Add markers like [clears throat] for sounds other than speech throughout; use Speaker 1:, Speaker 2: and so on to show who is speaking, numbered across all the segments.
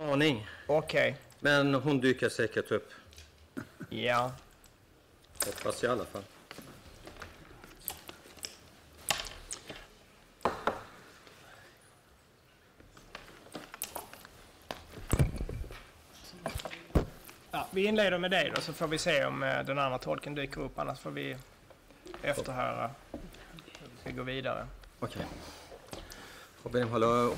Speaker 1: aning.
Speaker 2: Okej.
Speaker 1: Men hon dyker säkert upp.
Speaker 2: Ja.
Speaker 1: Hoppas jag i alla fall.
Speaker 2: ja. Vi inleder med dig då så får vi se om eh, den andra tolken dyker upp. Annars får vi efterhöra. Vi går vidare.
Speaker 1: اوکی خب بریم حالا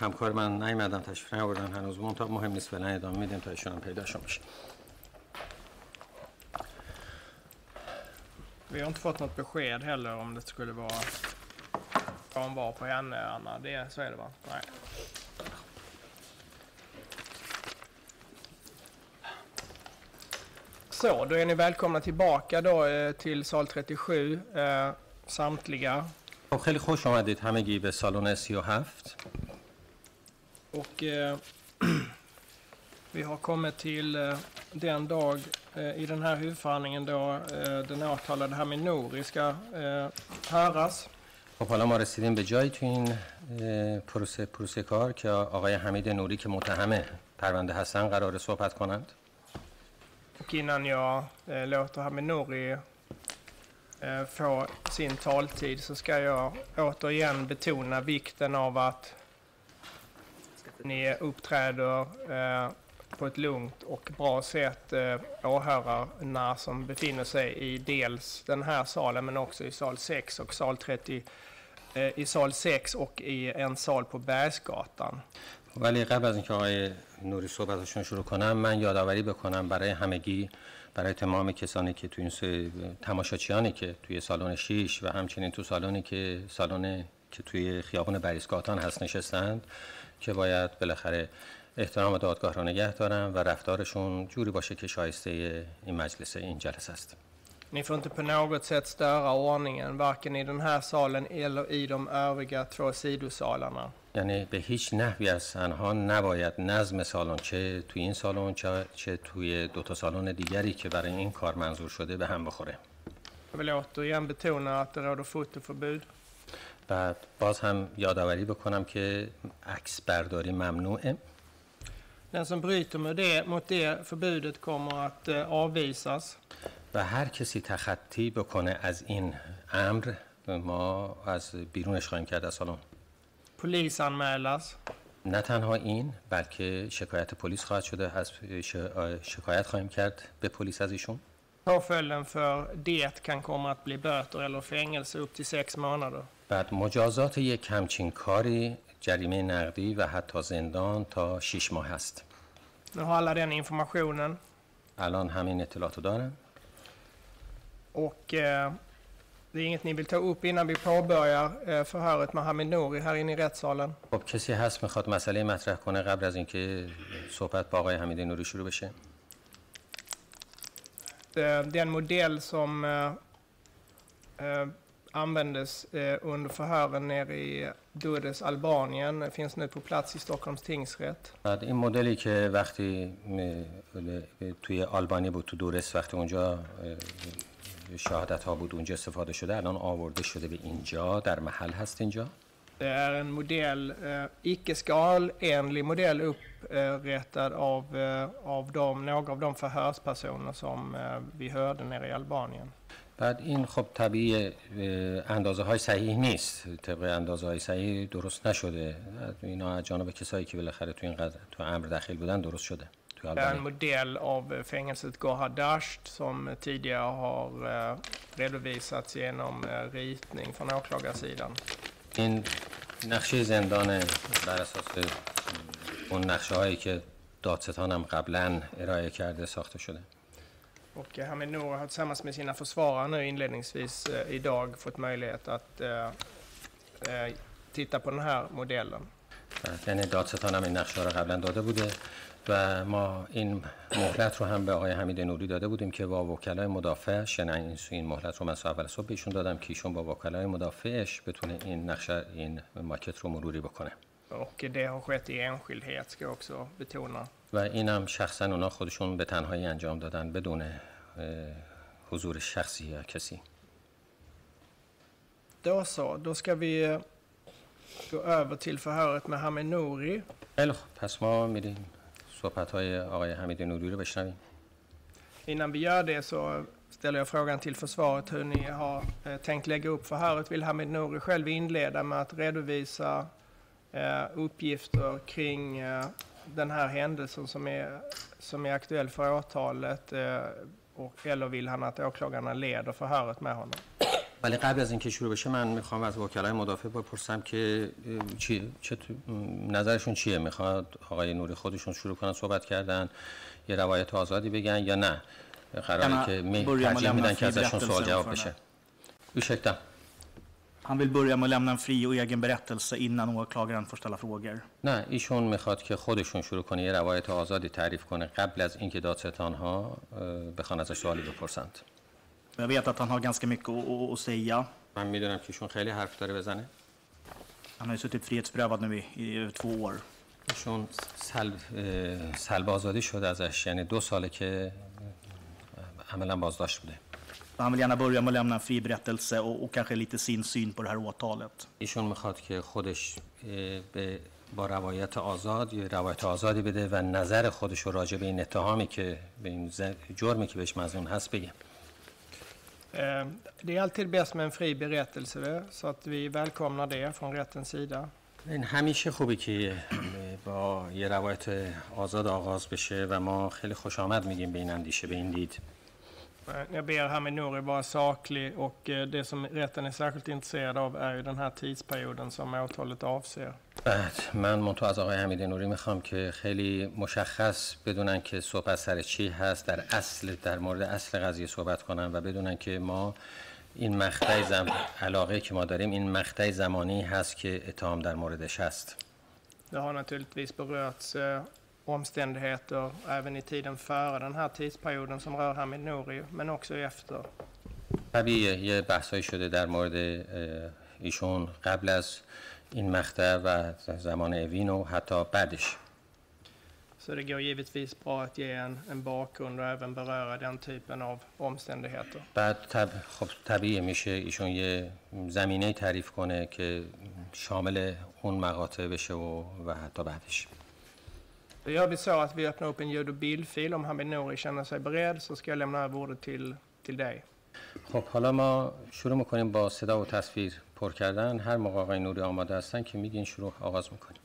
Speaker 1: همکار من نیومدن تشریف نیاوردن هنوز منتها مهم نیست فعلا ادامه میدیم تا ایشون هم پیداشون بشه
Speaker 2: Vi har inte fått något besked heller om det skulle vara vad hon var på henne, Anna. Det, så är det va? Nej. Så, då är ni välkomna tillbaka då eh, till sal 37, eh, samtliga.
Speaker 1: خب خیلی خوش آمدید همگی به سالن 37
Speaker 2: Och eh, [clears throat] vi har kommit till eh, den dag eh, i den här huvudförhandlingen då eh, den åtalade Haminori ska eh, höras.
Speaker 1: خب حالا ما رسیدیم به جایی تو این اه، پروسه پروسه کار که آقای حمید نوری که متهم پرونده هستن قرار صحبت کنند
Speaker 2: Och innan jag eh, låter Haminori eh, få sin taltid så ska jag återigen betona vikten av att ni uppträder eh, på ett lugnt och bra sätt eh, åhörarna som befinner sig i dels den här salen men också i sal 6 och sal 30 eh, i sal 6 och i en sal på Bergsgatan.
Speaker 1: ولی قبل از اینکه آقای نوری صحبتشون شروع کنم من یادآوری بکنم برای همگی برای تمام کسانی که تو این سه تماشاچیانی که توی سالن 6 و همچنین تو سالنی که سالن که توی خیابون بریسکاتان هست نشستند که باید بالاخره احترام دادگاه را نگه دارم و رفتارشون جوری باشه که شایسته این مجلس این جلسه است
Speaker 2: Ni får inte på något sätt störa ordningen, varken i den här salen eller i de övriga två sidosalarna.
Speaker 1: یعنی به هیچ نحوی از آنها نباید نظم سالن چه توی این سالن چه, چه توی دو تا سالن دیگری که برای این کار منظور شده به هم بخوره
Speaker 2: Jag vill återigen betona att det råder fotoförbud.
Speaker 1: و باز هم یادآوری بکنم که عکس برداری ممنوعه
Speaker 2: Den som bryter med det, mot det förbudet kommer att eh, avvisas.
Speaker 1: و هر کسی تخطی بکنه از این امر ما از بیرونش خواهیم کرد از سالن
Speaker 2: Polisanmälas.
Speaker 1: نه تنها این بلکه شکایت پلیس خواهد شده از ش- شکایت خواهیم کرد به پلیس از ایشون
Speaker 2: Påföljden för det kan komma att bli böter eller fängelse upp till sex månader.
Speaker 1: بعد مجازات یک همچین کاری جریمه نقدی و حتی زندان تا 6 ماه هست
Speaker 2: Nu har alla den informationen
Speaker 1: الان همین اطلاعات رو دارم
Speaker 2: och eh, det är inget ni vill ta upp innan vi påbörjar eh, förhöret med Hamid Nouri här inne i rättssalen.
Speaker 1: خب کسی هست میخواد مسئله مطرح کنه قبل از اینکه صحبت با آقای حمیدی نوری شروع بشه
Speaker 2: eh, den modell som eh, eh, användes eh, under förhören nere i Durres, Albanien, eh, finns nu på plats i Stockholms tingsrätt.
Speaker 1: بعد این مدلی که وقتی م- توی آلبانی بود تو دورس وقتی اونجا اه، شهادت ها بود اونجا استفاده شده الان آورده شده به اینجا در محل هست اینجا
Speaker 2: Det är en modell, eh, icke skalenlig modell upprättad av, eh, av de, några av de förhörspersoner som eh, vi hörde nere i Albanien.
Speaker 1: بعد این خب طبیعی اندازه های صحیح نیست طبق اندازه های صحیح درست نشده اینا از جانب کسایی که بالاخره تو این قض- تو امر داخل بودن درست شده تو
Speaker 2: Det är en
Speaker 1: آلبانی
Speaker 2: modell av eh, fängelset Gohardasht som tidigare har eh, redovisats genom eh, ritning från åklagarsidan.
Speaker 1: این نقشه زندان بر اساس اون نقشه هایی که دادستان هم قبلا ارائه کرده ساخته شده
Speaker 2: Och eh, Hamid Nour har tillsammans med sina försvarare nu inledningsvis eh, idag fått möjlighet att eh, eh, titta på den här modellen.
Speaker 1: بعد یعنی دادستان هم این نقشه رو قبلا داده بوده و ما این مهلت رو هم به آقای حمید نوری داده بودیم که با وکلای مدافعش یعنی این این مهلت رو من صبح اول صبح بهشون دادم که ایشون با وکلای مدافعش بتونه این نقشه این ماکت رو مروری بکنه
Speaker 2: Och det har skett i enskildhet ska jag också betona.
Speaker 1: و این هم شخصا اونا خودشون به تنهایی انجام دادن بدون اه، حضور شخصی یا کسی
Speaker 2: Då så, då ska vi eh, gå över till förhöret med Hamid Nouri.
Speaker 1: خیلی خب پس ما میریم صحبت های آقای حمید نوری رو بشنویم
Speaker 2: Innan vi gör det så ställer jag frågan till försvaret hur ni har eh, tänkt lägga upp förhöret. Vill Hamid Nouri själv inleda med att redovisa eh, uppgifter kring eh, den här händelsen som är, som är aktuell för åtalet? Eh, och, eller vill han att åklagarna leder förhöret med honom?
Speaker 1: ولی بله، قبل از اینکه شروع بشه من میخوام از وکلای مدافع بپرسم که اه، چی چه تو- م، نظرشون چیه میخواد آقای نوری خودشون شروع کنن صحبت کردن یه روایت آزادی بگن یا نه قراره
Speaker 3: Gärna
Speaker 1: که می
Speaker 3: börja med
Speaker 1: ترجیح
Speaker 3: att lämna
Speaker 1: میدن که
Speaker 3: fri
Speaker 1: ازشون
Speaker 3: berättelse
Speaker 1: سوال جواب
Speaker 3: från
Speaker 1: بشه
Speaker 3: det.
Speaker 1: Ursäkta.
Speaker 3: Han vill börja med att lämna en fri och egen berättelse innan åklagaren får ställa frågor.
Speaker 1: نه ایشون میخواد که خودشون شروع کنه یه روایت آزادی تعریف کنه قبل از اینکه دادستان ها بخوان ازش سوالی بپرسند
Speaker 3: Jag vet att han har ganska mycket att, att, att säga.
Speaker 1: من میدونم که ایشون خیلی حرف داره بزنه
Speaker 3: Han har ju suttit frihetsberövad nu i, i över två år.
Speaker 1: ایشون سلب, اه، سلب آزادی شده ازش یعنی دو ساله که اه، عملا بازداشت بوده
Speaker 3: Han vill gärna börja med att lämna en fri berättelse och, och kanske lite sin syn på det här åtalet.
Speaker 1: ایشون میخواد که خودش اه، به با روایت آزاد یه روایت آزادی بده و نظر خودش رو راجع به این اتهامی که به این ز- جرمی که بهش مزنون هست بگه
Speaker 2: Eh, det är alltid bäst med en fri berättelse så att vi välkomnar det från rättens sida.
Speaker 1: این همیشه خوبه که با یه روایت آزاد آغاز بشه و ما خیلی خوش آمد میگیم به این اندیشه به این دید
Speaker 2: Eh, Jag ber Hamid Nouri vara saklig och eh, det som rätten är särskilt intresserad av är ju den här tidsperioden som åtalet avser.
Speaker 1: بعد من منتها از آقای حمید نوری میخوام که خیلی مشخص بدونن که صحبت سر چی هست در اصل در مورد اصل قضیه صحبت کنن و بدونن که ما این مقطع زم... علاقه که ما داریم این مقطع زمانی هست که اتهام در موردش هست
Speaker 2: Det har naturligtvis berörts eh, omständigheter även i tiden före den här tidsperioden som rör Hamid Nouri, men också efter.
Speaker 1: طبیعیه یه بحثایی شده در مورد اه، ایشون قبل از این مقطع و زمان اوین و حتی بعدش
Speaker 2: Så det går givetvis bra att ge en, en bakgrund och även beröra den typen av omständigheter.
Speaker 1: بعد طب... خب طبیعی میشه ایشون یه زمینه تعریف کنه که شامل اون مقاطع بشه و, و حتی بعدش
Speaker 2: Då gör vi så att vi öppnar upp en ljud och bildfil. Om Hamid Nouri känner sig beredd så ska jag lämna över ordet till, till dig.
Speaker 1: خب حالا ما شروع میکنیم با صدا و تصویر پر کردن هر موقع آقای نوری آماده هستن که میگین شروع آغاز میکنیم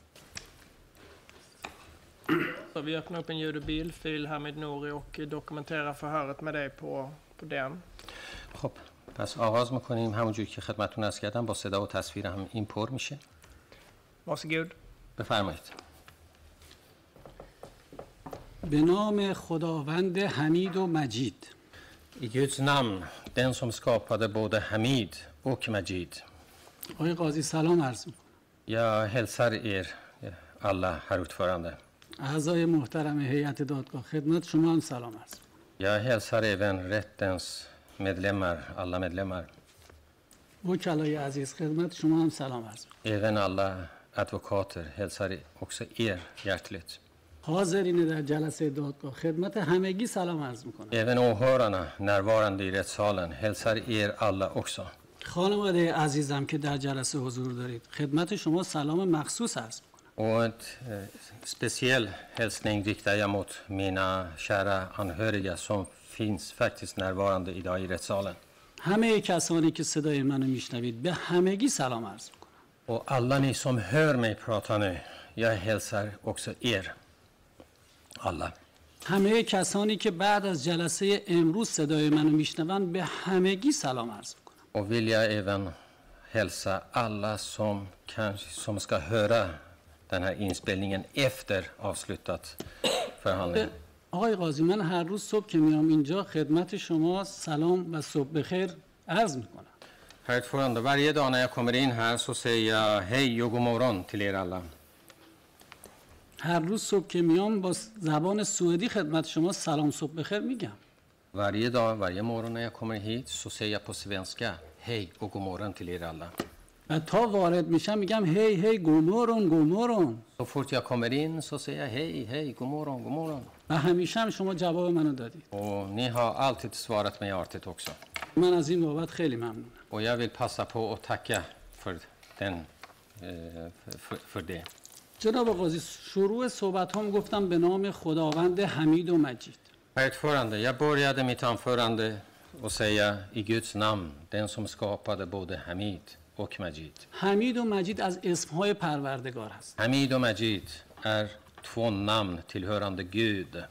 Speaker 2: Så vi öppnar upp en ljud och bildfil, Hamid Nouri, och dokumenterar förhöret med dig på, på den.
Speaker 1: خب پس آغاز میکنیم همونجور که خدمتون از کردم با صدا و تصویر هم این پر میشه
Speaker 2: Varsågod.
Speaker 1: بفرمایید
Speaker 4: به نام خداوند حمید و مجید
Speaker 1: I Guds namn, den som skapade både Hamid och Majid.
Speaker 4: آقای قاضی سلام عرض می‌کنم.
Speaker 1: Jag hälsar er alla, herr ordförande.
Speaker 4: اعضای محترم هیئت دادگاه خدمت شما هم سلام عرض می‌کنم.
Speaker 1: Jag hälsar även rättens medlemmar, alla medlemmar,
Speaker 4: وکلای عزیز خدمت شما هم سلام عرض می‌کنم.
Speaker 1: även alla advokater hälsar också er hjärtligt.
Speaker 4: حاضرین در جلسه دادگاه خدمت همگی سلام عرض میکنم
Speaker 1: Även åhörarna närvarande i rättssalen hälsar er alla också.
Speaker 4: خانواده عزیزم که در جلسه حضور دارید خدمت شما سلام مخصوص عرض می‌کنم.
Speaker 1: Och en eh, speciell hälsning riktar jag mot mina kära anhöriga som finns faktiskt närvarande idag i rättssalen.
Speaker 4: همه کسانی که صدای منو میشنوید به همگی سلام عرض میکنم
Speaker 1: Och alla ni som hör mig prata nu, jag hälsar också er. Alla.
Speaker 4: همه کسانی که بعد از جلسه امروز صدای منو میشنوند به همگی سلام عرض میکنم
Speaker 1: Och vill jag även hälsa alla som, kan, som ska höra den här inspelningen efter avslutat förhandling.
Speaker 4: آقای قاضی من هر روز صبح که میام اینجا خدمت شما سلام و صبح بخیر عرض میکنم
Speaker 1: Herr ordförande, varje dag när jag kommer in här så säger jag hej och god morgon till er alla.
Speaker 4: هر روز صبح که میام با زبان سوئدی خدمت شما سلام صبح بخیر میگم
Speaker 1: Varje dag, varje morgon när jag kommer hit så säger jag på svenska hej och god morgon till er alla.
Speaker 4: و تا وارد میشم میگم هی هی گمورون گمورون
Speaker 1: Så fort jag kommer in så säger jag hej, hej, god morgon, god morgon.
Speaker 4: و همیشه هم شما جواب منو دادید
Speaker 1: Och ni har alltid svarat mig artigt också.
Speaker 4: من از این بابت خیلی ممنونم
Speaker 1: Och jag vill passa på att tacka för, den, eh, för, för det.
Speaker 4: جناب قاضی شروع صحبت هم گفتم به نام خداوند حمید و مجید
Speaker 1: Herr ordförande, jag började mitt anförande och säga i Guds namn, den som skapade både Hamid och Majid.
Speaker 4: حمید و مجید از اسمهای پروردگار هست
Speaker 1: Hamid och Majid är två namn tillhörande Gud.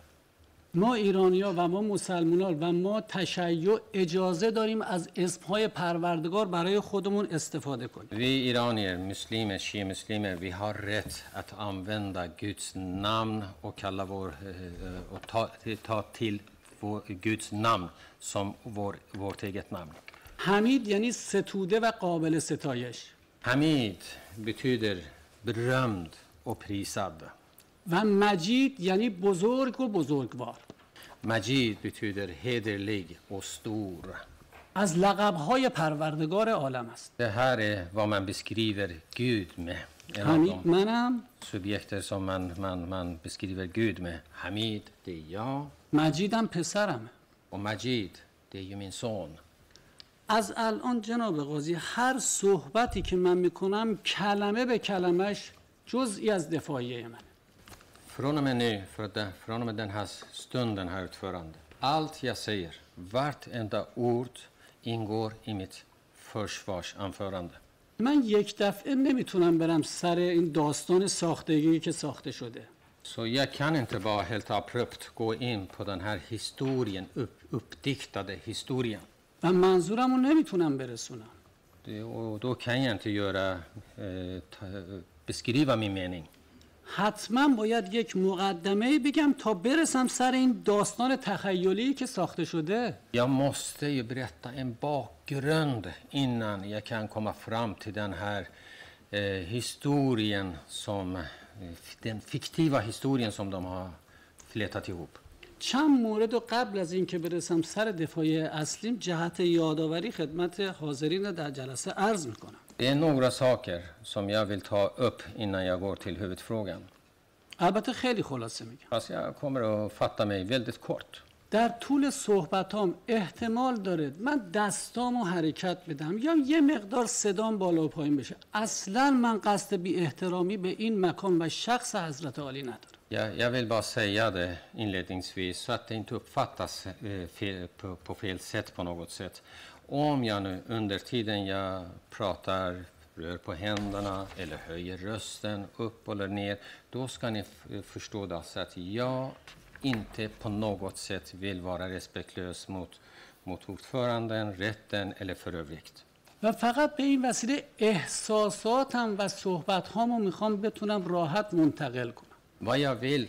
Speaker 4: ما ایرانیا و ما مسلمانان و ما تشیع اجازه داریم از اسمهای پروردگار برای خودمون استفاده کنیم
Speaker 1: Vi iranier, muslimer, shia-muslimer, vi har rätt att använda Guds namn och kalla vår, eh, och ta, ta till vår, Guds namn som vår, vårt eget namn.
Speaker 4: حمید یعنی ستوده و قابل ستایش
Speaker 1: Hamid betyder berömd och prisad.
Speaker 4: و مجید یعنی بزرگ و بزرگوار
Speaker 1: Majid betyder hederlig och stor.
Speaker 4: از لقبهای پروردگار عالم است
Speaker 1: Det här är vad man beskriver Gud med. En av
Speaker 4: حمید
Speaker 1: de
Speaker 4: منم
Speaker 1: subjekter som man, man, man beskriver Gud med. Hamid, det är jag.
Speaker 4: مجیدم پسرمه
Speaker 1: Och Majid, det är ju min son.
Speaker 4: از الان جناب قاضی هر صحبتی که من میکنم کلمه به کلمش جزئی از دفاعیه من
Speaker 1: Från och med nu, för att den- från och med den här stunden, här ordförande. Allt jag säger, vartenda ord ingår i mitt försvarsanförande.
Speaker 4: من یک دفعه نمیتونم برم سر این داستان ساختگی که ساخته شده
Speaker 1: Så jag kan inte bara helt abrupt gå in på den här historien, upp, uppdiktade historien.
Speaker 4: و منظورم رو نمیتونم برسونم
Speaker 1: Det, och då kan jag inte göra, eh, ta, beskriva min mening.
Speaker 4: حتما باید یک مقدمه بگم تا برسم سر این داستان تخیلی که ساخته شده
Speaker 1: Jag måste ju berätta en bakgrund innan jag kan komma fram till den här eh, historien som, eh, den fiktiva historien som de har flätat ihop.
Speaker 4: چند مورد و قبل از اینکه برسم سر دفاعی اصلیم جهت یادآوری خدمت حاضرین رو در جلسه عرض میکنم
Speaker 1: Det är några saker som jag vill ta upp innan jag går till huvudfrågan.
Speaker 4: البته خیلی خلاصه میگم
Speaker 1: Fast jag kommer att fatta mig väldigt kort.
Speaker 4: در طول صحبتام احتمال داره من دستامو حرکت بدم یا یه مقدار صدام بالا و پایین بشه اصلا من قصد بی احترامی به این مکان و شخص حضرت عالی ندارم
Speaker 1: Jag, jag vill bara säga det inledningsvis så att det inte uppfattas eh, fel, på, på fel sätt på något sätt. Om jag nu under tiden jag pratar rör på händerna eller höjer rösten upp eller ner, då ska ni f- eh, förstå det, så att jag inte på något sätt vill vara respektlös mot, mot ordföranden, rätten eller för övrigt.
Speaker 4: و فقط به این وسیله احساساتم و صحبتهامو میخوام بتونم راحت منتقل کنم
Speaker 1: Vad jag vill,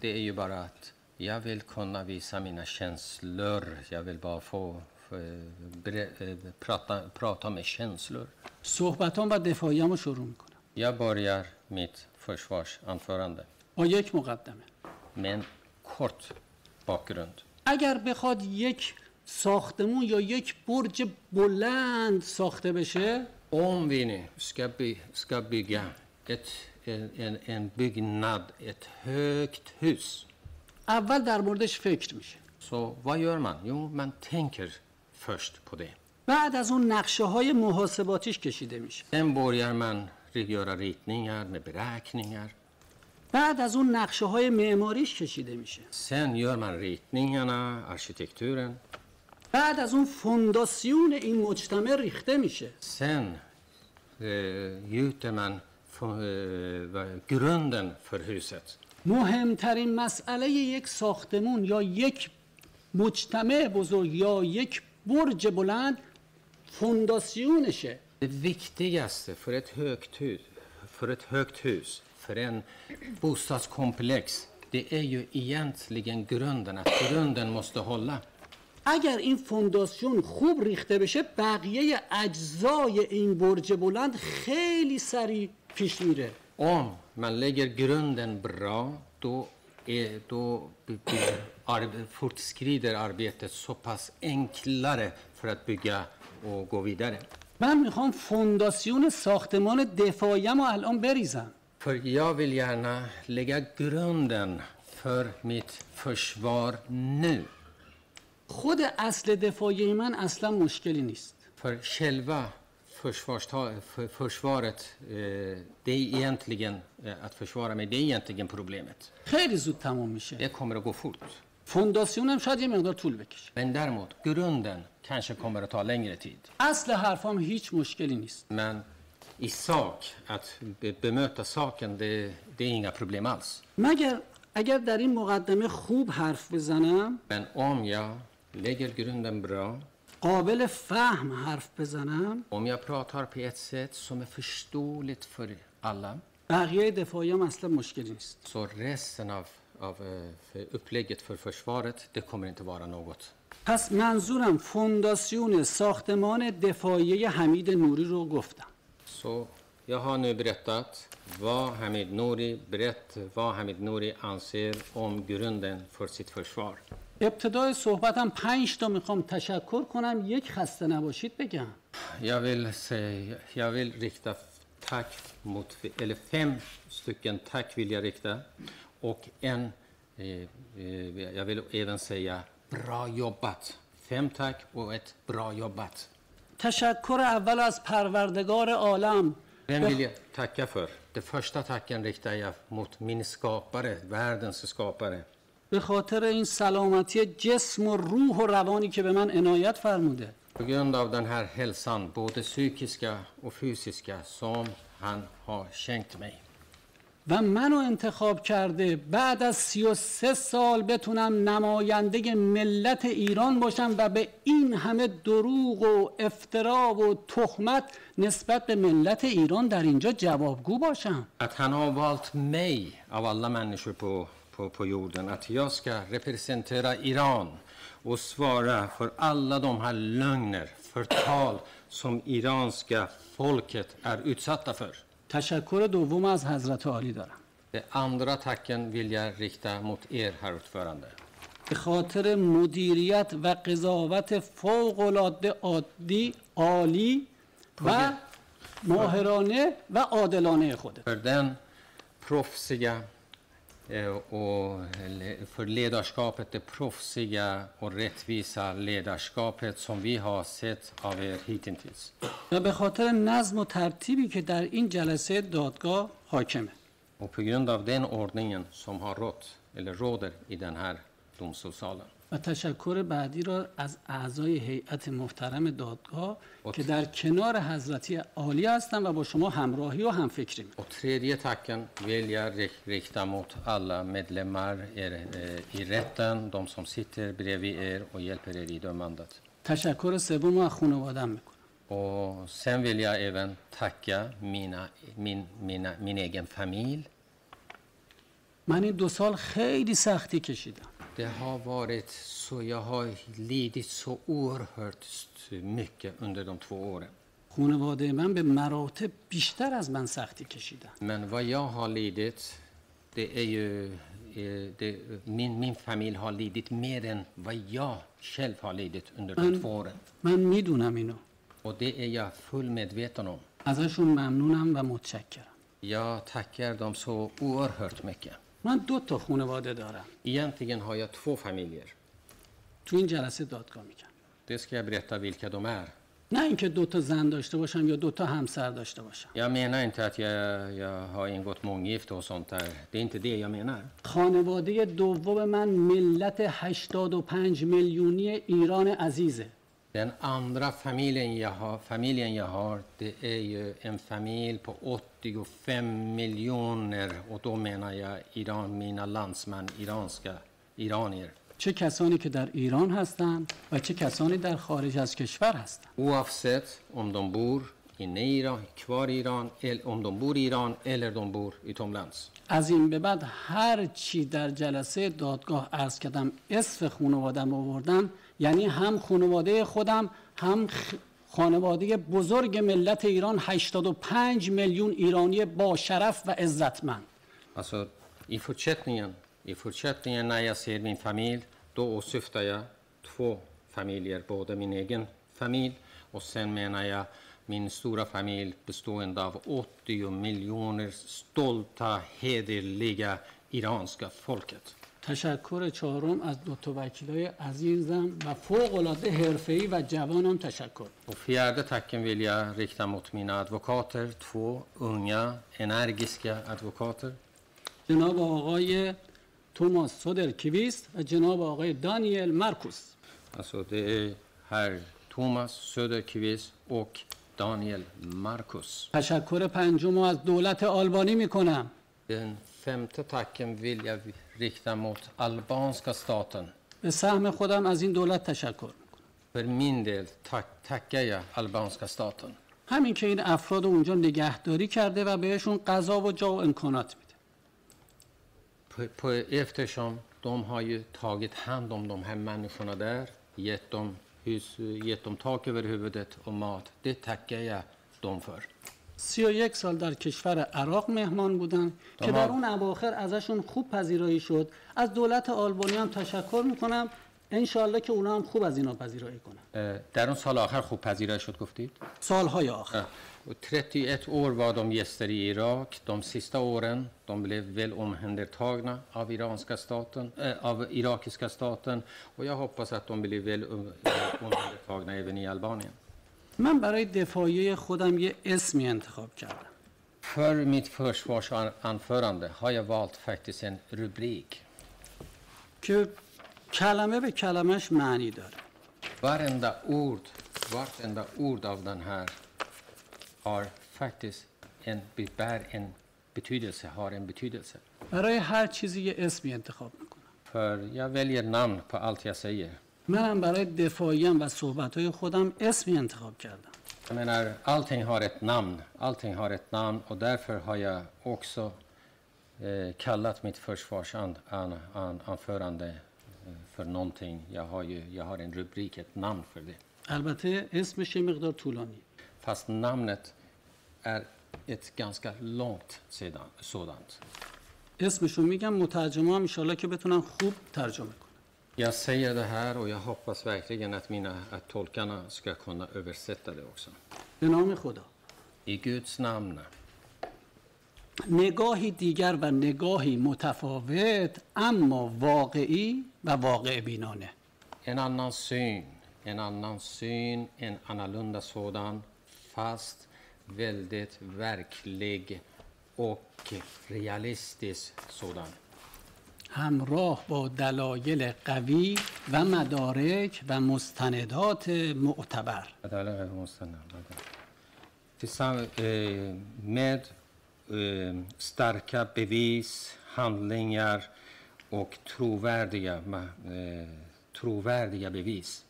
Speaker 1: det är ju bara att jag vill kunna visa mina känslor. Jag vill bara få, få eh, bre- eh, prata, prata med känslor.
Speaker 4: صحبتام و دفاعیمو شروع میکنم
Speaker 1: Jag börjar mitt försvarsanförande
Speaker 4: با یک مقدمه
Speaker 1: med en kort bakgrund.
Speaker 4: اگر بخواد یک ساختمون یا یک برج بلند ساخته بشه
Speaker 1: Om vi nu ska, by, ska bygga ett, en, en- en byggnad, ett högt hus,
Speaker 4: اول در موردش فکر میشه
Speaker 1: så vad gör man? Jo, man tänker först på det.
Speaker 4: بعد از اون نقشه های محاسباتیش کشیده میشه
Speaker 1: Sen börjar man göra ritningar med beräkningar.
Speaker 4: بعد از اون نقشه های معماریش کشیده میشه
Speaker 1: Sen gör man ritningarna, arkitekturen.
Speaker 4: بعد از اون فونداسیون این مجتمع ریخته میشه
Speaker 1: Sen eh, gjuter man fu- eh, vad- grunden för huset.
Speaker 4: مهمترین مسئله یک ساختمون یا یک مجتمع بزرگ یا یک برج بلند فونداسیونشه
Speaker 1: Det viktigaste för ett högt hus, för, ett högt hus, för en bostadskomplex det är ju egentligen grunden, att grunden måste hålla.
Speaker 4: اگر این فونداسیون خوب ریخته بشه بقیه اجزای این برج بلند خیلی سریع پیش میره
Speaker 1: Om man lägger grunden bra, då, är, då b- b- arbe- fortskrider arbetet så pass enklare för att bygga och gå vidare.
Speaker 4: من میخوام فونداسیون ساختمان دفاعیم رو الان بریزم
Speaker 1: För jag vill gärna lägga grunden för mitt försvar nu.
Speaker 4: خود اصل دفاعی من اصلا مشکلی نیست
Speaker 1: För själva försvarsta, för, försvaret, eh, det är egentligen, eh, att försvara mig, det är egentligen problemet.
Speaker 4: خیلی زود تمام میشه
Speaker 1: Det kommer att gå fort.
Speaker 4: فونداسیونم شاید یه مقدار طول بکشه
Speaker 1: Men däremot, grunden kanske kommer att ta längre tid.
Speaker 4: اصل حرفام هیچ مشکلی نیست
Speaker 1: Men i sak, att be- bemöta saken, det, det är inga problem alls.
Speaker 4: مگر اگر در این مقدمه خوب حرف بزنم
Speaker 1: Men om jag lägger grunden bra,
Speaker 4: قابل فهم حرف بزنم
Speaker 1: om jag pratar på ett sätt som är förståeligt för alla,
Speaker 4: بقیه دفاعیام اصلا مشکلی نیست
Speaker 1: så resten av, av eh, för upplägget för försvaret, det kommer inte vara något.
Speaker 4: پس منظورم فونداسیون ساختمان دفاعیه حمید نوری رو گفتم
Speaker 1: Så jag har nu berättat vad Hamid Nouri, berätt vad Hamid Nouri anser om grunden för sitt försvar.
Speaker 4: ابتدای صحبتم پنج تا میخوام تشکر کنم یک خسته نباشید بگم
Speaker 1: Jag vill, säga, jag vill rikta tack mot, eller fem stycken tack vill jag rikta. Och en, eh, eh, jag vill även säga bra jobbat. Fem tack och ett bra jobbat.
Speaker 4: تشکر اول از پروردگار عالم
Speaker 1: Den vill jag tacka för. Den första tacken riktar jag mot min skapare, världens skapare.
Speaker 4: به خاطر این سلامتی جسم و روح و روانی که به من عنایت فرموده
Speaker 1: På grund av den här hälsan, både psykiska och fysiska, som han har skänkt mig.
Speaker 4: و منو انتخاب کرده بعد از 33 سال بتونم نماینده ملت ایران باشم و به این همه دروغ و افترا و تهمت نسبت به ملت ایران در اینجا جوابگو باشم
Speaker 1: Att han har valt mig av alla människor på, på, på jorden, att jag ska representera Iran och svara för alla de här lögner, förtal som iranska folket är utsatta för.
Speaker 4: تشکر دوم از حضرت عالی دارم
Speaker 1: Den andra tacken vill jag rikta mot er, herr ordförande.
Speaker 4: به خاطر مدیریت و قضاوت فوق‌العاده عادی عالی و ماهرانه و عادلانه خودت
Speaker 1: För den proffsiga eh, och le- för ledarskapet, det proffsiga och rättvisa ledarskapet som vi har sett av er hittills.
Speaker 4: و به خاطر نظم و ترتیبی که در این جلسه دادگاه حاکمه
Speaker 1: Och på grund av den ordningen som har rått, eller råder i den här domstolssalen.
Speaker 4: و تشکر بعدی را از اعضای هیئت محترم دادگاه که در کنار حضرتی عالی هستند و با شما همراهی و همفکری می‌کنند.
Speaker 1: Och tredje tacken vill jag ri- rikta mot alla medlemmar er, eh, i rätten, de som sitter bredvid er och hjälper er i dömandet.
Speaker 4: تشکر سوم را از خانواده‌ام می‌کنم.
Speaker 1: Och sen vill jag även tacka mina, min, mina, min egen familj.
Speaker 4: من این دو سال خیلی سختی کشیدم
Speaker 1: Det har varit så, jag har lidit så oerhört st- mycket under de två åren.
Speaker 4: خانواده من به مراتب بیشتر از من سختی کشیدن
Speaker 1: Men vad jag har lidit, det är ju... eh, Det, min, min familj har lidit mer än vad jag själv har lidit under de två åren.
Speaker 4: من میدونم اینو
Speaker 1: Och det är jag full medveten om.
Speaker 4: ازشون ممنونم و متشکرم
Speaker 1: Jag tackar dem så oerhört mycket.
Speaker 4: من دو تا خانواده دارم
Speaker 1: Egentligen har jag två familjer.
Speaker 4: تو این جلسه دادگاه میگم
Speaker 1: Det ska jag berätta vilka de är.
Speaker 4: نه اینکه دو تا زن داشته باشم یا دو تا همسر داشته باشم
Speaker 1: Jag menar inte att jag, jag har ingått månggifte och sånt där. Det är inte det jag menar.
Speaker 4: خانواده دوم من ملت 85 میلیونی ایران عزیزه
Speaker 1: Den andra familjen jag har, familjen jag har det är ju en familj på 85 miljoner och då menar jag Iran, mina landsmän, iranska iranier.
Speaker 4: چه کسانی که در ایران هستند و چه کسانی در خارج از کشور هستند
Speaker 1: Oavsett om de bor inne i Iran, kvar i Iran, eller om de bor i Iran eller de bor utomlands.
Speaker 4: از این به بعد هر چی در جلسه دادگاه عرض کردم اسم خانوادم آوردم یعنی هم خانواده خودم هم خ- خانواده بزرگ ملت ایران 85 میلیون ایرانی با شرف و عزتمند
Speaker 1: Alltså, i fortsättningen, i fortsättningen när jag ser min familj, då åsyftar jag två familjer, både min egen familj och sen menar jag min stora familj bestående av 80 miljoner stolta, hederliga iranska folket.
Speaker 4: تشکر چهارم از دو تا وکیلای عزیزم و فوق العاده حرفه‌ای و جوانم تشکر
Speaker 1: Och fjärde tacken vill jag rikta mot mina advokater, två unga energiska advokater.
Speaker 4: جناب آقای توماس سودرکویست و جناب آقای دانیل مارکوس
Speaker 1: Alltså det är herr Thomas Söderqvist och Daniel Marcus.
Speaker 4: تشکر پنجم رو از دولت آلبانی میکنم
Speaker 1: Den femte tacken vill jag rikta mot albanska staten.
Speaker 4: به سهم خودم از این دولت تشکر میکنم
Speaker 1: För min del tack, tackar jag albanska staten.
Speaker 4: همین که این افراد رو اونجا نگهداری کرده و بهشون غذا و جا و امکانات میده
Speaker 1: På, på, eftersom de har ju tagit hand om de här människorna där, gett dem, hus, gett dem tak över huvudet och mat. Det tackar jag dem för.
Speaker 4: سی و یک سال در کشور عراق مهمان بودن که
Speaker 1: تمام.
Speaker 4: در اون اواخر ازشون خوب پذیرایی شد از دولت آلبانی هم تشکر میکنم انشالله که اونا هم خوب از اینا پذیرایی کنن
Speaker 1: Eh, Där de sal آخر خوب پذیرش شد گفتید؟
Speaker 4: سالهای آخر
Speaker 1: Ja. Och 31 år var de gäster i Irak. De sista åren de blev väl omhändertagna av, iranska staten, eh, av irakiska staten. Och jag hoppas att de blir väl um- eh, omhändertagna även i Albanien.
Speaker 4: من برای دفاعیه خودم یه اسمی انتخاب کردم
Speaker 1: För mitt försvarsanförande har jag valt faktiskt en rubrik.
Speaker 4: که کلمه به کلمش معنی داره
Speaker 1: Varenda ord, vartenda ord av den här har faktiskt en, bär en betydelse, har en betydelse.
Speaker 4: برای هر چیزی یه اسمی انتخاب میکنم
Speaker 1: För jag väljer namn på allt jag säger.
Speaker 4: منم برای دفاعیم و صحبتهای خودم اسمی انتخاب کردم
Speaker 1: Jag menar, allting har ett namn. Allting har ett namn och därför har jag också eh, kallat mitt försvarsanförande eh, för någonting. Jag har, ju, jag har en rubrik, ett namn för det.
Speaker 4: البته اسمش یه مقدار طولانی
Speaker 1: Fast namnet är ett ganska långt sedan, sådant.
Speaker 4: اسمشو میگم مترجمه هم انشالله که بتونن خوب ترجمه کنن
Speaker 1: Jag säger det här och jag hoppas verkligen att, mina, att tolkarna ska kunna översätta det också.
Speaker 4: به نام خدا
Speaker 1: I Guds namn.
Speaker 4: نگاهی دیگر و نگاهی متفاوت اما واقعی و واقع بینانه
Speaker 1: En annan syn, en annan syn, en annorlunda sådan, fast väldigt verklig och realistisk sådan.
Speaker 4: همراه با دلایل قوی و مدارک و مستندات معتبر
Speaker 1: Tillsammans eh, med eh, starka bevis, handlingar och trovärdiga, ma- eh, trovärdiga bevis.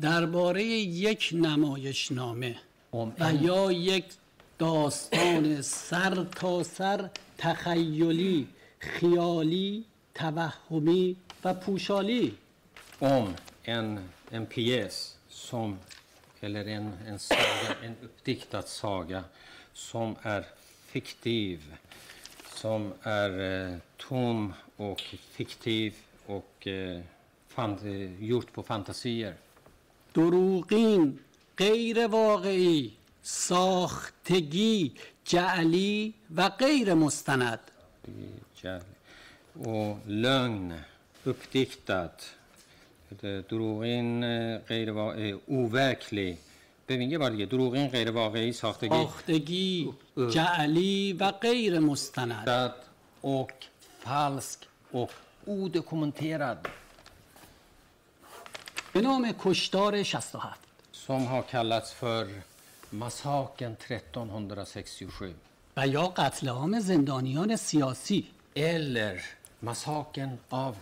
Speaker 4: درباره یک نمایشنامه
Speaker 1: Om
Speaker 4: و یا یک داستان سر تا سر تخیلی خیالی توهمی و پوشالی
Speaker 1: om en, en pjäs som, eller en, en, saga, en uppdiktad saga som är fiktiv, som är eh, tom och fiktiv och eh, fan, eh, gjort på fantasier.
Speaker 4: دروغین غیر واقعی ساختگی جعلی و غیر مستند
Speaker 1: Kärlek. Och lögn, uppdiktat, drogin, eh, overklig. ببین یه بار دیگه دروغین غیر واقعی ساختگی
Speaker 4: ساختگی جعلی و غیر مستند
Speaker 1: Riktad och falsk och odokumenterad.
Speaker 4: به نام کشتار 67
Speaker 1: Som har kallats för massakern 1367.
Speaker 4: و یا قتل عام زندانیان سیاسی
Speaker 1: Eller massakern av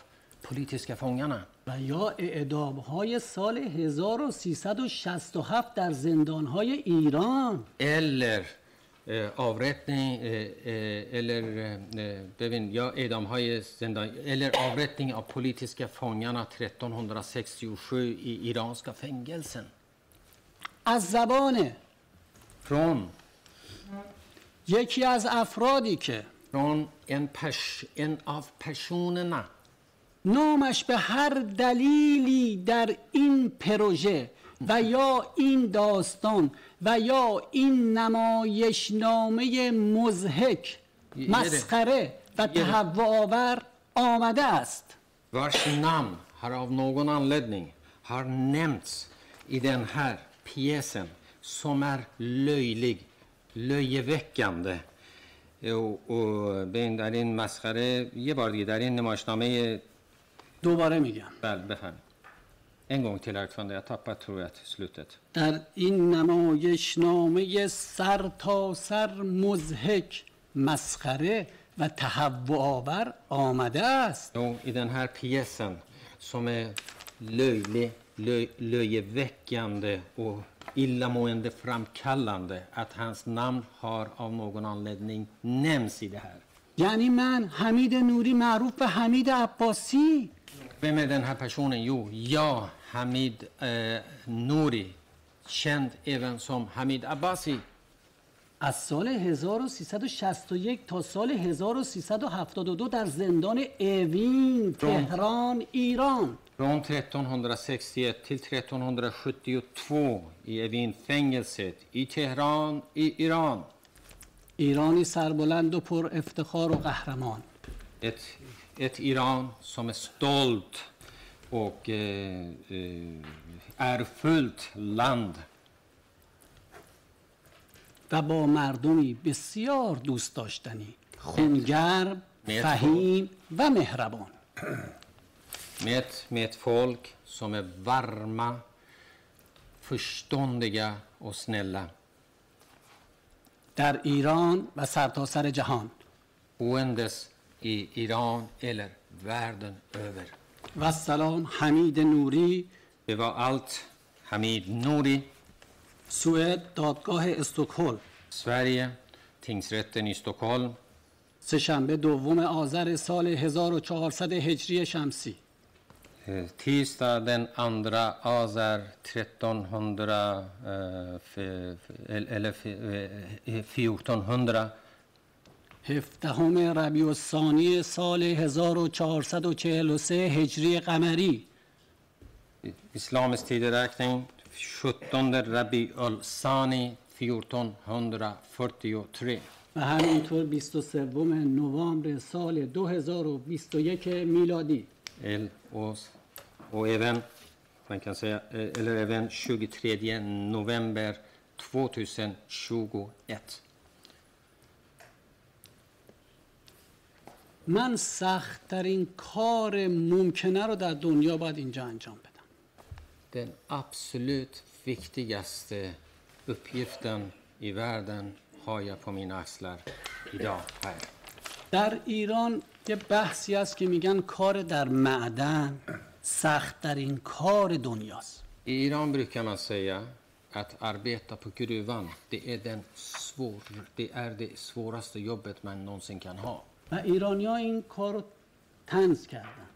Speaker 1: politiska fångarna.
Speaker 4: و یا اعدام های سال 1367 در زندان های ایران
Speaker 1: Eller eh, avrättning eh, eh, eller eh, bevin, ja, Edam har ju sända- eller avrättning av politiska fångarna 1367 i iranska fängelsen.
Speaker 4: از زبان
Speaker 1: Från
Speaker 4: یکی از افرادی که
Speaker 1: från en, pers, en av personerna
Speaker 4: نامش به هر دلیلی در این پروژه و یا این داستان و یا این نمایشنامه مزهک مسخره و تهوع آور آمده است
Speaker 1: Vers namn har av någon anledning har nämnts i den här pjäsen som är löjlig, löjeväckande. Och, och ببین، در این مسخره یه بار دیگه در این نمایشنامه
Speaker 4: دوباره میگم
Speaker 1: بله بفهم En gång till ordförande, jag tappade tror jag till slutet.
Speaker 4: در این نمایش نامه سر تا سر مزهک مسخره و تهوع آور آمده است
Speaker 1: Jo, i den här pjäsen som är löjlig, lö, löjeväckande och illamående framkallande att hans namn har av någon anledning nämns i det här.
Speaker 4: یعنی من حمید نوری معروف به حمید عباسی
Speaker 1: Vem är den här personen? Jo, jag, Hamid eh, Nouri, känd även som Hamid Abbasi.
Speaker 4: از سال 1361 تا سال 1372 در زندان اوین تهران ایران
Speaker 1: Från 1361 till 1372 i Evinfängelset i Teheran i Iran.
Speaker 4: ایرانی سربلند و پر افتخار و قهرمان
Speaker 1: Ett, ett Iran som är stolt och eh, eh, ärfullt land
Speaker 4: و با مردمی بسیار دوست داشتنی خونگرم
Speaker 1: مرسی.
Speaker 4: فهیم و مهربان
Speaker 1: med ett, med ett folk som är varma, förståndiga och snälla.
Speaker 4: در ایران و سرتاسر جهان
Speaker 1: boendes i Iran eller världen över.
Speaker 4: و سلام حمید نوری
Speaker 1: Det var allt. Hamid Nouri,
Speaker 4: سوئد دادگاه استکهلم
Speaker 1: Sverige, tingsrätten i Stockholm,
Speaker 4: سهشنبه دوم آذر سال 1400 هجری شمسی
Speaker 1: eh, tisdag den 2 Azar 1300 eh, f- f- eller f- eh, 1400
Speaker 4: هفدهم ربیع الثانی سال 1443 هجری قمری
Speaker 1: i- islamisk tideräkning, 17 Rabi al-Sani 1443.
Speaker 4: و همینطور 23 نوامبر سال 2021 میلادی
Speaker 1: El och, och även, man kan säga, eh, eller även 23 november 2021.
Speaker 4: من سختترین کار ممکنه رو در دنیا باید اینجا انجام بدم
Speaker 1: Den absolut viktigaste uppgiften i världen har jag på mina axlar idag här.
Speaker 4: در ایران یه بحثی هست که میگن کار در معدن سختترین کار دنیاست
Speaker 1: I Iran brukar man säga att arbeta på gruvan, det är, den svår, det, är det svåraste jobbet man någonsin kan ha.
Speaker 4: و ایرانی ها این کار رو تنز کردن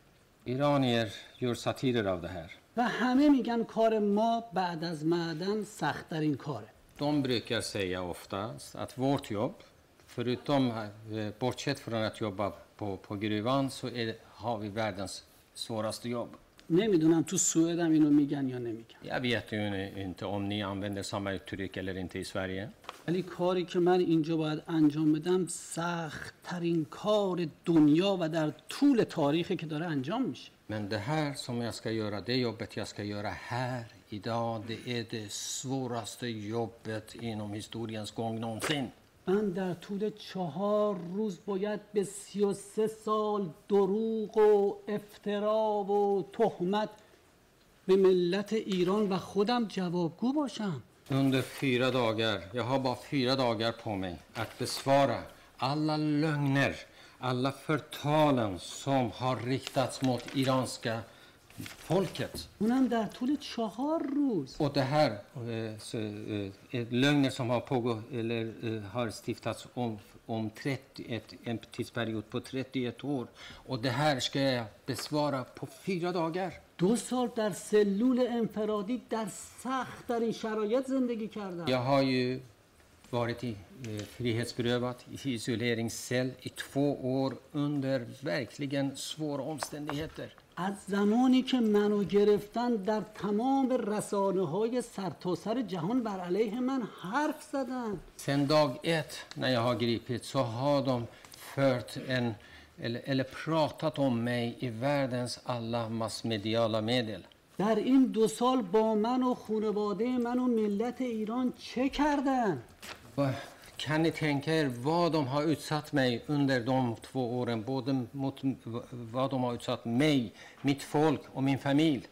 Speaker 1: Iranier gör satirer av det här.
Speaker 4: و همه میگن کار ما بعد از معدن سختترین کاره
Speaker 1: De brukar säga oftast att vårt jobb, förutom, eh, bortsett från att jobba på, på gruvan, så är, har vi världens svåraste jobb.
Speaker 4: نمیدونم تو سوئد هم اینو میگن یا نمیگن
Speaker 1: Jag vet ju inte om ni använder samma uttryck eller inte i Sverige.
Speaker 4: ولی کاری که من اینجا باید انجام بدم سختترین کار دنیا و در طول تاریخی که داره انجام میشه
Speaker 1: Men det här som jag ska göra, det jobbet jag ska göra här idag, det är det svåraste jobbet inom historiens gång någonsin.
Speaker 4: من در طول چهار روز باید به سی و سه سال دروغ و افترا و تهمت به ملت ایران و خودم جوابگو باشم
Speaker 1: Under fyra dagar, jag har bara fyra dagar på mig att besvara alla lögner, alla förtalen som har riktats mot iranska folket.
Speaker 4: اونم در طول چهار روز
Speaker 1: Och det här eh, så, eh, är lögner som har pågått eller eh, har stiftats om, om 30, ett, en tidsperiod på 31 år. Och det här ska jag besvara på fyra dagar.
Speaker 4: دو سال در سلول انفرادی در سخت در این شرایط زندگی کردم
Speaker 1: Jag har ju varit i, eh, frihetsberövad i isoleringscell i två år under verkligen svåra omständigheter.
Speaker 4: از زمانی که منو گرفتن در تمام رسانه های سرتاسر جهان بر علیه من حرف زدن
Speaker 1: Sen dag ett när jag har gripits så har de fört en Eller, eller pratat om mig i världens alla massmediala medel.
Speaker 4: در این دو سال با من و خانواده من و ملت ایران چه کردن؟
Speaker 1: Va- Kan ni tänka er vad de har utsatt mig under de två åren? Både mot v- vad de har utsatt mig, mitt folk och min familj.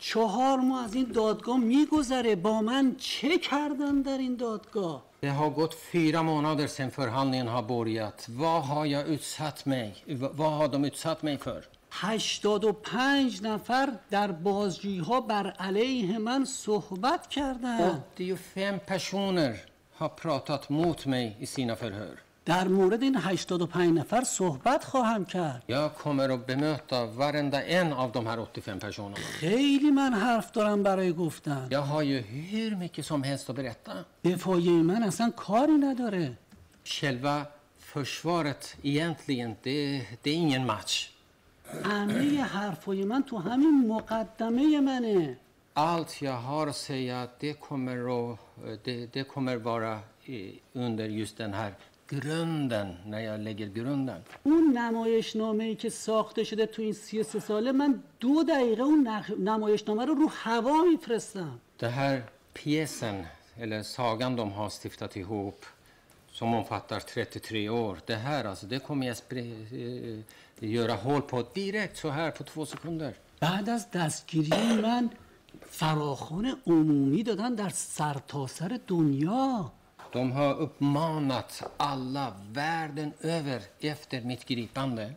Speaker 4: چهار ماه از این دادگاه میگذره با من چه کردن در این دادگاه؟
Speaker 1: Det har gått fyra månader sedan förhandlingen har börjat. Vad har jag utsatt mig? V- Vad har de utsatt mig för?
Speaker 4: 85 نفر در بازجویی ها بر علیه من صحبت کردن
Speaker 1: 85 personer har pratat mot mig i sina förhör.
Speaker 4: در مورد این 85 نفر صحبت خواهم کرد
Speaker 1: Jag kommer att bemöta varenda en av de här 85 personerna.
Speaker 4: خیلی من حرف دارم برای گفتن
Speaker 1: Jag har ju hur mycket som helst att berätta.
Speaker 4: دفاعی من اصلا کاری نداره
Speaker 1: Själva försvaret egentligen, det, det är ingen match.
Speaker 4: همه حرفای من تو همین مقدمه منه
Speaker 1: Allt jag har att säga, det kommer, att, det, det kommer vara eh, under just den här grunden, när jag lägger grunden.
Speaker 4: اون نمایش ای که ساخته شده تو این 33 ساله من دو دقیقه اون نخ... نمایشنامه رو رو هوا میفرستم
Speaker 1: Den här pjäsen, eller sagan de har stiftat ihop, som omfattar 33 år, det här alltså, det kommer jag spre- eh, göra hål på direkt så här på två sekunder.
Speaker 4: بعد از دستگیری من فراخان عمومی دادن در سرتاسر دنیا
Speaker 1: De har uppmanat alla världen över efter mitt gripande.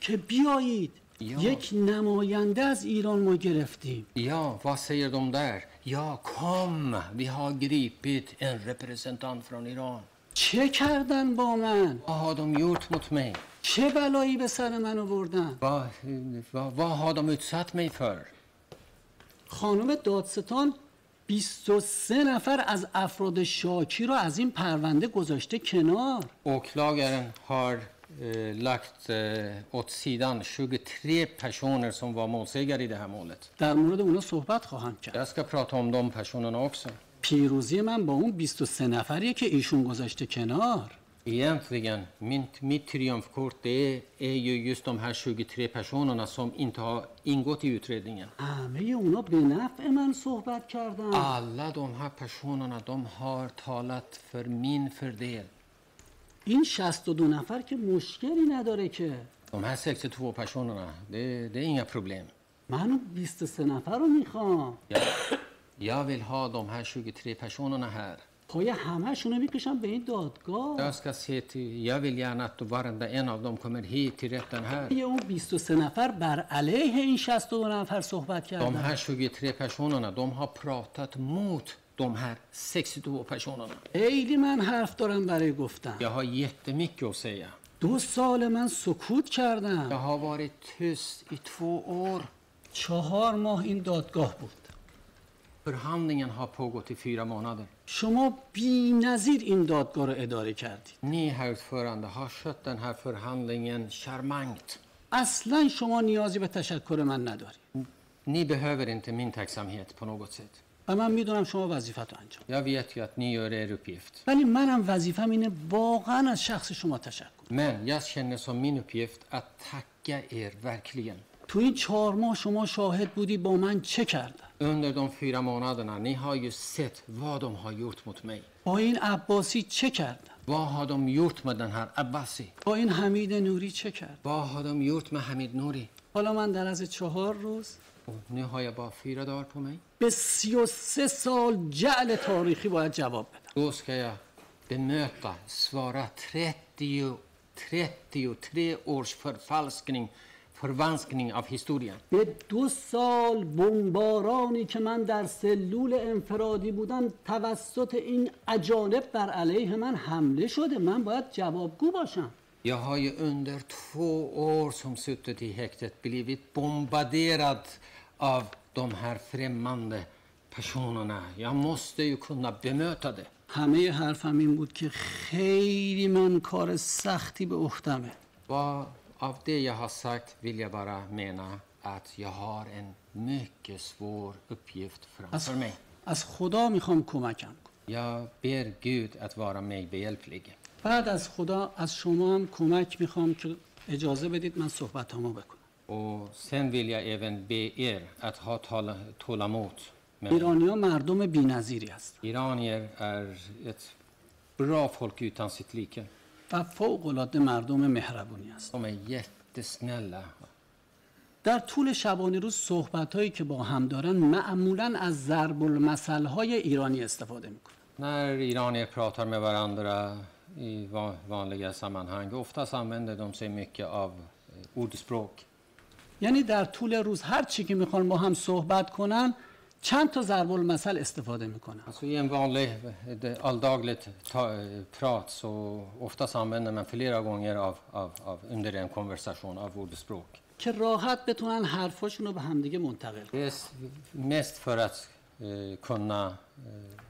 Speaker 4: که بیایید
Speaker 1: یا.
Speaker 4: یک نماینده از ایران ما گرفتیم
Speaker 1: Ja, vad säger de där? Ja, kom! Vi har gripit en representant från Iran.
Speaker 4: چه کردن با من
Speaker 1: Vad har de gjort mot mig?
Speaker 4: چه بلایی به سر من آوردن
Speaker 1: Vad, eh, vad, vad har de utsatt mig för?
Speaker 4: خانم دادستان 23 نفر از افراد شاکی را از این پرونده گذاشته کنار
Speaker 1: Åklagaren har eh, lagt eh, åt sidan 23 personer som var målsägare i det här målet.
Speaker 4: در مورد اونا صحبت خواهم کرد
Speaker 1: Jag ska prata om de personerna också.
Speaker 4: پیروزی من با اون 23 نفریه که ایشون گذاشته کنار
Speaker 1: Egentligen, min, mitt triumfkort det är, är ju just de här 23 personerna som inte har ingått i utredningen.
Speaker 4: همه اونا به نفع من صحبت کردن
Speaker 1: Alla de här personerna de har talat för min fördel.
Speaker 4: این 62 نفر که مشکلی نداره که
Speaker 1: De här 62 personerna, det, det är inga problem.
Speaker 4: من اون 23 نفر رو میخوام
Speaker 1: Jag, jag vill ha de här 23 personerna här.
Speaker 4: پای همهشون رو میکشم به این دادگاه
Speaker 1: Jag ska se till, jag vill gärna att varenda en av dem kommer hit till rätten här.
Speaker 4: یه اون 23 نفر بر علیه این 62 نفر صحبت
Speaker 1: De
Speaker 4: کردن
Speaker 1: här 23 personerna, de har pratat mot de här 62 personerna.
Speaker 4: خیلی من حرف دارم برای گفتن
Speaker 1: Jag har jättemycket att säga.
Speaker 4: دو سال من سکوت
Speaker 1: Jag
Speaker 4: کردم
Speaker 1: har varit tyst i två år.
Speaker 4: چهار ماه این دادگاه بود
Speaker 1: Förhandlingen har pågått i fyra månader.
Speaker 4: شما بی این دادگاه رو اداره کردید
Speaker 1: Ni, herr ordförande, har skött den här förhandlingen charmant.
Speaker 4: اصلا شما نیازی به تشکر من ندارید
Speaker 1: Ni behöver inte min tacksamhet på något sätt.
Speaker 4: و من میدونم شما وظیفت رو انجام
Speaker 1: Jag vet ju att ni gör er uppgift.
Speaker 4: ولی منم وظیفم اینه واقعا از شخص شما تشکر
Speaker 1: Men jag känner som min uppgift att tacka er verkligen.
Speaker 4: تو این چهار ماه شما شاهد بودی با من چه کردن
Speaker 1: Under de fyra månaderna, ni har ju sett vad de har gjort mot mig.
Speaker 4: با این عباسی چه کردن
Speaker 1: Vad har de gjort med den här Abbasi?
Speaker 4: با این حمید نوری چه کرد
Speaker 1: Vad har de gjort med Hamid Nouri?
Speaker 4: حالا من در از چهار روز
Speaker 1: Och nu har jag bara fyra dagar på mig.
Speaker 4: به سی و سه سال جعل تاریخی باید جواب بدم
Speaker 1: Då ska jag bemöta, svara 30, 33 års förfalskning, förvanskning av historien.
Speaker 4: به دو سال بمبارانی که من در سلول انفرادی بودم توسط این اجانب بر علیه من حمله شده من باید جوابگو باشم
Speaker 1: Jag har ju under två år som suttit i häktet blivit bombarderad av de här främmande personerna. Jag måste ju kunna bemöta det.
Speaker 4: همه حرفم این بود که خیلی من کار سختی به عهدمه
Speaker 1: Vad av det jag har sagt vill jag bara mena att jag har en mycket svår uppgift
Speaker 4: Alltså-
Speaker 1: framför mig.
Speaker 4: از خدا میخوام کمکم کن
Speaker 1: Jag ber Gud att vara mig behjälplig.
Speaker 4: بعد از خدا از شما هم کمک میخوام که اجازه بدید من صحبتامو بکنم
Speaker 1: Och sen vill jag även be er att ha tala- tålamod med mig.
Speaker 4: ایرانی ها مردم بی‌نظیری هستند
Speaker 1: Iranier är ett bra folk utan sitt like.
Speaker 4: و فوق العاده مردم مهربونی هستند
Speaker 1: De är jättesnälla.
Speaker 4: در طول شبانه روز صحبت هایی که با هم دارن معمولا از ضرب المثل های ایرانی استفاده میکنن
Speaker 1: När iranier pratar med varandra i va- vanliga sammanhang, oftast använder de sig mycket av eh, ordspråk.
Speaker 4: یعنی در طول روز هر چی که میخوان با هم صحبت کنن چند تا ضرب المثل استفاده میکنن
Speaker 1: Alltså I en vanlig eh, det- alldagligt ta, eh, prat så oftast använder man flera gånger av, av, av, under en konversation av ordspråk.
Speaker 4: که راحت بتونن حرفاشون رو به همدیگه منتقل کنن
Speaker 1: Det är s- mest för att eh, kunna eh,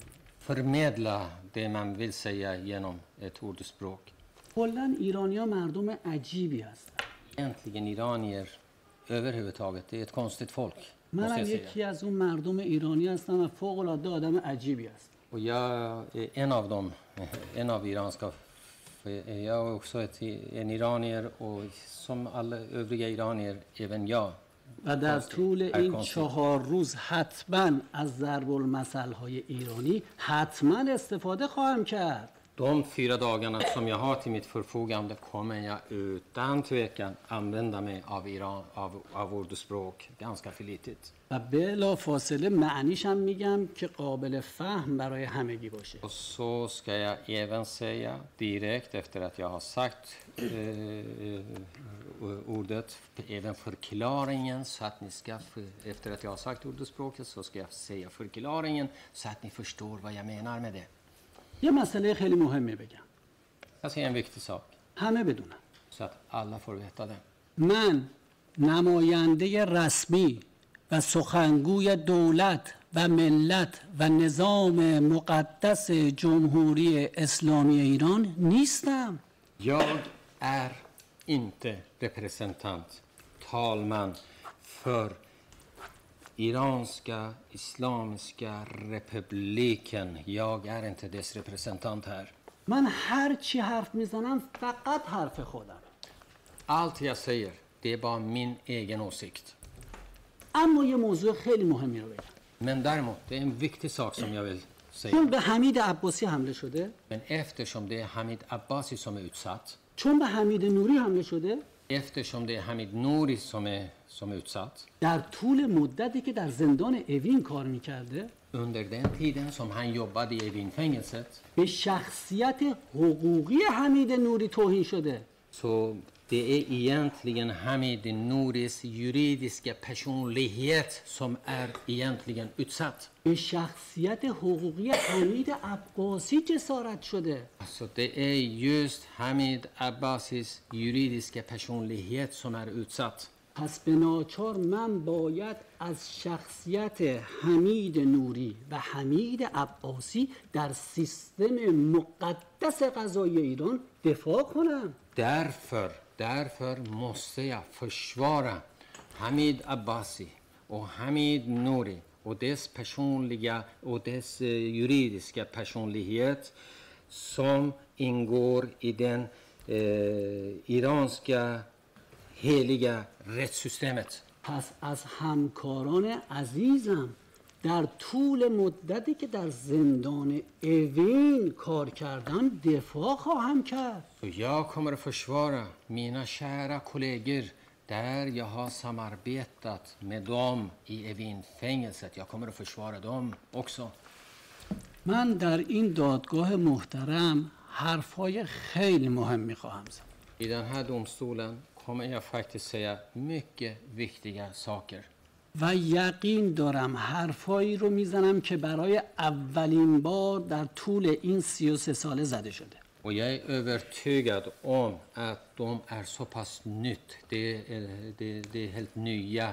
Speaker 1: förmedla det man vill säga genom ett ordspråk.
Speaker 4: کلا ایرانیا مردم عجیبی هستن
Speaker 1: Egentligen iranier överhuvudtaget, det är ett konstigt folk. Måste
Speaker 4: منم
Speaker 1: jag säga.
Speaker 4: یکی از اون مردم ایرانی هستم و فوق العاده آدم عجیبی هستم
Speaker 1: Och jag är en av dem, [laughs] en av iranska. för Jag är också ett, en iranier och som alla övriga iranier, även jag.
Speaker 4: و در
Speaker 1: کانسل.
Speaker 4: طول
Speaker 1: هر
Speaker 4: این
Speaker 1: کانسل.
Speaker 4: چهار روز حتما از ضرب المثل های ایرانی حتما استفاده خواهم کرد
Speaker 1: De fyra dagarna som jag har till mitt förfogande kommer jag utan tvekan använda mig av, Iran, av, av ordspråk ganska flitigt.
Speaker 4: و بلا فاصله معنیشم میگم که قابل فهم برای همگی باشه
Speaker 1: Och så ska jag även säga direkt efter att jag har sagt eh, eh, ordet, även förklaringen så att ni ska, efter att jag har sagt ordspråket så ska jag säga förklaringen så att ni förstår vad jag menar med det.
Speaker 4: یه مسئله خیلی مهمه بگم
Speaker 1: Jag säger en viktig sak
Speaker 4: همه بدونن
Speaker 1: så att alla får veta det.
Speaker 4: من نماینده رسمی و سخنگوی دولت و ملت و نظام مقدس جمهوری اسلامی ایران نیستم
Speaker 1: Jag är inte representant, talman, för Iranska Islamiska republiken. Jag är inte dess representant här.
Speaker 4: من هر چی حرف میزنم فقط حرف خودم
Speaker 1: Allt jag säger, det är bara min egen åsikt.
Speaker 4: اما یه موضوع خیلی مهمی رو بگم
Speaker 1: Men däremot, det är en viktig sak som jag vill
Speaker 4: چون
Speaker 1: säga.
Speaker 4: به حمید عباسی حمله شده
Speaker 1: Men eftersom det är Hamid Abbasi som är utsatt,
Speaker 4: چون به حمید نوری حمله شده
Speaker 1: eftersom det är Hamid Nouri som är, som är utsatt,
Speaker 4: در طول مدتی که در زندان اوین کار میکرده
Speaker 1: under den tiden som han jobbade i Evinfängelset,
Speaker 4: به شخصیت حقوقی حمید نوری توهین شده
Speaker 1: Så det är egentligen Hamid Nouris juridiska personlighet som är egentligen utsatt.
Speaker 4: به شخصیت حقوقی حمید عباسی جسارت شده
Speaker 1: Alltså det är just Hamid Abbasis juridiska personlighet som är utsatt.
Speaker 4: پس به ناچار من باید از شخصیت حمید نوری و حمید عباسی در سیستم مقدس قضایی ایران دفاع کنم
Speaker 1: Därför, därför måste jag försvara Hamid Abbasi och Hamid Nouri och dess personliga och dess eh, juridiska personlighet som ingår i den eh, iranska heliga rättssystemet.
Speaker 4: پس از همکاران عزیزم در طول مدتی که در زندان اوین کار کردم دفاع خواهم کرد
Speaker 1: Och jag kommer att försvara mina kära kollegor där jag har samarbetat med dem i Evinfängelset. Jag kommer att försvara dem också.
Speaker 4: من در این دادگاه محترم حرفهای خیلی مهم میخواهم زد
Speaker 1: I den här domstolen kommer jag faktiskt säga mycket viktiga saker.
Speaker 4: و یقین دارم حرفایی رو میزنم که برای اولین بار در طول این 33 ساله زده شده
Speaker 1: Och jag är övertygad om att de är så pass nytt. Det är, det, det är helt nya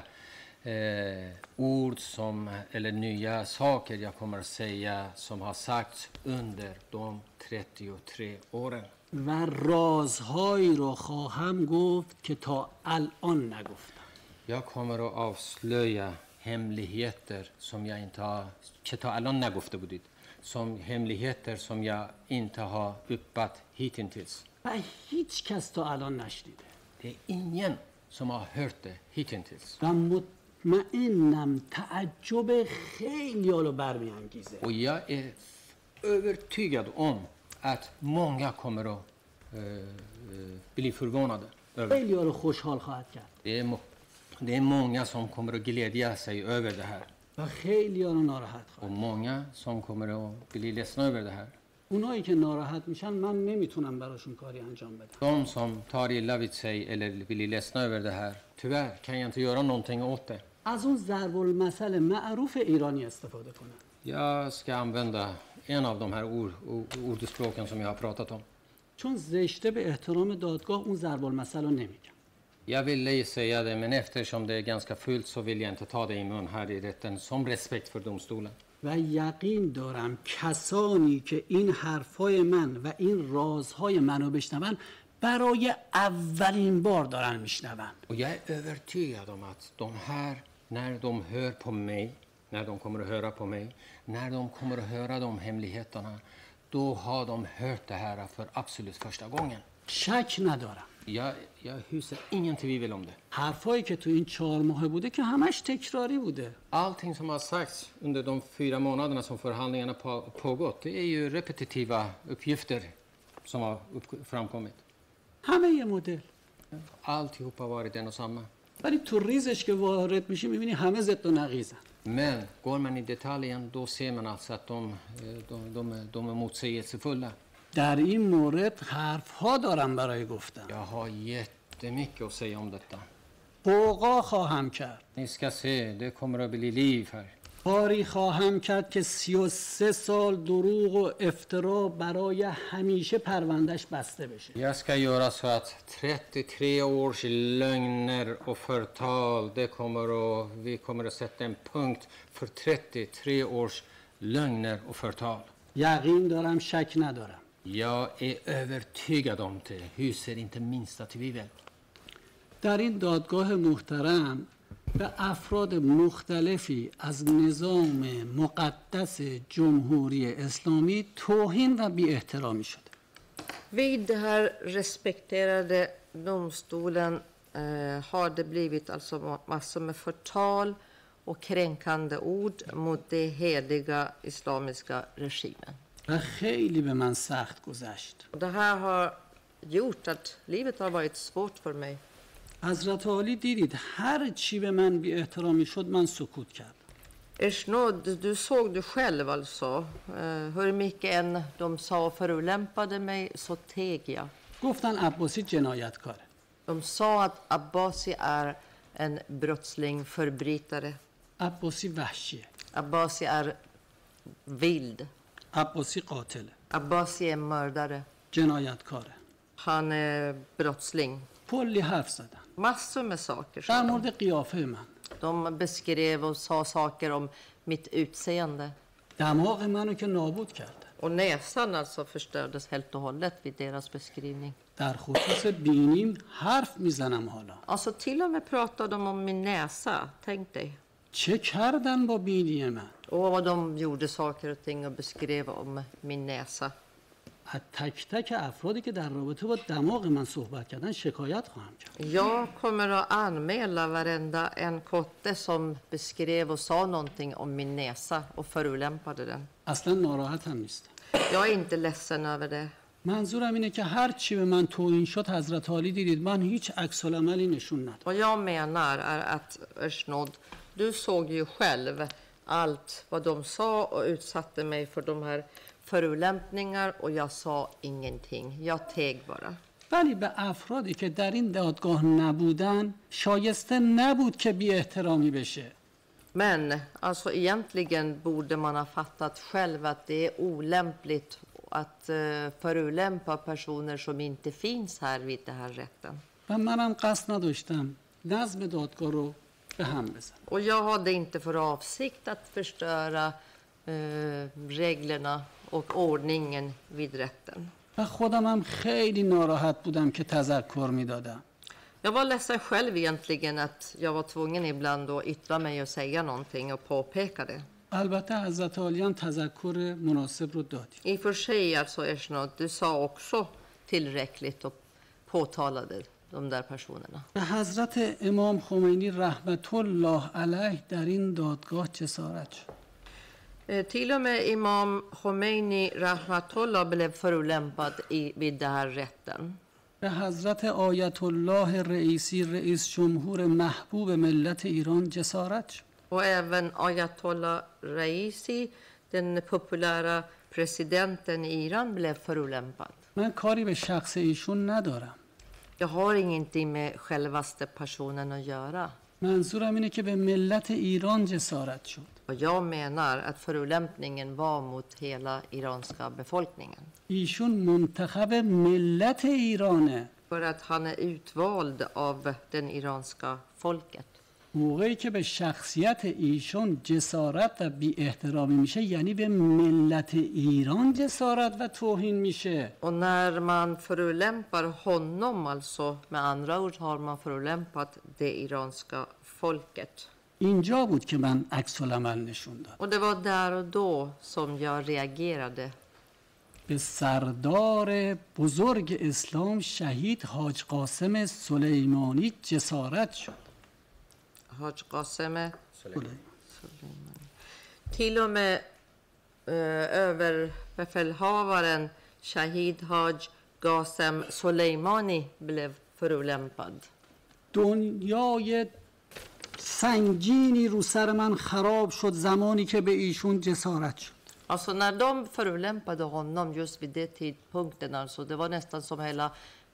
Speaker 1: eh, ord som, eller nya saker jag kommer att säga som har sagts under de 33 åren.
Speaker 4: و رازهایی رو خواهم گفت که تا الان نگفتم
Speaker 1: Jag kommer att avslöja hemligheter som jag inte har... که تا الان نگفته بودید. Som hemligheter som jag inte har uppat hittills.
Speaker 4: و هیچ کس تا الان نشنیده
Speaker 1: Det är ingen som har hört det hittills.
Speaker 4: و مطمئنم تعجب خیلی رو برمیانگیزه
Speaker 1: Och jag är övertygad om att många kommer att eh, eh, bli förvånade. Över.
Speaker 4: خیلی رو خوشحال خواهد کرد
Speaker 1: Det, är må- det är många som kommer att glädja sig över det här.
Speaker 4: و خیلی رو ناراحت خواهد
Speaker 1: Och många som kommer att bli ledsna över det här.
Speaker 4: اونایی که ناراحت میشن من نمیتونم براشون کاری انجام بدم
Speaker 1: De som tar illa vid sig eller blir ledsna över det här, tyvärr kan jag inte göra någonting åt det.
Speaker 4: از اون ضرب المثل معروف ایرانی استفاده کنم
Speaker 1: Jag ska använda en av de här ord, o- ordspråken som jag har pratat om.
Speaker 4: چون زشته به احترام دادگاه اون ضرب المثل رو نمیگم
Speaker 1: Jag ville ju säga det, men eftersom det är ganska fult så vill jag inte ta det i mun här i rätten som respekt för domstolen.
Speaker 4: و یقین دارم کسانی که این حرفای من و این رازهای منو بشنون برای اولین بار دارن میشنون
Speaker 1: Och jag är övertygad om att de här, när de hör på mig, när de kommer att höra på mig, när de kommer att höra de hemligheterna, då har de hört det här för absolut första gången.
Speaker 4: شک ندارم
Speaker 1: Jag, jag hyser ingen tvivel om det.
Speaker 4: حرفایی که تو این چهار ماه بوده که همش تکراری بوده
Speaker 1: Allting som har sagts under de fyra månaderna som förhandlingarna på, pågått, det är ju repetitiva uppgifter som har upp, framkommit.
Speaker 4: همه یه مدل
Speaker 1: Alltihop har varit en och samma.
Speaker 4: ولی تو ریزش که وارد میشی میبینی همه ضد و نقیزن
Speaker 1: Men går man i detaljen då ser man alltså att de, eh, de, de, är- de är motsägelsefulla.
Speaker 4: در این مورد حرفها دارم برای گفتن
Speaker 1: Jag har jättemycket att säga om detta.
Speaker 4: قوقا خواهم کرد
Speaker 1: Ni ska se, det kommer att bli liv här.
Speaker 4: کاری خواهم کرد که 33 سال دروغ و افترا برای همیشه پروندهش بسته بشه
Speaker 1: Jag ska göra så att 33 års lögner och förtal, det kommer att, vi kommer att sätta en punkt för 33 års lögner och förtal.
Speaker 4: یقین دارم شک ندارم
Speaker 1: Jag är övertygad om det, hyser inte minsta tvivel.
Speaker 4: در این دادگاه محترم به افراد مختلفی از نظام مقدس جمهوری اسلامی توهین و بی احترامی شده
Speaker 5: Vid det här respekterade domstolen eh, har det blivit alltså ma- massor med förtal och kränkande ord mot den heliga islamiska regimen.
Speaker 4: و خیلی به من سخت گذشت
Speaker 5: Och det här har gjort att livet har varit svårt för mig.
Speaker 4: حضرت عالی دیدید هر چی به من بی احترامی شد من سکوت کردم
Speaker 5: Eshno, du, du såg du själv alltså. Eh, hur mycket än de sa och förolämpade mig så teg jag.
Speaker 4: گفتن عباسی جنایتکاره
Speaker 5: De sa att Abbasi är en brottsling, förbrytare.
Speaker 4: عباسی وحشیه
Speaker 5: Abbasi är vild.
Speaker 4: عباسی قاتله
Speaker 5: Abbasi är mördare.
Speaker 4: جنایتکاره
Speaker 5: Han är brottsling.
Speaker 4: کلی حرف زدن
Speaker 5: Massor med saker. sa
Speaker 4: در
Speaker 5: de.
Speaker 4: مورد قیافه من
Speaker 5: De beskrev och sa saker om mitt utseende.
Speaker 4: دماغ منو که نابود کردن
Speaker 5: Och näsan alltså förstördes helt och hållet vid deras beskrivning.
Speaker 4: در خصوص بینیم حرف میزنم حالا
Speaker 5: Alltså till och med pratade de om min näsa, tänk dig.
Speaker 4: چه کردن با بینی من
Speaker 5: Och vad de gjorde saker och ting och beskrev om min näsa.
Speaker 4: از تک تک افرادی که در رابطه با دماغ من صحبت کردن شکایت خواهم کرد
Speaker 5: Jag kommer att anmäla varenda en kotte som beskrev och sa någonting om min näsa och förolämpade den.
Speaker 4: اصلا ناراحتم نیستم
Speaker 5: Jag är inte ledsen över det.
Speaker 4: منظورم اینه که هر چی به من توهین شد حضرت عالی دیدید من هیچ عکس عملی نشون ندادم
Speaker 5: Vad jag menar är att Ersnod, du såg ju själv allt vad de sa och utsatte mig för de här förolämpningar och jag sa ingenting. Jag teg bara.
Speaker 4: ولی به افرادی که در این دادگاه نبودن شایسته نبود که بی احترامی بشه
Speaker 5: Men alltså egentligen borde man ha fattat själv att det är olämpligt att eh, förolämpa personer som inte finns här vid den här rätten.
Speaker 4: و منم قصد نداشتم نظم دادگاه رو به هم بزنم
Speaker 5: Och jag hade inte för avsikt att förstöra eh, reglerna och ordningen vid rätten.
Speaker 4: و خودم هم خیلی ناراحت بودم که تذکر میدادم
Speaker 5: Jag var ledsen själv egentligen att jag var tvungen ibland att yttra mig och säga någonting och påpeka det.
Speaker 4: البته حضرت عالی هم تذکر مناسب رو دادی
Speaker 5: I och för sig alltså Ersnod, du sa också tillräckligt och påtalade de där personerna.
Speaker 4: به حضرت امام خمینی رحمت الله علیه در این دادگاه جسارت شد
Speaker 5: Eh, Till och med Imam Khomeini Rahmatullah blev förolämpad i, vid den här rätten.
Speaker 4: به حضرت آیت الله رئیسی رئیس جمهور محبوب ملت ایران جسارت شد
Speaker 5: Och även Ayatollah Raisi, den populära presidenten i Iran, blev förolämpad.
Speaker 4: من کاری به شخص ایشون ندارم
Speaker 5: Jag har ingenting med självaste personen att göra.
Speaker 4: منظورم اینه که به ملت ایران جسارت شد
Speaker 5: Och jag menar att förolämpningen var mot hela iranska befolkningen.
Speaker 4: ایشون منتخب ملت ایرانه
Speaker 5: För att han är utvald av den iranska folket.
Speaker 4: موقعی که به شخصیت ایشون جسارت و بی احترامی میشه یعنی به ملت ایران جسارت و توهین میشه
Speaker 5: Och när man förolämpar honom, alltså med andra ord har man förolämpat det iranska folket.
Speaker 4: اینجا بود که من عکس العمل نشون داد
Speaker 5: Och det var där och då som jag reagerade
Speaker 4: به سردار بزرگ اسلام شهید حاج قاسم سلیمانی جسارت شد
Speaker 5: Haj Qasem Till och med eh, överbefälhavaren Shahid Haj Qasem Soleimani blev förolämpad.
Speaker 4: دنیای سنگینی رو سر من خراب شد زمانی که به ایشون جسارت شد
Speaker 5: Alltså när de förolämpade honom just vid det tidpunkten, alltså, det var nästan som hela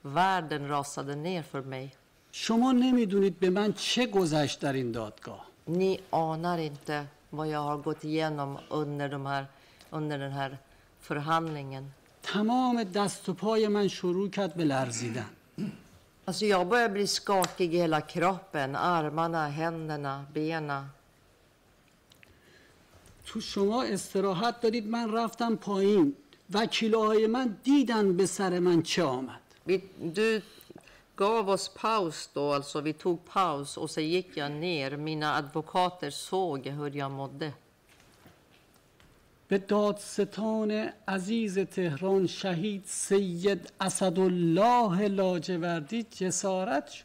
Speaker 5: världen rasade ner för mig.
Speaker 4: شما نمیدونید به من چه گذشت در این دادگاه
Speaker 5: Ni anar inte vad jag har gått igenom under, de här, under den här förhandlingen.
Speaker 4: تمام دست و پای من شروع کرد به لرزیدن
Speaker 5: Alltså jag börjar bli skakig i hela kroppen, armarna, händerna, benen.
Speaker 4: تو شما استراحت دارید من رفتم پایین وکیلهای من دیدن به سر من چه آمد
Speaker 5: Vi, du gav oss paus då, alltså vi tog paus och så gick jag ner. Mina advokater såg hur jag mådde.
Speaker 4: به دادستان عزیز تهران شهید سید اسدالله لاجوردی جسارت شد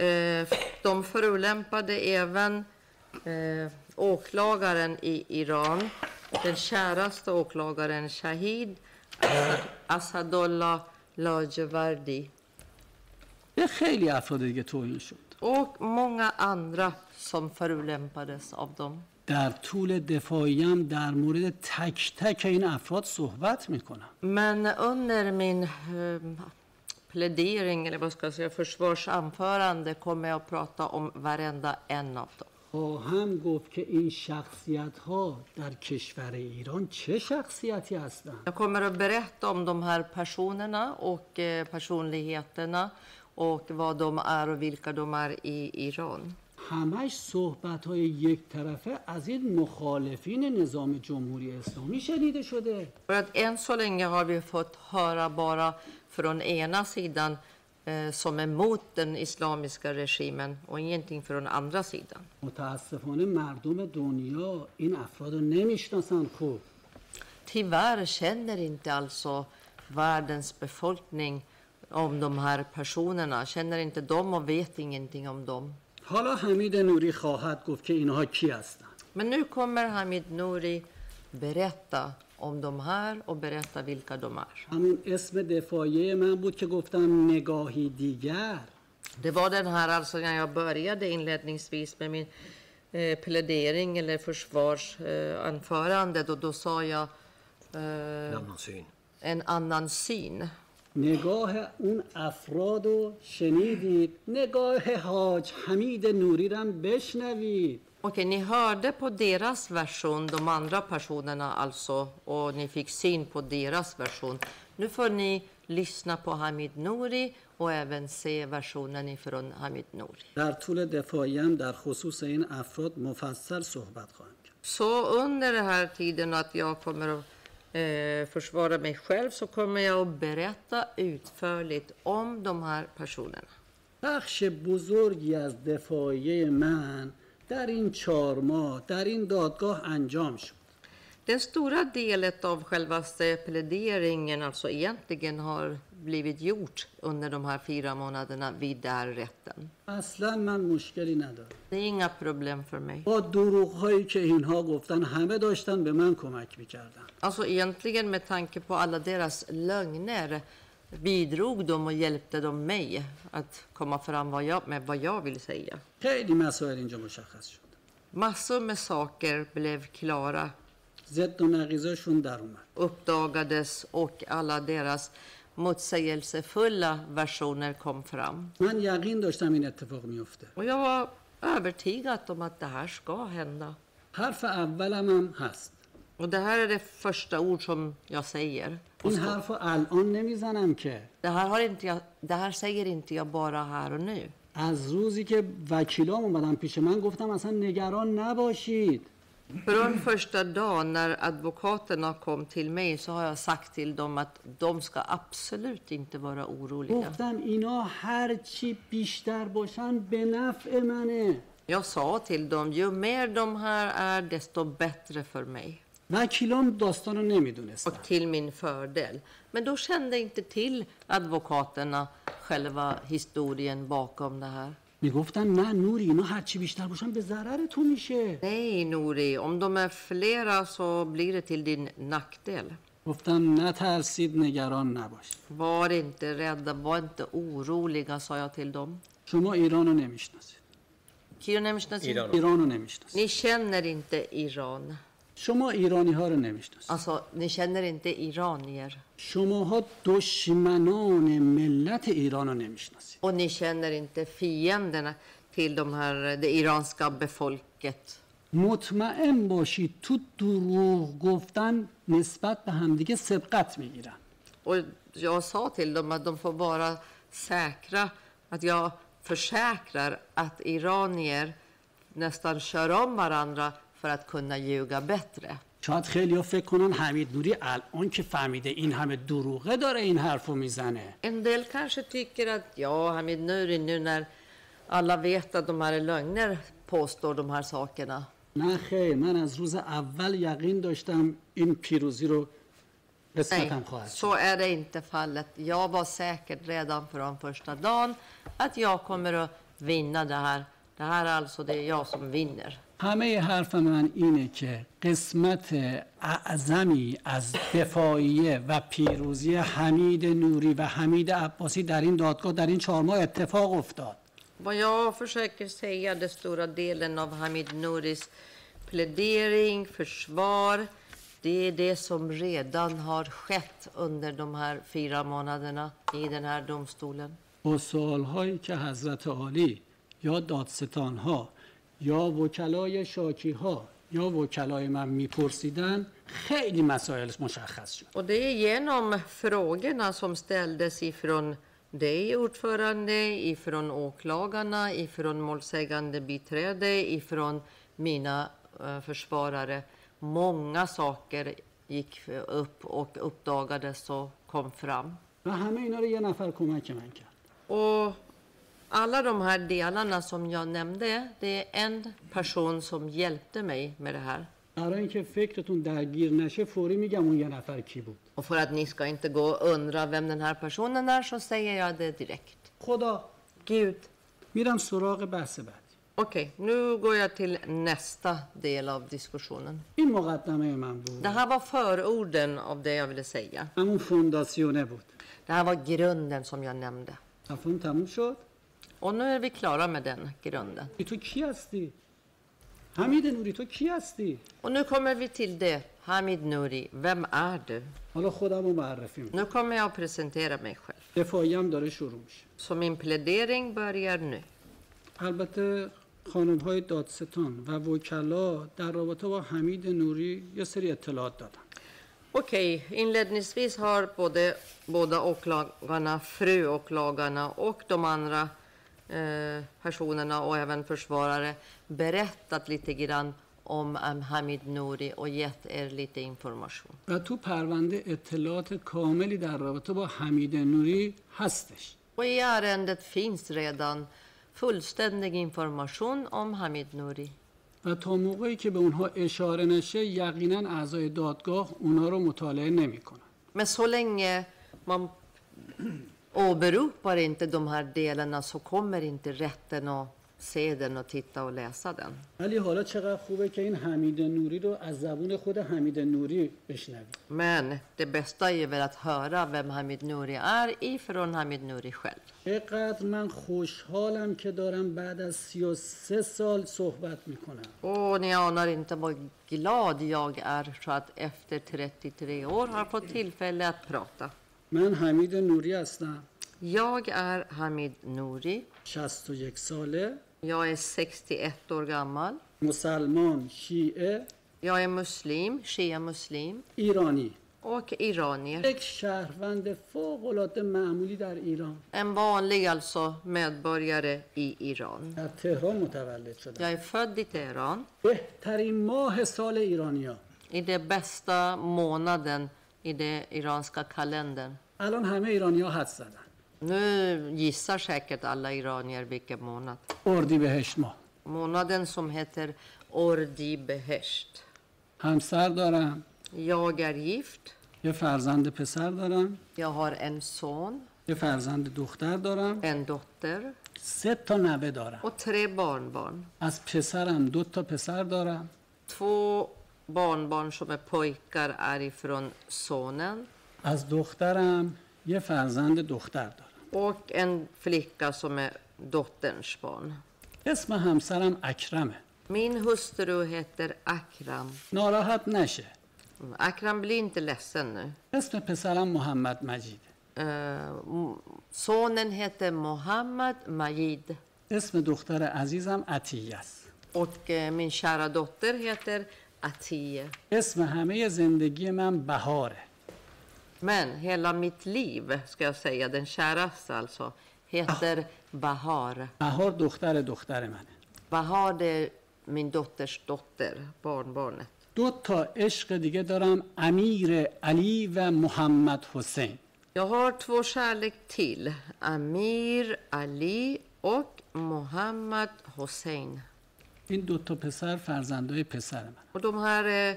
Speaker 5: Eh, de förolämpade även eh, åklagaren i Iran, den käraste åklagaren Shahid Asad- Asadollah Lajevardi
Speaker 4: به خیلی افراد دیگه توهین شد
Speaker 5: och många andra som förolämpades av dem.
Speaker 4: در طول دفاعیم در مورد تک تک این افراد صحبت میکنم
Speaker 5: Men under min eh, plädering, eller vad ska jag säga, försvarsanförande kommer jag att prata om varenda en av dem.
Speaker 4: خب، هم گفت که این شخصیت ها در کشور ایران چه شخصیتی هستند
Speaker 5: Jag kommer att berätta om de här personerna och eh, personligheterna och vad de är och vilka de är i Iran.
Speaker 4: همش صحبت های یک طرفه از این مخالفین نظام جمهوری اسلامی شنیده شده
Speaker 5: För att än så länge har vi fått höra bara från ena sidan eh, som är emot den islamiska regimen och ingenting från andra sidan.
Speaker 4: متاسفانه مردم دنیا این افراد رو نمیشناسن خب، خوب
Speaker 5: Tyvärr känner inte alltså världens befolkning om de här personerna, känner inte dem och vet ingenting om dem.
Speaker 4: حالا حمید نوری خواهد گفت که اینها کی هستند
Speaker 5: Men nu kommer Hamid Nouri berätta om de här och berätta vilka de är.
Speaker 4: همون اسم دفاعیه من بود که گفتم نگاهی دیگر
Speaker 5: Det var den här alltså när jag började inledningsvis med min eh, plädering eller försvarsanförande eh, anförande, då, då sa jag eh, en annan syn.
Speaker 4: نگاه اون افراد رو شنیدید نگاه حاج حمید نوری رو هم بشنوید
Speaker 5: Okej, ni hörde på deras version, de andra personerna alltså, och ni fick syn på deras version. Nu får ni lyssna på Hamid Nouri och även se versionen ifrån Hamid Nouri.
Speaker 4: در طول دفاعیم در خصوص این افراد مفصل صحبت خواهم کرد
Speaker 5: Så under den här tiden att jag kommer att eh, försvara mig själv så kommer jag att berätta utförligt om de här personerna.
Speaker 4: بخش بزرگی از دفاعیه من در این چهار ماه در این دادگاه انجام شد
Speaker 5: Den stora delen av självaste pläderingen alltså egentligen har blivit gjort under de här fyra månaderna vid där rätten.
Speaker 4: اصلا من مشکلی ندارم
Speaker 5: Det är inga problem för mig.
Speaker 4: با دروغ هایی که اینها گفتن همه داشتن به من کمک میکردن
Speaker 5: Alltså egentligen med tanke på alla deras lögner bidrog de och hjälpte de mig att komma fram vad jag, med vad jag vill säga.
Speaker 4: خیلی مسائل اینجا مشخص شد
Speaker 5: Massor med saker blev klara,
Speaker 4: ضد و نقیزشون در اومد
Speaker 5: uppdagades och alla deras motsägelsefulla versioner kom fram.
Speaker 4: من یقین داشتم این اتفاق میفته
Speaker 5: Och jag var övertygad om att det här ska hända.
Speaker 4: حرف اولم هم هست
Speaker 5: Och det här är det första ord som jag säger.
Speaker 4: این حرف رو الان نمیزنم که
Speaker 5: Det här, har inte jag, det här säger inte jag bara här och nu.
Speaker 4: از روزی که وکیلام اومدن پیش من گفتم اصلا نگران نباشید
Speaker 5: Från första dagen när advokaterna kom till mig så har jag sagt till dem att de ska absolut inte vara oroliga.
Speaker 4: گفتم اینا هر چی بیشتر باشن به نفع منه
Speaker 5: Jag sa till dem, ju mer de här är desto bättre för mig
Speaker 4: وکیلام داستان رو نمیدونستن
Speaker 5: och till min fördel. Men då kände inte till advokaterna själva historien bakom det här.
Speaker 4: میگفتن نه نوری اینا هر چی بیشتر باشن به ضرر تو میشه
Speaker 5: Nej, Nori, om de är flera så blir det till din nackdel.
Speaker 4: گفتم نترسید نگران نباشید
Speaker 5: Var inte rädda, var inte oroliga, sa jag till dem.
Speaker 4: شما ایران رو نمیشناسید
Speaker 5: Kiruna Emerson,
Speaker 1: ایران رو.
Speaker 4: ایران رو نمیشناسید
Speaker 5: Ni känner inte Iran.
Speaker 4: شما ایرانی ها رو نمیشناسید
Speaker 5: Alltså, ni känner inte iranier.
Speaker 4: شماها دشمنان ملت ایران رو نمیشناسید
Speaker 5: Och ni känner inte fienderna till de här, det iranska befolket.
Speaker 4: مطمئن باشید تو دروغ گفتن نسبت به همدیگه سبقت میگیرن
Speaker 5: Och jag sa till dem att de får vara säkra, att jag försäkrar att iranier nästan kör om varandra för att kunna ljuga bättre.
Speaker 4: شاید خیلی فکر کنن حمید نوری الان که فهمیده این همه دروغه داره این حرفو میزنه
Speaker 5: En del kanske tycker att ja, Hamid Nuri, nu när alla vet att de här är lögner påstår de här sakerna.
Speaker 4: نه خیر من از روز اول یقین داشتم این پیروزی رو
Speaker 5: Nej,
Speaker 4: قسمتم خواهد شد
Speaker 5: så är det inte fallet. Jag var säker redan från första dagen att jag kommer att vinna det här. Det här är alltså, det är jag som vinner.
Speaker 4: همه حرف من اینه که قسمت اعظمی از دفاعیه و پیروزی حمید نوری و حمید عباسی در این دادگاه در این چهار ماه اتفاق افتاد
Speaker 5: Vad jag försöker säga, den stora delen av Hamid Nouris plädering, försvar, det är det som redan har skett under de här fyra månaderna i den här domstolen.
Speaker 4: با سوالهایی که حضرت عالی یا دادستانها یا وکلای شاکیها یا وکلای من میپرسیدن خیلی مسائل مشخص شد
Speaker 5: Och det är genom frågorna som ställdes ifrån dig, ordförande, ifrån åklagarna, ifrån målsägande biträde, ifrån mina eh, försvarare. Många saker gick eh, upp och uppdagades och kom fram.
Speaker 4: و همه اینا رو یه نفر کمک من کرد
Speaker 5: Och alla de här delarna som jag nämnde, det är en person som hjälpte mig med det här.
Speaker 4: برای اینکه فکرتون درگیر نشه فوری میگم اون یه نفر کی بود
Speaker 5: Och för att ni ska inte gå och undra vem den här personen är så säger jag det direkt.
Speaker 4: خدا
Speaker 5: Gud.
Speaker 4: میرم سراغ بحث بعدی
Speaker 5: Okej, nu går jag till nästa del av diskussionen.
Speaker 4: این مقدمه من بود
Speaker 5: Det här var förorden av det jag ville säga.
Speaker 4: همون فونداسیونه بود
Speaker 5: Det här var grunden som jag nämnde.
Speaker 4: تفاهم تموم شد
Speaker 5: Och nu är vi klara med den grunden.
Speaker 4: تو کی هستی حمید نوری تو کی هستی
Speaker 5: Och nu kommer vi till det. Hamid Nouri, vem är du?
Speaker 4: حالا خودم رو معرفی میکنم
Speaker 5: Nu kommer jag att presentera mig själv.
Speaker 4: دفاعی هم داره شروع میشه
Speaker 5: Så min plädering börjar nu.
Speaker 4: البته خانم های دادستان و وکلا در رابطه با حمید نوری یه سری اطلاعات دادن
Speaker 5: Okej, inledningsvis har både båda åklagarna, fruåklagarna och de andra eh, personerna och även försvarare berättat lite grann om Am- Hamid Nouri och gett er lite information.
Speaker 4: و تو پرونده اطلاعات کاملی در رابطه با حمید نوری هستش
Speaker 5: Och i ärendet finns redan fullständig information om Hamid Nouri.
Speaker 4: و تا موقعی که به اونها اشاره nشه یقینا اعضای دادگاه اونها رو مطالعه نمیکنن
Speaker 5: Men så länge man åberopar inte de här delarna så kommer inte rätten att se den och titta och läsa den.
Speaker 4: ولی حالا چقدر خوبه که این حمید نوری رو از زبون خود حمید نوری بشنوید
Speaker 5: Men det bästa är väl att höra vem Hamid Nouri är ifrån Hamid Nouri själv.
Speaker 4: چقدر من خوشحالم که دارم بعد از 33 سال صحبت میکنم
Speaker 5: Och ni anar inte vad glad jag är så att efter 33 år har fått tillfälle att prata.
Speaker 4: من حمید نوری هستم
Speaker 5: Jag är Hamid Nouri.
Speaker 4: 61 ساله
Speaker 5: Jag är 61 år gammal.
Speaker 4: مسلمان شیعه
Speaker 5: Jag är muslim, shia-muslim
Speaker 4: ایرانی
Speaker 5: och iranier.
Speaker 4: یک شهروند فوق‌العاده معمولی در ایران
Speaker 5: En vanlig alltså medborgare i Iran.
Speaker 4: در تهران متولد شدم
Speaker 5: Jag är född i Teheran,
Speaker 4: بهترین ماه سال ایرانیا
Speaker 5: i den bästa månaden i den iranska kalendern.
Speaker 4: الان همه ایرانیا حد زدن
Speaker 5: Nu gissar säkert alla iranier vilken månad.
Speaker 4: اردی بهشت ماه
Speaker 5: Månaden som heter Ordibehesht.
Speaker 4: همسر دارم
Speaker 5: Jag är gift.
Speaker 4: یه فرزند پسر دارم
Speaker 5: Jag har en son,
Speaker 4: یه فرزند دختر دارم
Speaker 5: en dotter
Speaker 4: سه تا نوه دارم
Speaker 5: och tre barnbarn.
Speaker 4: از پسرم دو تا پسر دارم
Speaker 5: Två barnbarn som är pojkar är ifrån sonen
Speaker 4: از دخترم یه فرزند دختر دارم
Speaker 5: och en flicka som är dotterns barn.
Speaker 4: اسم همسرم اکرمه
Speaker 5: Min hustru heter Akram.
Speaker 4: ناراحت نشه
Speaker 5: Akram blir inte ledsen nu.
Speaker 4: اسم پسرم محمد مجیده
Speaker 5: Eh, m- sonen heter Mohammad Majid
Speaker 4: اسم دختر عزیزم عطیه است
Speaker 5: och eh, min kära dotter heter Atiye.
Speaker 4: اسم همه زندگی من بهاره
Speaker 5: Men hela mitt liv, ska jag säga, den käraste alltså, heter Bahar.
Speaker 4: بهار دختر دختر منه
Speaker 5: Bahar det är min dotters dotter, barnbarnet.
Speaker 4: دو تا عشق دیگه دارم امیر علی و محمد حسین
Speaker 5: Jag har två kärlek till, Amir Ali och Mohammad Hossein.
Speaker 4: این دو تا پسر فرزندای پسر من
Speaker 5: Och de här är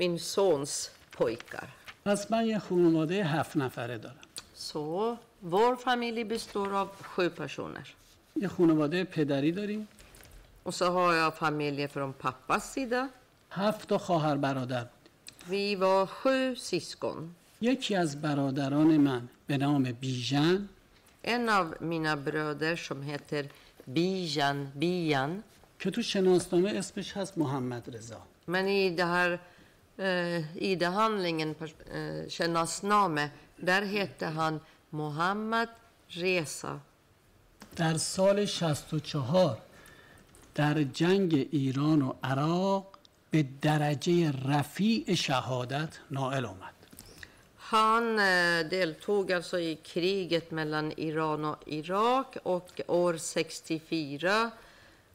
Speaker 5: min sons pojkar.
Speaker 4: پس من یه خانواده هفت نفره دارم
Speaker 5: Så vår familj består av sju personer.
Speaker 4: یه خانواده پدری داریم
Speaker 5: Och så har jag familjer från pappas sida.
Speaker 4: هفت تا خواهر برادر بود.
Speaker 5: Vi var sju syskon.
Speaker 4: یکی از برادران من به نام بیژن
Speaker 5: En av mina bröder som heter Bijan, Bijan.
Speaker 4: که تو شناسنامه اسمش هست محمد رضا
Speaker 5: Men i det här eh, ID-handlingen, pers- eh, Shenasname, där heter han Mohammad Reza.
Speaker 4: در سال 64 در جنگ ایران و عراق به درجه رفیع شهادت نائل آمد
Speaker 5: Han eh, deltog alltså i kriget mellan Iran och Irak och år 64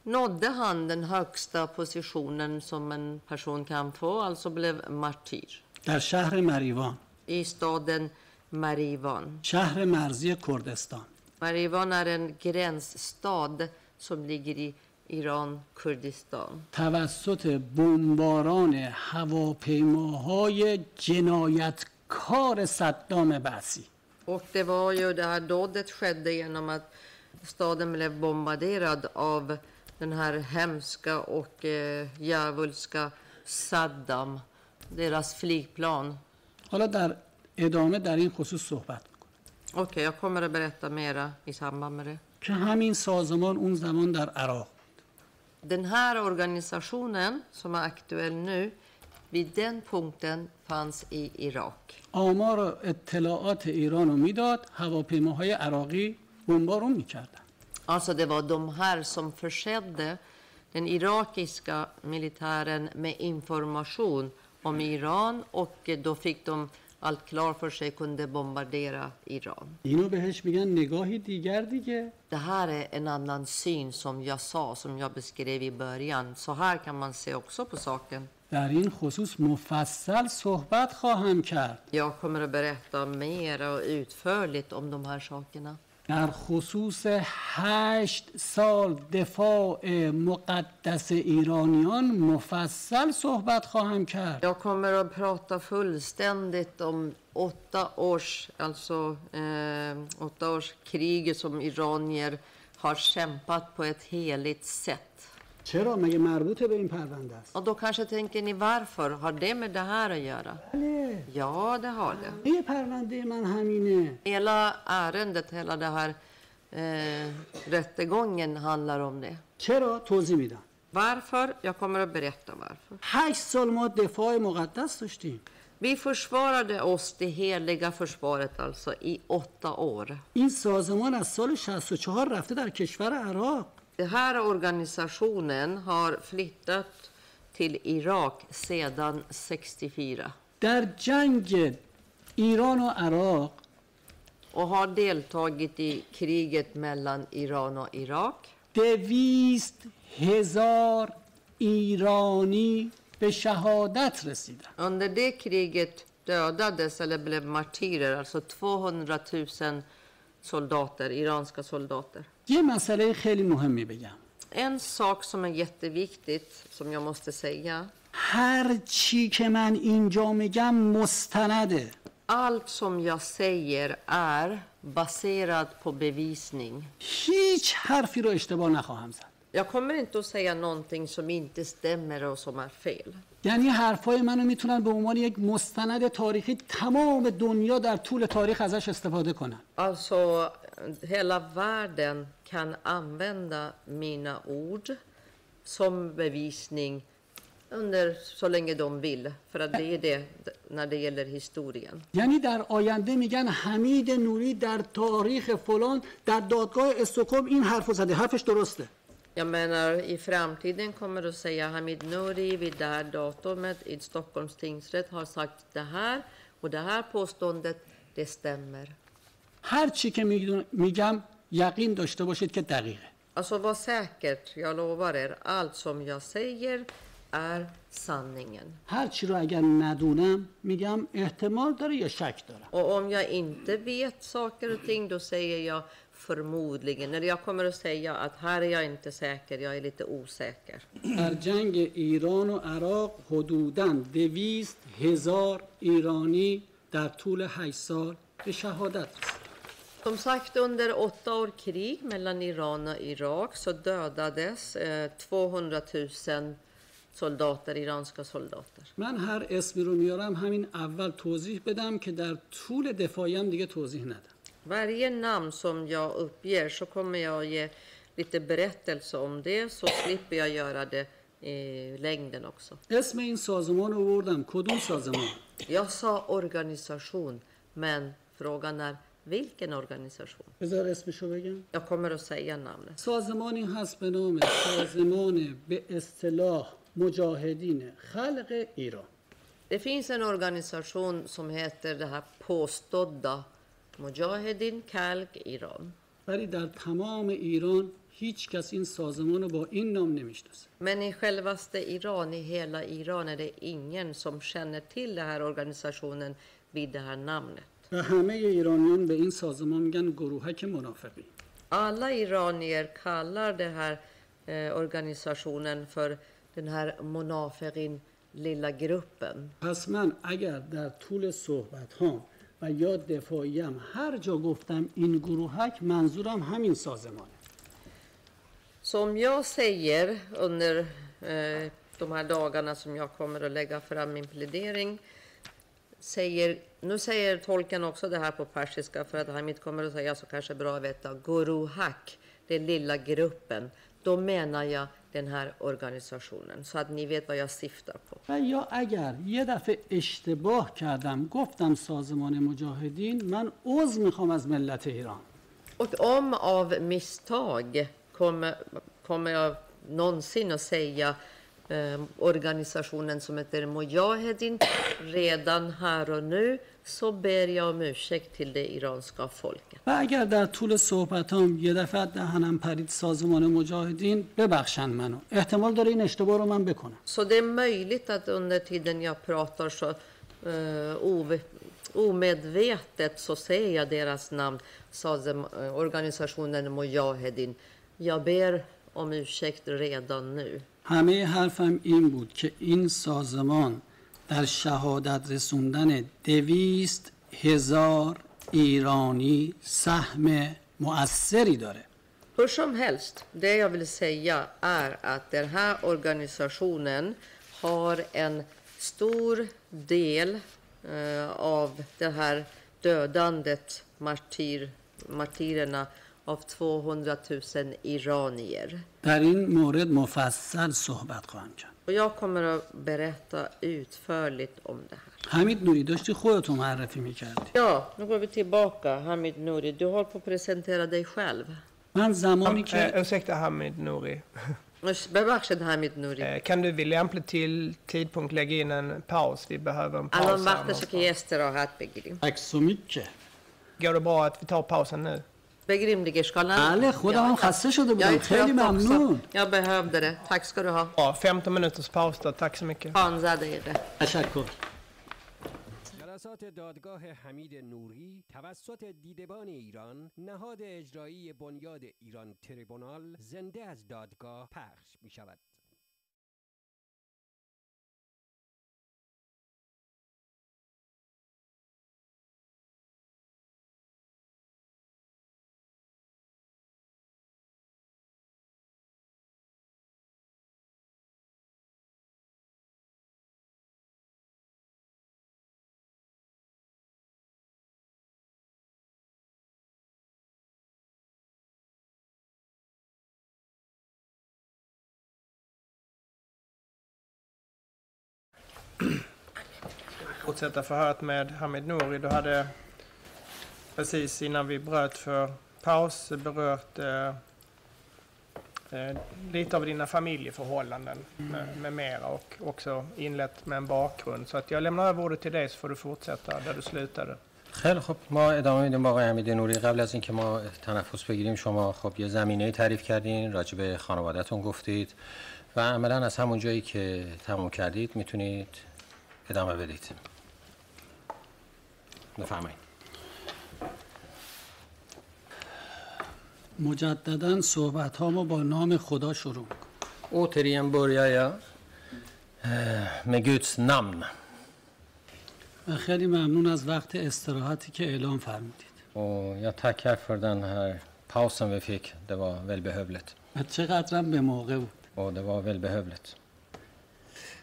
Speaker 5: nådde han den högsta positionen som en person kan få, alltså blev martyr
Speaker 4: در شهر مریوان
Speaker 5: i staden Marivan.
Speaker 4: شهر مرزی کردستان
Speaker 5: Marivan är en gränsstad som ligger i Iran, Kurdistan.
Speaker 4: توسط بمباران هواپیماهای جنایتکار صدام بعثی
Speaker 5: Och det var ju det här dådet skedde genom att staden blev bombarderad av den här hemska och eh, djävulska Saddam, deras flygplan.
Speaker 4: حالا در ادامه در این خصوص صحبت میکنم
Speaker 5: Okej, jag kommer att berätta mera i samband med det.
Speaker 4: که همین سازمان اون زمان در عراق
Speaker 5: Den här organisationen som är aktuell nu, vid den punkten fanns i Irak.
Speaker 4: آمار و اطلاعات ایران رو میداد هواپیماهای عراقی بمبارون میکردن
Speaker 5: Alltså det var de här som försedde den irakiska militären med information om Iran och då fick de allt klart för sig kunde bombardera Iran.
Speaker 4: اینو بهش میگن نگاهی دیگر دیگه
Speaker 5: Det här är en annan syn som jag sa, som jag beskrev i början. Så här kan man se också på saken.
Speaker 4: در این خصوص مفصل صحبت خواهم کرد
Speaker 5: Jag kommer att berätta mer och utförligt om de här sakerna.
Speaker 4: در خصوص هشت سال دفاع مقدس ایرانیان مفصل صحبت خواهم کرد
Speaker 5: Jag kommer att prata fullständigt om åtta års, alltså, eh, åtta års krig som iranier har kämpat på ett heligt sätt.
Speaker 4: چرا مگه مربوط به این پرونده است
Speaker 5: Och då kanske tänker ni varför har det med det här att göra?
Speaker 4: بله
Speaker 5: Ja, det har det.
Speaker 4: یه پرونده من همینه
Speaker 5: Hela ärendet, hela det här eh, rättegången handlar om det.
Speaker 4: چرا توضیح میدم
Speaker 5: Varför? Jag kommer att berätta varför.
Speaker 4: هشت سال ما دفاع مقدس داشتیم
Speaker 5: Vi försvarade oss, det heliga försvaret alltså, i åtta år.
Speaker 4: این سازمان از سال 64 رفته در کشور عراق
Speaker 5: Den här organisationen har flyttat till Irak sedan 64
Speaker 4: در جنگ ایران و عراق
Speaker 5: och har deltagit i kriget mellan Iran och Irak.
Speaker 4: دویست هزار ایرانی به شهادت رسیدن
Speaker 5: Under det kriget dödades eller blev martyrer, alltså 200 000 soldater, iranska soldater.
Speaker 4: یه مسئله خیلی مهمی بگم
Speaker 5: En sak som är jätteviktigt, som jag måste säga.
Speaker 4: هر چی که من اینجا میگم مستنده
Speaker 5: Allt som jag säger är baserat på bevisning.
Speaker 4: هیچ حرفی رو اشتباه نخواهم زد
Speaker 5: Jag kommer inte att säga någonting som inte stämmer och som är fel.
Speaker 4: یعنی حرفای منو میتونن به عنوان یک مستند تاریخی تمام دنیا در طول تاریخ ازش استفاده کنن
Speaker 5: Alltså, hela världen kan använda mina ord som bevisning under så länge de vill, för att det är det när det gäller historien.
Speaker 4: یعنی در آینده میگن حمید نوری در تاریخ فلان در دادگاه استکهلم این حرف رو زده حرفش درسته
Speaker 5: Jag menar, i framtiden kommer du att säga Hamid Nouri vid det här datumet i Stockholms tingsrätt har sagt det här och det här påståendet, det stämmer.
Speaker 4: هر چی که میدون- میگم یقین داشته باشید که دقیقه
Speaker 5: Alltså var säkert, jag lovar er, allt som jag säger är sanningen.
Speaker 4: هر چی رو اگر ندونم میگم احتمال داره یا شک دارم
Speaker 5: Och om jag inte vet saker och ting, då säger jag förmodligen. Eller jag kommer att säga att här är jag inte säker, jag är lite osäker.
Speaker 4: در جنگ ایران و عراق حدوداً دویست هزار ایرانی در طول هشت سال به شهادت رسید.
Speaker 5: Som sagt, under åtta år krig mellan Iran och Irak så dödades eh, 200 000 soldater, iranska soldater.
Speaker 4: من هر اسمی رو میارم همین اول توضیح بدم که در طول دفاعیم دیگه توضیح ندم
Speaker 5: Varje namn som jag uppger så kommer jag ge lite berättelse om det, så slipper jag göra det i längden också.
Speaker 4: اسم این سازمان رو بردم کدوم سازمان
Speaker 5: Jag sa organisation, men frågan är vilken organisation?
Speaker 4: بذار اسمشو بگم
Speaker 5: Jag kommer att säga namnet.
Speaker 4: سازمانی هست به نام سازمان به اصطلاح مجاهدین خلق ایران
Speaker 5: Det finns en organisation som heter det här påstådda Mujahedin Kalk Iran.
Speaker 4: ولی در تمام ایران هیچ کس این سازمان رو با این نام نمیشناسه
Speaker 5: Men i självaste Iran, i hela Iran, är det ingen som känner till den här organisationen vid det här namnet.
Speaker 4: و همه ایرانیان به این سازمان میگن گروهک منافقی
Speaker 5: Alla iranier kallar den här eh, organisationen för den här Monafiqin, lilla gruppen.
Speaker 4: پس من اگر در طول صحبت هام و یا دفاعیم هر جا گفتم این گروهک منظورم همین سازمانه
Speaker 5: Som jag säger under eh, de här dagarna som jag kommer att lägga fram min plädering, säger, nu säger tolken också det här på persiska för att Hamid kommer att säga så kanske är bra att veta, Guruhak, den lilla gruppen, då menar jag den här organisationen så att ni vet vad jag syftar på.
Speaker 4: و یا اگر یه دفعه اشتباه کردم گفتم سازمان مجاهدین من عضو میخوام از ملت ایران
Speaker 5: Och om av misstag kommer, kommer jag någonsin att säga eh, organisationen som heter Mujahedin redan här och nu så ber jag om ursäkt till det iranska folket.
Speaker 4: و اگر در طول صحبتام یه دفعه دهنم پرید سازمان مجاهدین ببخشن منو احتمال داره این اشتباه رو من بکنم
Speaker 5: Så det är möjligt att under tiden jag pratar så eh, ov- omedvetet så säger jag deras namn, sa den, eh, organisationen Mujahedin. Jag ber om ursäkt redan nu.
Speaker 4: همه حرفم این بود که این سازمان در شهادت رسوندن دویست هزار ایرانی سهم مؤثری داره
Speaker 5: Hur som helst, det jag vill säga är att den här organisationen har en stor del eh, av det här dödandet, martyr, martyrerna av 200 000 iranier.
Speaker 4: در این مورد مفصل صحبت خواهم کرد
Speaker 5: Och jag kommer att berätta utförligt om det här.
Speaker 4: حمید نوری داشتی خودتو معرفی میکردی
Speaker 5: Ja, nu går vi tillbaka. Hamid Nouri, du håller på att presentera dig själv.
Speaker 4: من زمانی
Speaker 2: Ham, eh,
Speaker 4: که
Speaker 2: ursäkta Hamid Nouri.
Speaker 5: Bevakshad Hamid Nouri.
Speaker 2: Eh, kan du vid lämplig till tidpunkt lägga in en paus? Vi behöver en paus. här
Speaker 5: Allan Bakhtashaki
Speaker 2: någonstans.
Speaker 5: Jesterahat Begrim.
Speaker 4: اکسومیک که
Speaker 2: Går det bra att vi tar pausen nu?
Speaker 5: Begrim Digerskalan.
Speaker 4: بله خودم هم خسته شده
Speaker 5: Jag
Speaker 4: بودم
Speaker 5: är
Speaker 4: خیلی
Speaker 5: trött
Speaker 4: ممنون
Speaker 5: också. Jag behövde det. Tack ska du ha.
Speaker 2: Ja, 15 minuters paus då. Tack så mycket.
Speaker 5: Panzade är det.
Speaker 4: تشکر
Speaker 6: جلسات دادگاه حمید نوری توسط دیدبان ایران نهاد اجرایی بنیاد ایران تریبونال زنده از دادگاه پخش می شود.
Speaker 2: fortsätta förhöret med Hamid Nouri. Du hade precis innan vi bröt för paus berört eh, eh, lite av dina familjeförhållanden
Speaker 5: Mm.
Speaker 2: med, med mera och också inlett med en bakgrund. Så att jag lämnar över ordet till dig så får du fortsätta där du slutade.
Speaker 5: Mm.
Speaker 1: خیلی خب ما ادامه میدیم با آقای حمید نوری قبل از اینکه ما تنفس بگیریم شما خب یه زمینه تعریف کردین راجع به خانوادهتون گفتید و عملا از همون جایی که تموم کردید میتونید ادامه بدید بفرمایید
Speaker 4: مجددا صحبت هامو با نام خدا شروع کن
Speaker 1: Återigen börjar jag eh, med Guds namn.
Speaker 4: و خیلی ممنون از وقت استراحتی که اعلام فرمودید
Speaker 1: Och jag tackar för den här pausen vi fick. Det var välbehövligt.
Speaker 4: و چقدرم به موقع بود
Speaker 1: Och det var välbehövligt.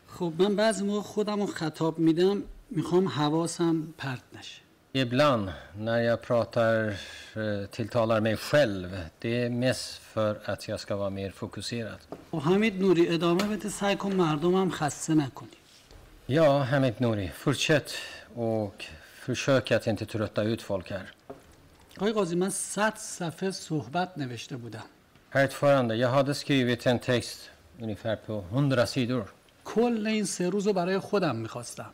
Speaker 4: خب من بعضی موقع خودم رو خطاب میدم میخوام حواسم پرت نشه
Speaker 1: Ibland när jag pratar eh, tilltalar mig själv. Det är mest för att jag ska vara mer fokuserad.
Speaker 4: خب حمید نوری ادامه بده سعی کن مردمم خسته نکنی
Speaker 1: Ja, Hamid Nouri, fortsätt och försök att inte trötta ut folk här.
Speaker 4: آقای قاضی من 100 صفحه صحبت نوشته بودم
Speaker 1: Herr ordförande, jag hade skrivit en text ungefär på 100 sidor.
Speaker 4: کل این سه روز رو برای خودم میخواستم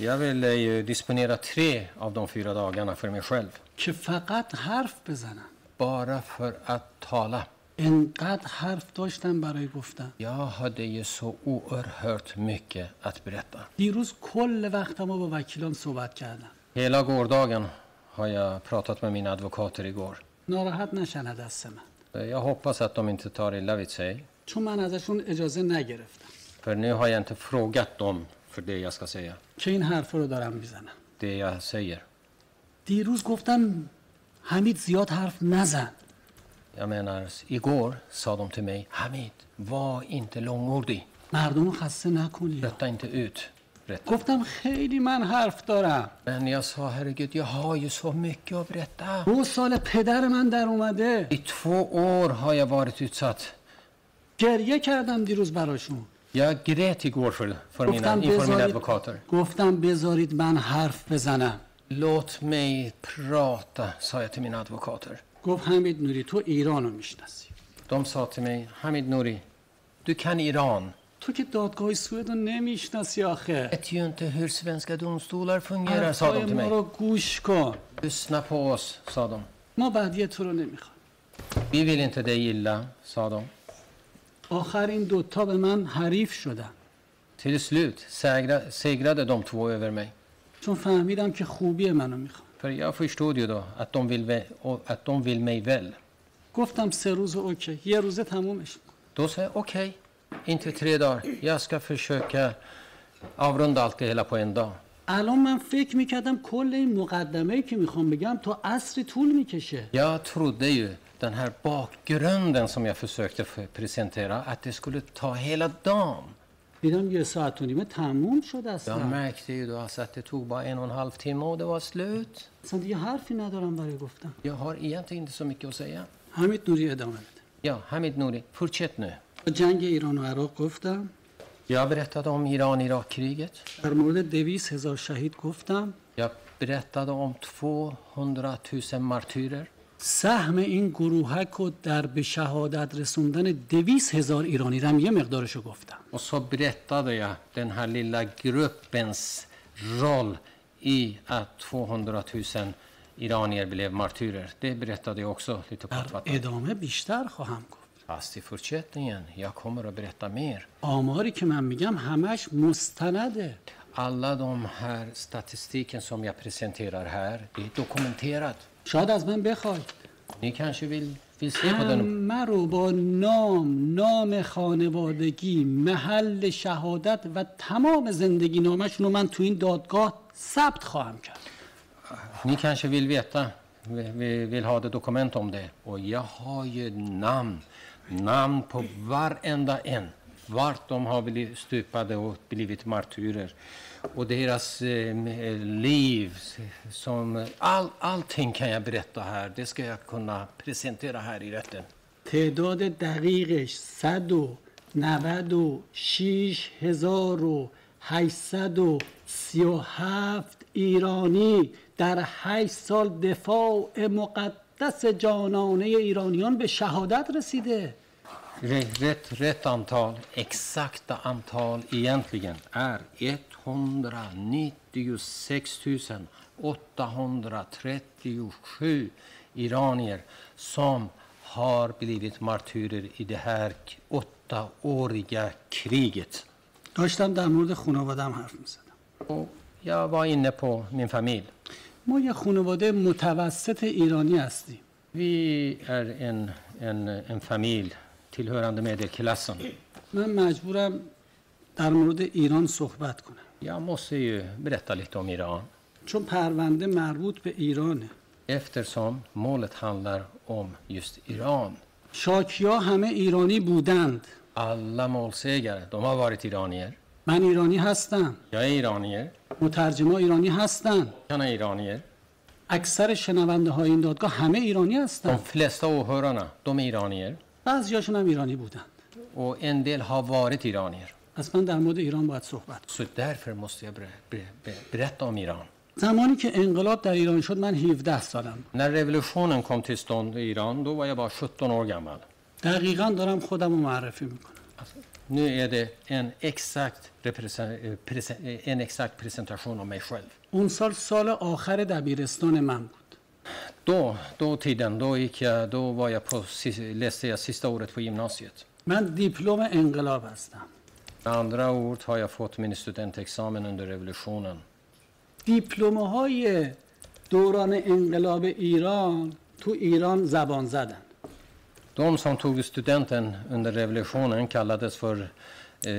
Speaker 1: Jag ville ju disponera tre av de fyra dagarna för mig själv.
Speaker 4: که فقط حرف بزنم
Speaker 1: Bara för att tala.
Speaker 4: انقدر حرف داشتم برای گفتن
Speaker 1: Jag hade ju så oerhört mycket att berätta.
Speaker 4: دیروز کل وقتم رو با وکیلام صحبت کردم
Speaker 1: Hela gårdagen har jag pratat med mina advokater igår. Eh,
Speaker 4: ناراحت نشن از دست من
Speaker 1: Jag hoppas att de inte tar illa vid sig.
Speaker 4: چون من ازشون اجازه نگرفتم
Speaker 1: För nu har jag inte frågat dem för det jag ska säga.
Speaker 4: که این حرف رو دارم میزنم
Speaker 1: Det jag säger.
Speaker 4: دیروز گفتم حمید زیاد حرف نزن
Speaker 1: Jag menar, igår sa de till mig, Hamid, var inte långordig.
Speaker 4: مردم رو خسته نکنی
Speaker 1: Rätta inte ut. Rätt.
Speaker 4: گفتم خیلی من حرف دارم
Speaker 1: Men jag sa, herregud, jag har ju så mycket att berätta.
Speaker 4: دو سال پدر من در اومده
Speaker 1: I två år har jag varit utsatt.
Speaker 4: گریه کردم دیروز براشون
Speaker 1: Jag grät igår för, för mina,
Speaker 4: گفتم
Speaker 1: inför mina
Speaker 4: بذارید
Speaker 1: advokater.
Speaker 4: گفتم بذارید من حرف بزنم
Speaker 1: Låt mig prata, sa jag till mina advokater.
Speaker 4: گفت حمید نوری تو ایران رو میشناسی
Speaker 1: De sa till mig, Hamid Nouri, du kan Iran.
Speaker 4: تو که دادگاه سوئد رو نمیشناسی آخه
Speaker 1: Vet ju inte hur svenska domstolar fungerar, sa de
Speaker 4: حرفای
Speaker 1: till
Speaker 4: ما
Speaker 1: mig.
Speaker 4: رو گوش کن
Speaker 1: Lyssna på oss, sa de.
Speaker 4: ما بعدی تو رو نمیخوام
Speaker 1: Vi vill inte dig illa, sa de.
Speaker 4: آخر این دوتا به من حریف شدن
Speaker 1: Till slut segra, segrade de två över mig.
Speaker 4: چون فهمیدم که خوبی منو میخوام
Speaker 1: För jag förstod ju då att de vill, vä- och att de vill mig väl.
Speaker 4: گفتم سه روز اوکی یه روزه تمومش می‌کنم.
Speaker 1: Då sa jag okej, inte tre dagar. Jag ska försöka avrunda allt det hela på en dag.
Speaker 4: الان من فکر میکردم کل این مقدمه که میخوام بگم تا عصری طول میکشه
Speaker 1: Jag trodde ju den här bakgrunden som jag försökte f- presentera, att det skulle ta hela dagen.
Speaker 4: دیدم یه ساعت و نیمه تموم شد
Speaker 1: Jag
Speaker 4: اصلا
Speaker 1: märkte ju då alltså att det tog bara en och en halv timme och det var slut.
Speaker 4: اصلا دیگه حرفی ندارم برای گفتم
Speaker 1: Jag har egentligen inte så mycket att säga.
Speaker 4: همین دوری ادامه بده
Speaker 1: Ja, Hamid Nouri, fortsätt nu.
Speaker 4: با جنگ ایران و عراق گفتم
Speaker 1: Jag berättade om Iran-Irak-kriget.
Speaker 4: در مورد دویست هزار شهید گفتم
Speaker 1: Jag berättade om 200 000 martyrer.
Speaker 4: سهم این گروهک رو در به شهادت رسوندن دویست هزار ایرانی رم یه مقدارشو گفتم
Speaker 1: Och så berättade jag den här lilla gruppens roll i att 200 000 iranier blev martyrer. Det berättade jag också lite
Speaker 4: در
Speaker 1: kortfattat.
Speaker 4: ادامه بیشتر خواهم گفت
Speaker 1: Fast i fortsättningen, jag kommer att berätta mer.
Speaker 4: آماری که من میگم همش مستنده
Speaker 1: Alla de här statistiken som jag presenterar här, det är dokumenterat.
Speaker 4: شاید از من بخوای
Speaker 1: Ni kanske vill, vill se på den?
Speaker 4: همه رو با نام نام خانوادگی محل شهادت و تمام زندگی نامشون رو من تو این دادگاه ثبت خواهم کرد
Speaker 1: Ni kanske vill veta, vi- vi vill ha det dokument om det. Och jag har ju namn, namn på varenda en. Vart de har blivit stupade och blivit martyrer. Och deras eh, liv, som, all, allting kan jag berätta här. Det ska jag kunna presentera här i rätten.
Speaker 4: تعداد دقیقش 196 هزار و 837 ایرانی در 8 سال دفاع مقدس جانانه ایرانیان به شهادت رسیده
Speaker 1: Rätt, rätt, rätt antal, exakta antal egentligen är 196 837 iranier som har blivit martyrer i det här k- åttaåriga kriget.
Speaker 4: داشتم در مورد خانوادم حرف میزدم
Speaker 1: Och jag var inne på min familj.
Speaker 4: ما یه خانواده متوسط ایرانی هستیم
Speaker 1: Vi är en, en, en familj tillhörande medelklassen.
Speaker 4: من مجبورم در مورد ایران صحبت کنم
Speaker 1: Jag måste ju berätta lite om Iran.
Speaker 4: چون پرونده مربوط به ایرانه
Speaker 1: eftersom målet handlar om just Iran.
Speaker 4: شاکیا همه ایرانی بودند
Speaker 1: Alla målsägare, de har varit iranier.
Speaker 4: من ایرانی هستم
Speaker 1: Jag är iranier,
Speaker 4: مترجما ایرانی هستن
Speaker 1: han är iranier.
Speaker 4: اکثر شنونده های این دادگاه همه ایرانی
Speaker 1: De
Speaker 4: هستن
Speaker 1: flesta åhörarna, de är iranier.
Speaker 4: بعضیاشون هم ایرانی بودن
Speaker 1: Och en del har varit iranier.
Speaker 4: پس من در مورد ایران باید صحبت کنم
Speaker 1: Så därför måste jag ber- ber- ber- berätta om Iran.
Speaker 4: زمانی که انقلاب در ایران شد من 17 سالم بود.
Speaker 1: När revolutionen kom till stånd i Iran, då var jag bara 17 år gammal.
Speaker 4: دقیقا دارم خودم رو معرفی میکنم
Speaker 1: Nu är det en exakt, represen- eh, presen- eh, en exakt presentation av mig själv.
Speaker 4: اون سال سال آخر دبیرستان من بود
Speaker 1: Då, då tiden, då, gick jag, då var jag på, si- läste jag sista året på gymnasiet.
Speaker 4: من دیپلم انقلاب هستم
Speaker 1: Med andra ord har jag fått min studentexamen under revolutionen.
Speaker 4: دیپلمه های دوران انقلاب ایران تو ایران زبان زدن
Speaker 1: De som tog studenten under revolutionen kallades för eh,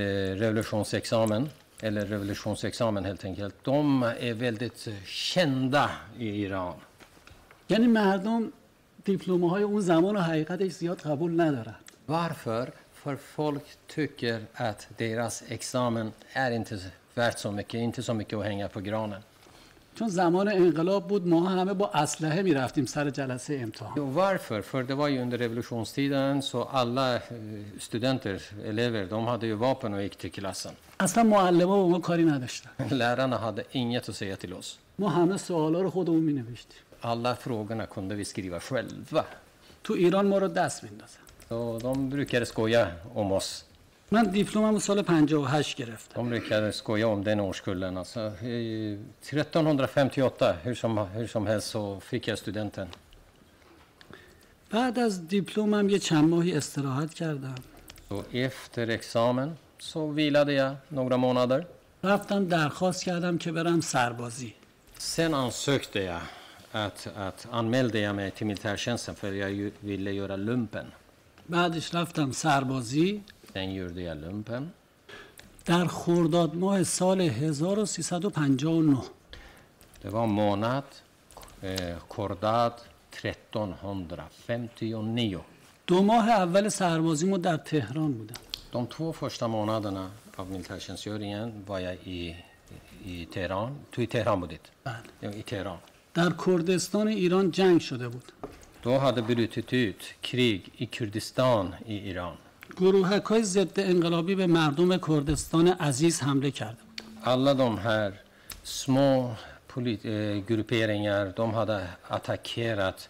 Speaker 1: revolutionsexamen, eller revolutionsexamen helt enkelt. De är väldigt eh, kända i Iran.
Speaker 4: یعنی مردم دیپلمه های اون زمان و حقیقتش زیاد قبول ندارن
Speaker 1: Varför? För folk tycker att deras examen är inte värt så mycket, inte så mycket att hänga på granen.
Speaker 4: چون زمان انقلاب بود ما همه با اسلحه میرفتیم سر جلسه امتحان
Speaker 1: Jo, varför? För det var ju under revolutionstiden så alla eh, studenter, elever, de hade ju vapen och gick till klassen.
Speaker 4: اصلا معلمه با ما کاری نداشتن
Speaker 1: Lärarna hade inget att säga till oss.
Speaker 4: ما همه سوالا رو خودمون مینوشتیم
Speaker 1: Alla frågorna kunde vi skriva själva.
Speaker 4: تو ایران ما رو دست میندازن
Speaker 1: Så de brukade skoja om oss.
Speaker 4: من دیپلمم رو سال 58 گرفتم
Speaker 1: De brukade skoja om den årskullen. Alltså, eh, 1358, hur som, hur som helst, så fick jag studenten.
Speaker 4: بعد از دیپلمم یه چند ماهی استراحت کردم
Speaker 1: Så efter examen så vilade jag några månader.
Speaker 4: رفتم درخواست کردم که برم sarbasi.
Speaker 1: Sen ansökte jag att, att anmälde jag mig till militärtjänsten för jag ju, ville göra lumpen.
Speaker 4: بعدش رفتم سربازی
Speaker 1: Sen gjorde jag lumpen.
Speaker 4: در خرداد ماه سال 1359
Speaker 1: Det var månad, eh, kordat 1359.
Speaker 4: دو ماه اول سربازیمو در تهران بودم
Speaker 1: De två första månaderna av militärtjänstgöringen var jag i, i Teheran. Du i Teheran bodit?
Speaker 4: بله.
Speaker 1: Ja, I Teheran.
Speaker 4: در کردستان ایران جنگ شده بود
Speaker 1: Då hade brutit ut krig i Kurdistan i Iran.
Speaker 4: گروهک های ضد انقلابی به مردم کردستان عزیز حمله کرده بود
Speaker 1: Alla de här små polit- eh, grupperingar, de hade attackerat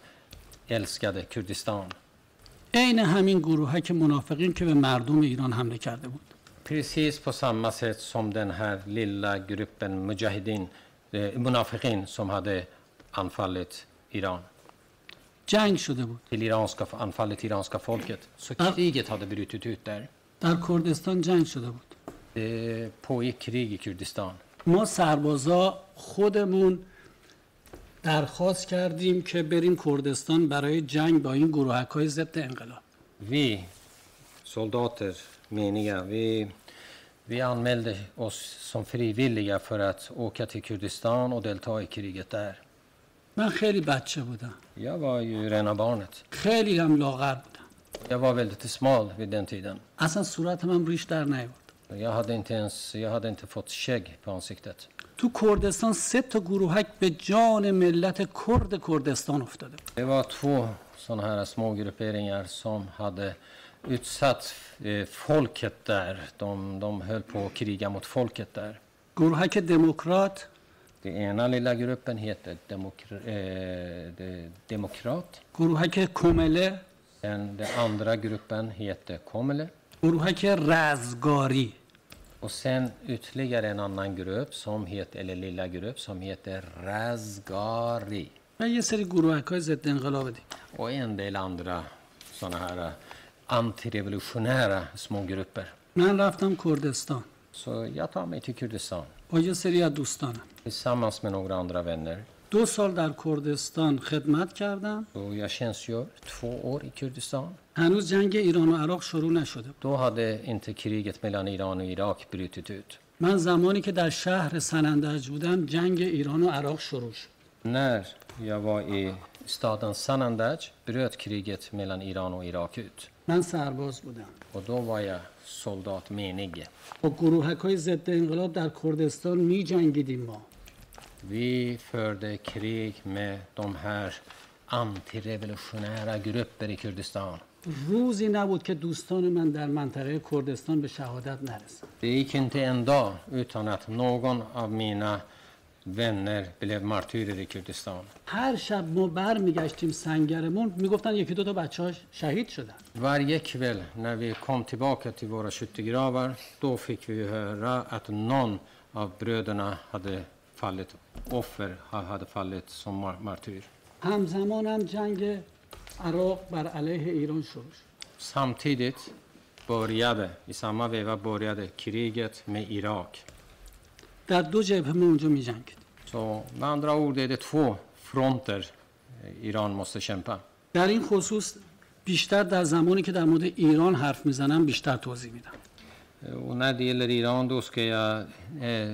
Speaker 1: älskade Kurdistan.
Speaker 4: عین همین گروهک منافقین که به مردم ایران حمله کرده بود
Speaker 1: Precis på samma sätt som den här lilla gruppen Mujahedin, eh, Munafiqin, som hade anfallit Iran.
Speaker 4: جنگ شده بود
Speaker 1: Till iranska, anfallit iranska folket. Så
Speaker 4: Ja.
Speaker 1: kriget hade brutit ut där.
Speaker 4: در کردستان جنگ شده بود
Speaker 1: Det pågick krig i Kurdistan.
Speaker 4: ما سربازا خودمون درخواست کردیم که بریم کردستان برای جنگ با این گروهک های ضد انقلاب
Speaker 1: Vi soldater, meniga, vi, vi anmälde oss som frivilliga för att åka till Kurdistan och delta i kriget där.
Speaker 4: من خیلی بچه بودم
Speaker 1: Jag var ju rena barnet.
Speaker 4: خیلی هم لاغر بودم
Speaker 1: Jag var väldigt smal vid den tiden.
Speaker 4: اصلا صورتم هم ریش در نیورد
Speaker 1: Jag hade inte ens jag hade inte fått skägg på ansiktet.
Speaker 4: تو کردستان سه تا گروهک به جان ملت کرد کردستان افتاده بود
Speaker 1: Det var två sådana här små grupperingar som hade utsatt eh, folket där. De, de höll på att kriga mot folket där.
Speaker 4: گروهک دموکرات
Speaker 1: Den ena lilla gruppen heter demokra eh, de, Demokrat.
Speaker 4: گروهک کمله
Speaker 1: Den, den andra gruppen heter Komele.
Speaker 4: گروهک رزگاری
Speaker 1: Och sen ytterligare en annan grupp, som heter, eller lilla grupp, som heter Razgari.
Speaker 4: و یه سری گروهک های ضد انقلاب دیگه
Speaker 1: Och en del andra sådana här eh, antirevolutionära smågrupper.
Speaker 4: من رفتم کردستان
Speaker 1: Så jag tar mig till Kurdistan
Speaker 4: با یه سری از دوستانم
Speaker 1: tillsammans med några andra vänner.
Speaker 4: دو سال در کردستان خدمت کردم
Speaker 1: Och jag tjänstgör två år i Kurdistan.
Speaker 4: هنوز جنگ ایران و عراق شروع نشده بود
Speaker 1: Då hade inte kriget mellan Iran och Irak brutit ut.
Speaker 4: من زمانی که در شهر سنندج بودم جنگ ایران و عراق شروع شد
Speaker 1: När jag var i staden Sanandaj bröt kriget mellan Iran och Irak ut.
Speaker 4: من سرباز بودم
Speaker 1: Och då var jag soldat menig.
Speaker 4: با گروهک های ضد انقلاب در کردستان می جنگیدیم ما
Speaker 1: Vi förde krig med de här antirevolutionära grupper i Kurdistan.
Speaker 4: روزی نبود که دوستان من در منطقه کردستان به شهادت نرسند
Speaker 1: Det gick inte en dag utan att någon av mina vänner blev martyrer i Kurdistan.
Speaker 4: هر شب ما برمیگشتیم سنگرمون میگفتن یکی دو تا بچه‌هاش شهید شدن
Speaker 1: Varje kväll när vi kom tillbaka till våra skyttegravar då fick vi höra att någon av bröderna hade fallit offer, ha- hade fallit som mar- martyr.
Speaker 4: همزمان هم جنگ عراق بر علیه ایران شروع شد
Speaker 1: Samtidigt började, i samma veva började kriget med Irak.
Speaker 4: در دو جبهه ما اونجا می جنگید.
Speaker 1: Så med andra ord är det två fronter eh, Iran måste kämpa.
Speaker 4: در این خصوص بیشتر در زمانی که در مورد ایران حرف میزنم بیشتر توضیح میدم
Speaker 1: Eh, Och när det gäller Iran då ska jag, eh,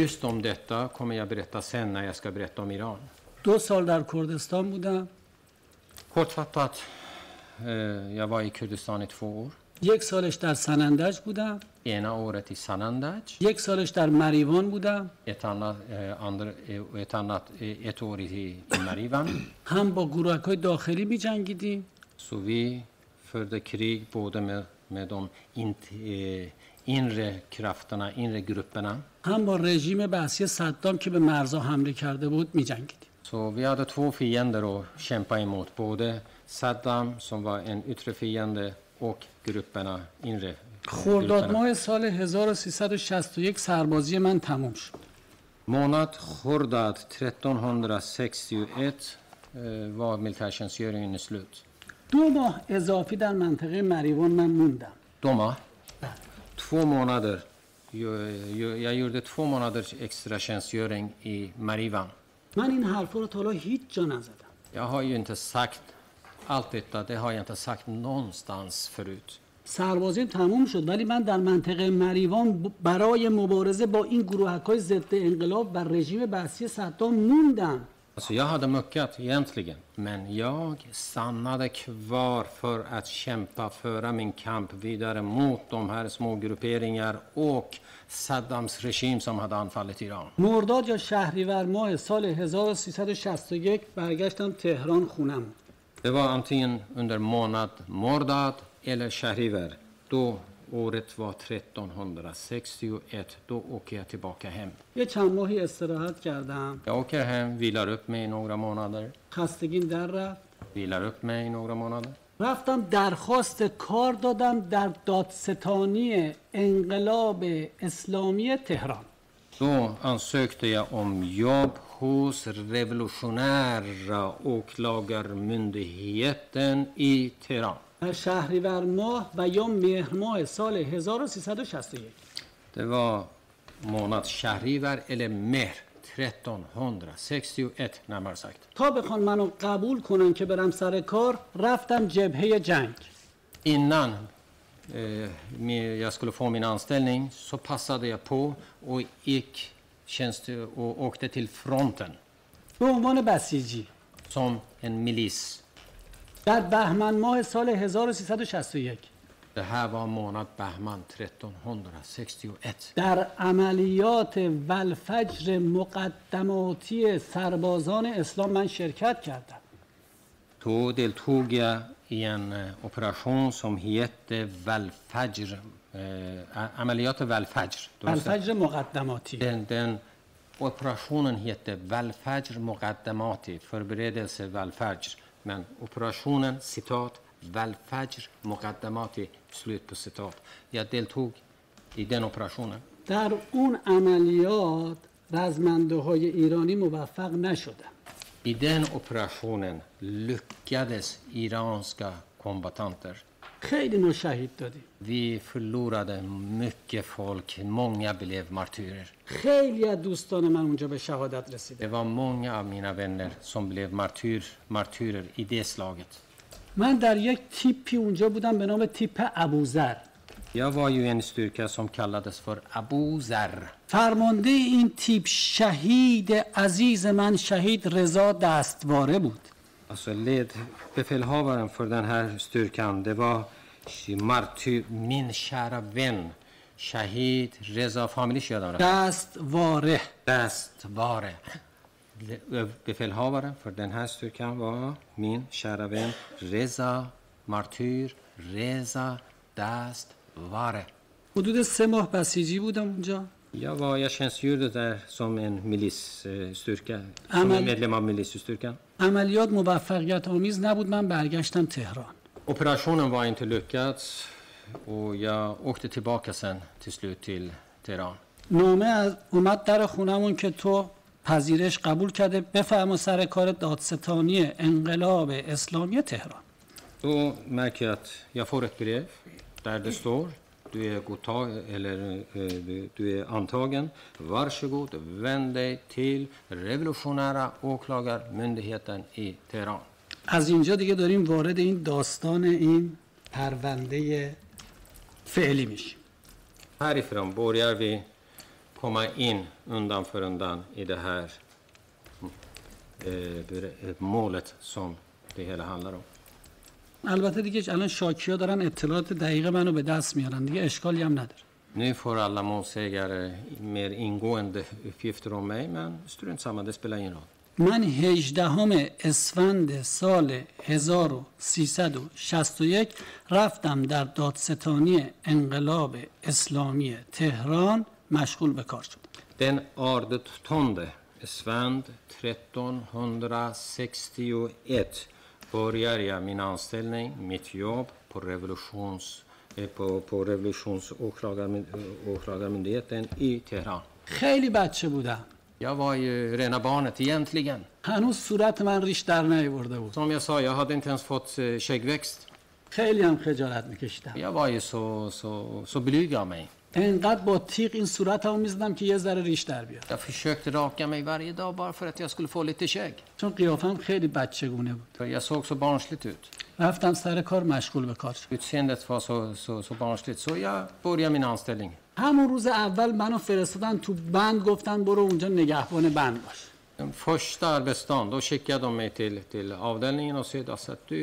Speaker 1: just om detta kommer jag berätta sen när jag ska berätta om Iran.
Speaker 4: دو سال در کردستان بودم
Speaker 1: Kortfattat, eh, jag var i Kurdistan i två år.
Speaker 4: یک سالش در سنندج بودم
Speaker 1: Ena året i Sanandaj,
Speaker 4: یک سالش در مریوان بودم
Speaker 1: ett annat, eh, andra, eh, och ett, annat eh, ett år i i Narivan.
Speaker 4: هم با گروهک های داخلی می جنگیدیم
Speaker 1: Så vi förde krig både med, med de in, eh, inre krafterna, inre grupperna.
Speaker 4: هم با رژیم بعثی صدام که به مرزها حمله کرده بود می جنگیدیم
Speaker 1: Så vi hade två fiender att kämpa emot. Både Saddam som var en yttre fiende och grupperna, inre eh,
Speaker 4: خرداد ماه سال 1361 سربازی من تموم شد
Speaker 1: Månad Khordad 1361 eh, var militärtjänstgöringen i slut.
Speaker 4: دو ماه اضافی در منطقه مریوان من موندم
Speaker 1: Doma, två månader Jag, jag, jag gjorde två månaders extra tjänstgöring i Marivan.
Speaker 4: من این حرفا رو تا حالا هیچ جا نزدم
Speaker 1: Jag har ju inte sagt allt detta, det har jag inte sagt någonstans förut.
Speaker 4: سربازیم تموم شد ولی من در منطقه مریوان ب- برای مبارزه با این گروهک های ضد انقلاب و رژیم بعثی صدام موندم
Speaker 1: Alltså jag hade muckat egentligen, men jag stannade kvar för att kämpa, föra min kamp vidare mot de här smågrupperingar och Saddams regim som hade anfallit Iran.
Speaker 4: مرداد یا شهریور ماه سال 1361 برگشتم تهران خونم
Speaker 1: Det var antingen under månad Mordad eller Shahriver. Då året var 1361. Då åker jag tillbaka hem.
Speaker 4: یه چند ماهی استراحت کردم
Speaker 1: Jag åker hem, vilar upp mig i några månader.
Speaker 4: خستگیم در رفت
Speaker 1: Vilar upp mig i några månader.
Speaker 4: رفتم درخواست کار دادم در دادستانی انقلاب اسلامی تهران
Speaker 1: Då ansökte jag om jobb hos revolutionära åklagarmyndigheten i Teheran.
Speaker 4: در شهریور ماه و یا مهر ماه سال 1361
Speaker 1: Det var månad Shahriver eller Mehr 1361 närmare sagt.
Speaker 4: تا بخوان منو قبول کنن که برم سر کار رفتم جبهه جنگ
Speaker 1: Innan eh, mi- jag skulle få min anställning så passade jag på och gick tjänst och åkte till fronten
Speaker 4: به عنوان بسیجی
Speaker 1: som en milis.
Speaker 4: در بهمن ماه سال 1361
Speaker 1: Det här var månad Bahman 1361.
Speaker 4: در عملیات ولفجر مقدماتی سربازان اسلام من شرکت کردم
Speaker 1: Då deltog jag i en eh, operation som hette Valfajr. Eh, a- Amaliyat Valfajr.
Speaker 4: ولفجر مقدماتی
Speaker 1: Den, den operationen hette Valfajr Moqaddamati, förberedelse Valfajr. Men operationen, citat, Valfajr Moqaddamati, slut på citat. Jag deltog i den operationen.
Speaker 4: در اون عملیات رزمنده های ایرانی موفق نشدم
Speaker 1: I den operationen lyckades iranska kombattanter.
Speaker 4: خیلی ما شهید دادیم
Speaker 1: Vi förlorade mycket folk, många blev martyrer.
Speaker 4: خیلی از دوستان من اونجا به شهادت رسیدن
Speaker 1: Det var många av mina vänner som blev martyr, martyrer i det slaget.
Speaker 4: من در یک تیپی اونجا بودم به نام تیپ ابوذر
Speaker 1: Jag var ju i en styrka som kallades för Abu Zar.
Speaker 4: فرمانده این تیپ شهید عزیز من شهید رضا دستواره بود
Speaker 1: Alltså led, befälhavaren för den här styrkan, det var martyr, min kära vän Shahid Reza Familish Yadamra.
Speaker 4: دستواره
Speaker 1: Dastvare. Befälhavaren för den här styrkan var min kära vän Reza, martyr Reza Dastvare.
Speaker 4: حدود سه ماه بسیجی بودم اونجا
Speaker 1: Jag, var, jag tjänstgjorde där som en milisstyrka, som
Speaker 4: Amen.
Speaker 1: en medlem av milisstyrkan.
Speaker 4: عملیات موفقیت آمیز نبود من برگشتم تهران
Speaker 1: Operationen var inte lyckad och jag åkte tillbaka sen till slut till Teheran.
Speaker 4: نامه از اومد در خونمون که تو پذیرش قبول کرده بفرما سر کار دادستانی انقلاب اسلامی تهران
Speaker 1: Då märker jag att jag får ett brev där det står du är, godtag- eller, eh, du, du är antagen. Varsågod, vänd dig till revolutionära åklagarmyndigheten i Teheran.
Speaker 4: از اینجا دیگه داریم وارد این داستان این پرونده فعلی میشیم
Speaker 1: Härifrån börjar vi komma in undan för undan i det här eh, ber- målet som det hela handlar om.
Speaker 4: البته دیگه الان شاکیا دارن اطلاعات دقیق منو به دست میارن دیگه اشکالی هم نداره
Speaker 1: Nu får alla målsägare mer ingående uppgifter om mig, men strunt samma, det spelar ingen roll.
Speaker 4: من 18 اسفند سال 1361 رفتم در دادستانی انقلاب اسلامی تهران مشغول به کار شدم
Speaker 1: Den 18 Svend 1361 börjar jag min anställning, mitt jobb på, revolutions, eh, på, på revolutionsåklagarmyn- åklagarmyndigheten i Teheran.
Speaker 4: خیلی بچه بودم
Speaker 1: Jag var ju rena barnet egentligen.
Speaker 4: هنوز صورت من ریش در نیورده بود
Speaker 1: Som jag sa, jag hade inte ens fått eh, skäggväxt.
Speaker 4: خیلی هم خجالت میکشیدم
Speaker 1: Jag var ju så, så, så blyg av mig.
Speaker 4: انقدر با تیغ این صورت هم میزدم که یه ذره ریش در بیاد
Speaker 1: Jag försökte raka mig varje dag bara för att jag skulle få lite skägg.
Speaker 4: چون قیافم خیلی بچگونه بود
Speaker 1: För jag såg så barnsligt ut.
Speaker 4: رفتم سر کار مشغول به کار شدم
Speaker 1: Utseendet var så, så, så barnsligt, så jag började min anställning.
Speaker 4: همون روز اول منو فرستادن تو بند گفتن برو اونجا نگهبان بند باش
Speaker 1: Den första arbetsdagen, då skickade de mig till, till avdelningen och sa att du,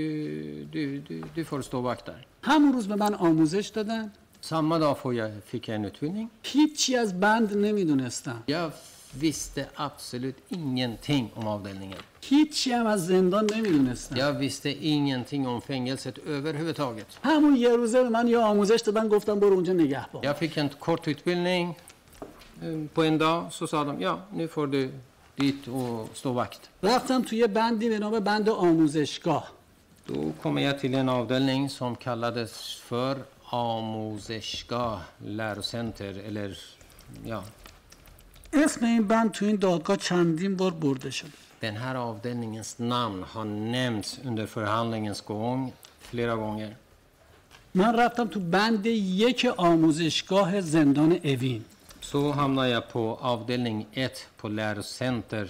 Speaker 1: du, du, du får stå vakt där.
Speaker 4: همون روز به من آموزش دادن
Speaker 1: Samma dag får jag, fick jag en utbildning.
Speaker 4: هیچی از بند نمیدونستم
Speaker 1: Jag visste absolut ingenting om avdelningen.
Speaker 4: هیچی هم از زندان نمیدونستم
Speaker 1: Jag visste ingenting om fängelset överhuvudtaget.
Speaker 4: همون یه روزه به من یه آموزش دادن گفتم برو اونجا نگهبان
Speaker 1: Jag fick en kort utbildning. Eh, På en dag så sa de, ja, nu får du dit och stå vakt.
Speaker 4: رفتم توی بندی به نام بند آموزشگاه
Speaker 1: Då kom jag till en avdelning som kallades för Amoserska lärocenter, eller ja.
Speaker 4: اسم این بند تو این دادگاه چندین بار برده شده
Speaker 1: Den här avdelningens namn har nämnts under förhandlingens gång flera gånger.
Speaker 4: من رفتم تو بند یک آموزشگاه زندان اوین
Speaker 1: Så hamnade jag på avdelning 1 på lärocenter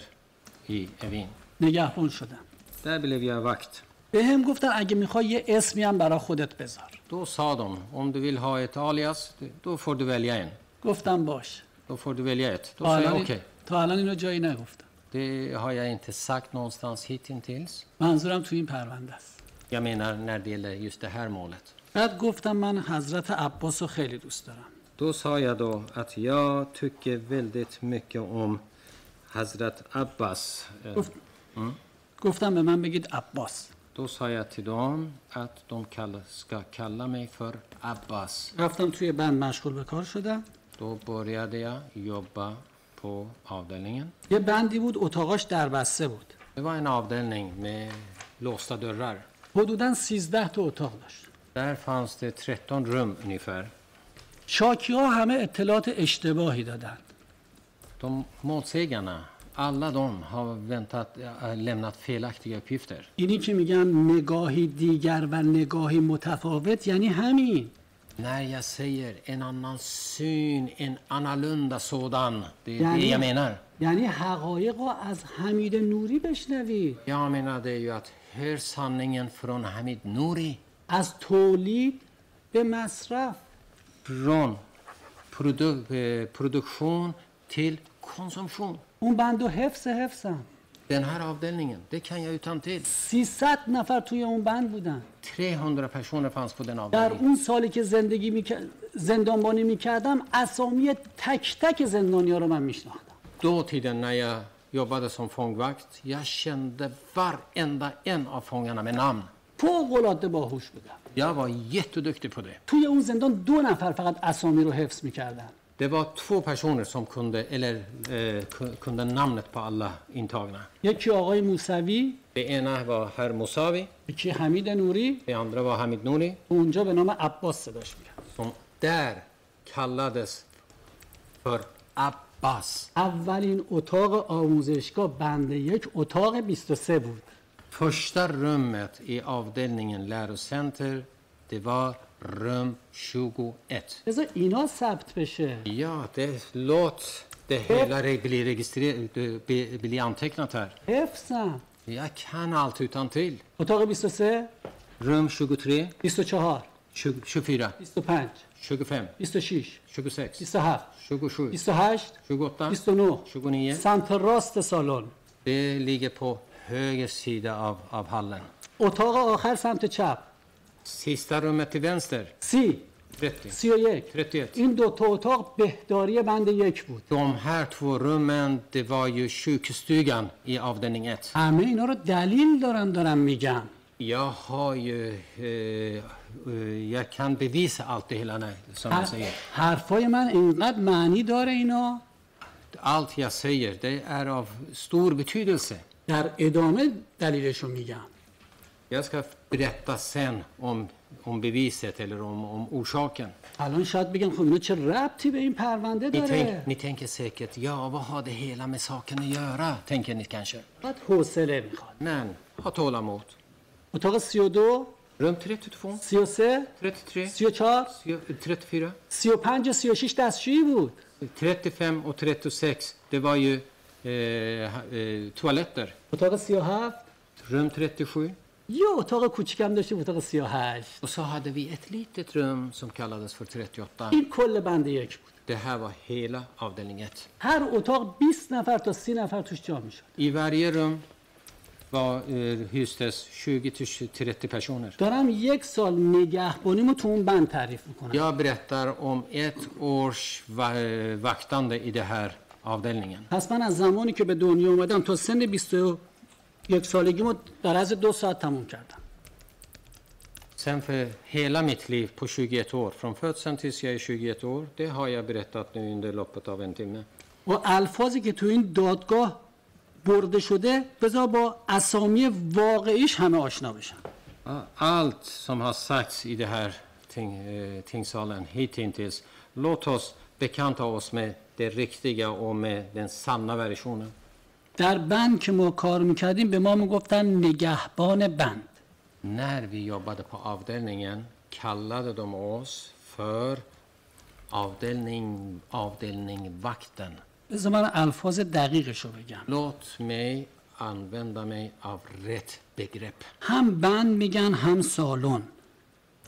Speaker 1: i Evin.
Speaker 4: نگهبان شدم
Speaker 1: Där blev jag vakt.
Speaker 4: به هم گفتن اگه میخوای یه اسمی هم برا خودت بذار
Speaker 1: Då sa de, om du vill ha ett alias, då får du välja en.
Speaker 4: گفتم باش
Speaker 1: Då får du välja ett. Då
Speaker 4: تا
Speaker 1: sa jag
Speaker 4: الان,
Speaker 1: okej.
Speaker 4: تا الان اینو جایی نگفتم
Speaker 1: Det har jag inte sagt någonstans hittills.
Speaker 4: منظورم تو این پرونده است
Speaker 1: Jag menar när det gäller just det här målet.
Speaker 4: بعد گفتم من حضرت عباس رو خیلی دوست دارم
Speaker 1: Då sa jag då att jag tycker väldigt mycket om Hazrat Abbas. Eh,
Speaker 4: گفتم به من بگید عباس
Speaker 1: Då sa jag till dem att de kall- ska kalla mig för Abbas.
Speaker 4: رفتم توی بند مشغول به کار شدم
Speaker 1: Då började jag jobba på avdelningen.
Speaker 4: یه بندی بود اتاقاش در بسته بود
Speaker 1: Det var en avdelning med låsta dörrar.
Speaker 4: حدودا 13 تا اتاق داشت
Speaker 1: Där fanns det 13 rum ungefär.
Speaker 4: شاکی ها همه اطلاعات اشتباهی دادن
Speaker 1: De målsägarna, alla de har väntat, äh, lämnat felaktiga uppgifter.
Speaker 4: اینی که میگم نگاهی دیگر و نگاهی متفاوت یعنی همین
Speaker 1: När jag säger en annan syn, en annorlunda sådan, det är det
Speaker 4: Yani.
Speaker 1: jag menar.
Speaker 4: یعنی حقایق رو از حمید نوری بشنوید
Speaker 1: Jag menar det är ju att hör sanningen från Hamid Nouri.
Speaker 4: از تولید به مصرف
Speaker 1: Från produ- eh, produktion till konsumtion.
Speaker 4: اون بند و حفظ حفظم
Speaker 1: Den här avdelningen, det kan jag utan till.
Speaker 4: 300 نفر توی اون بند بودن
Speaker 1: 300 personer fanns på den
Speaker 4: در
Speaker 1: avdelningen.
Speaker 4: اون سالی که زندگی میکر- زندانبانی میکردم اسامی تک تک زندانیا رو من میشناختم
Speaker 1: Då tiden när jag jobbade som fångvakt, jag kände varenda en av fångarna med namn.
Speaker 4: فوق العاده باهوش بودم
Speaker 1: Jag var jätteduktig på det.
Speaker 4: توی اون زندان دو نفر فقط اسامی رو حفظ میکردن
Speaker 1: Det var två personer som kunde, eller, eh, ku- kunde namnet på alla intagna.
Speaker 4: یکی آقای موسوی
Speaker 1: Det ena var herr Mosavi,
Speaker 4: یکی حمید نوری
Speaker 1: det andra var Hamid Nouri
Speaker 4: اونجا به نام عباس صداش میکرد
Speaker 1: som där kallades för Abbas.
Speaker 4: اولین اتاق آموزشگاه بند یک اتاق 23 بود
Speaker 1: Första rummet i avdelningen lärocenter, det var rum 21.
Speaker 4: بذار اینا ثبت بشه
Speaker 1: Ja, det låt det hela re- bli, registrerat, eh, bli, bli antecknat här.
Speaker 4: حفظم
Speaker 1: Jag kan allt utan till.
Speaker 4: اتاق 23
Speaker 1: Rum 23,
Speaker 4: 24
Speaker 1: 20, 24,
Speaker 4: 25
Speaker 1: 25,
Speaker 4: 26
Speaker 1: 26.
Speaker 4: 27
Speaker 1: 27,
Speaker 4: 28
Speaker 1: 28,
Speaker 4: 29
Speaker 1: 29.
Speaker 4: سمت راست سالن
Speaker 1: Det ligger på höger sida av, av hallen.
Speaker 4: اتاق آخر سمت چپ
Speaker 1: Sista rummet till vänster,
Speaker 4: سی
Speaker 1: 30.
Speaker 4: سی و یک
Speaker 1: 31.
Speaker 4: این دو تا اتاق بهداری بند یک بود
Speaker 1: De här två rummen, det var ju sjukstugan i avdelning 1.
Speaker 4: همه اینا رو دلیل دارم دارم میگم
Speaker 1: Jag har ju... Eh, eh, jag kan bevisa allt det hela när- som jag säger.
Speaker 4: حرفای من اینقدر معنی داره اینا
Speaker 1: Allt jag säger, det är av stor betydelse.
Speaker 4: در ادامه دلیلشو میگم
Speaker 1: Jag ska berätta sen om, om beviset eller om, om orsaken.
Speaker 4: الان شاید بگم خب اینا چه ربطی به این پرونده
Speaker 1: Ni,
Speaker 4: داره
Speaker 1: tänk, ni tänker säkert, ja, vad har det hela med saken att göra? Tänker ni kanske.
Speaker 4: باید حوصله میخواد
Speaker 1: Men ha tålamod.
Speaker 4: اتاق 32
Speaker 1: Rum 32,
Speaker 4: 33
Speaker 1: 33,
Speaker 4: 34
Speaker 1: 34,
Speaker 4: 35 و 36 دستشویی بود
Speaker 1: 35 och 36 det var ju eh, ha- eh, toaletter.
Speaker 4: اتاق 37
Speaker 1: Rum 37.
Speaker 4: یه اتاق کوچیکم داشتیم اتاق 38
Speaker 1: Och så hade vi ett litet rum som kallades för 38.
Speaker 4: این کل بند یک بود
Speaker 1: Det här var hela avdelning 1.
Speaker 4: هر اتاق 20 نفر تا 30 نفر توش جا میشد
Speaker 1: I varje rum var, eh, hystes 20 till 30 personer.
Speaker 4: دارم یک سال نگهبانیمو تو اون بند تعریف میکنم
Speaker 1: Jag berättar om ett års va- eh, vaktande i den här avdelningen.
Speaker 4: پس من از زمانی که به دنیا اومدم تا سن 21 سالگیمو در از دو ساعت تموم کردم
Speaker 1: Sen för hela mitt liv på 21 år, från födseln tills jag är 21 år, det har jag berättat nu under loppet av en timme.
Speaker 4: و الفاظی که تو این دادگاه برده شده بذار با اسامی واقعیش همه آشنا بشن
Speaker 1: Allt som har sagts i den här ting, eh, tingssalen hittills, låt oss bekanta oss med det riktiga och med den sanna versionen.
Speaker 4: در بند که ما کار میکردیم به ما میگفتن نگهبان بند
Speaker 1: När vi jobbade på avdelningen kallade de oss för avdelning, avdelningvakten.
Speaker 4: بذار من الفاظ دقیقش رو بگم
Speaker 1: Låt mig använda mig av rätt begrepp.
Speaker 4: هم بند میگن هم سالن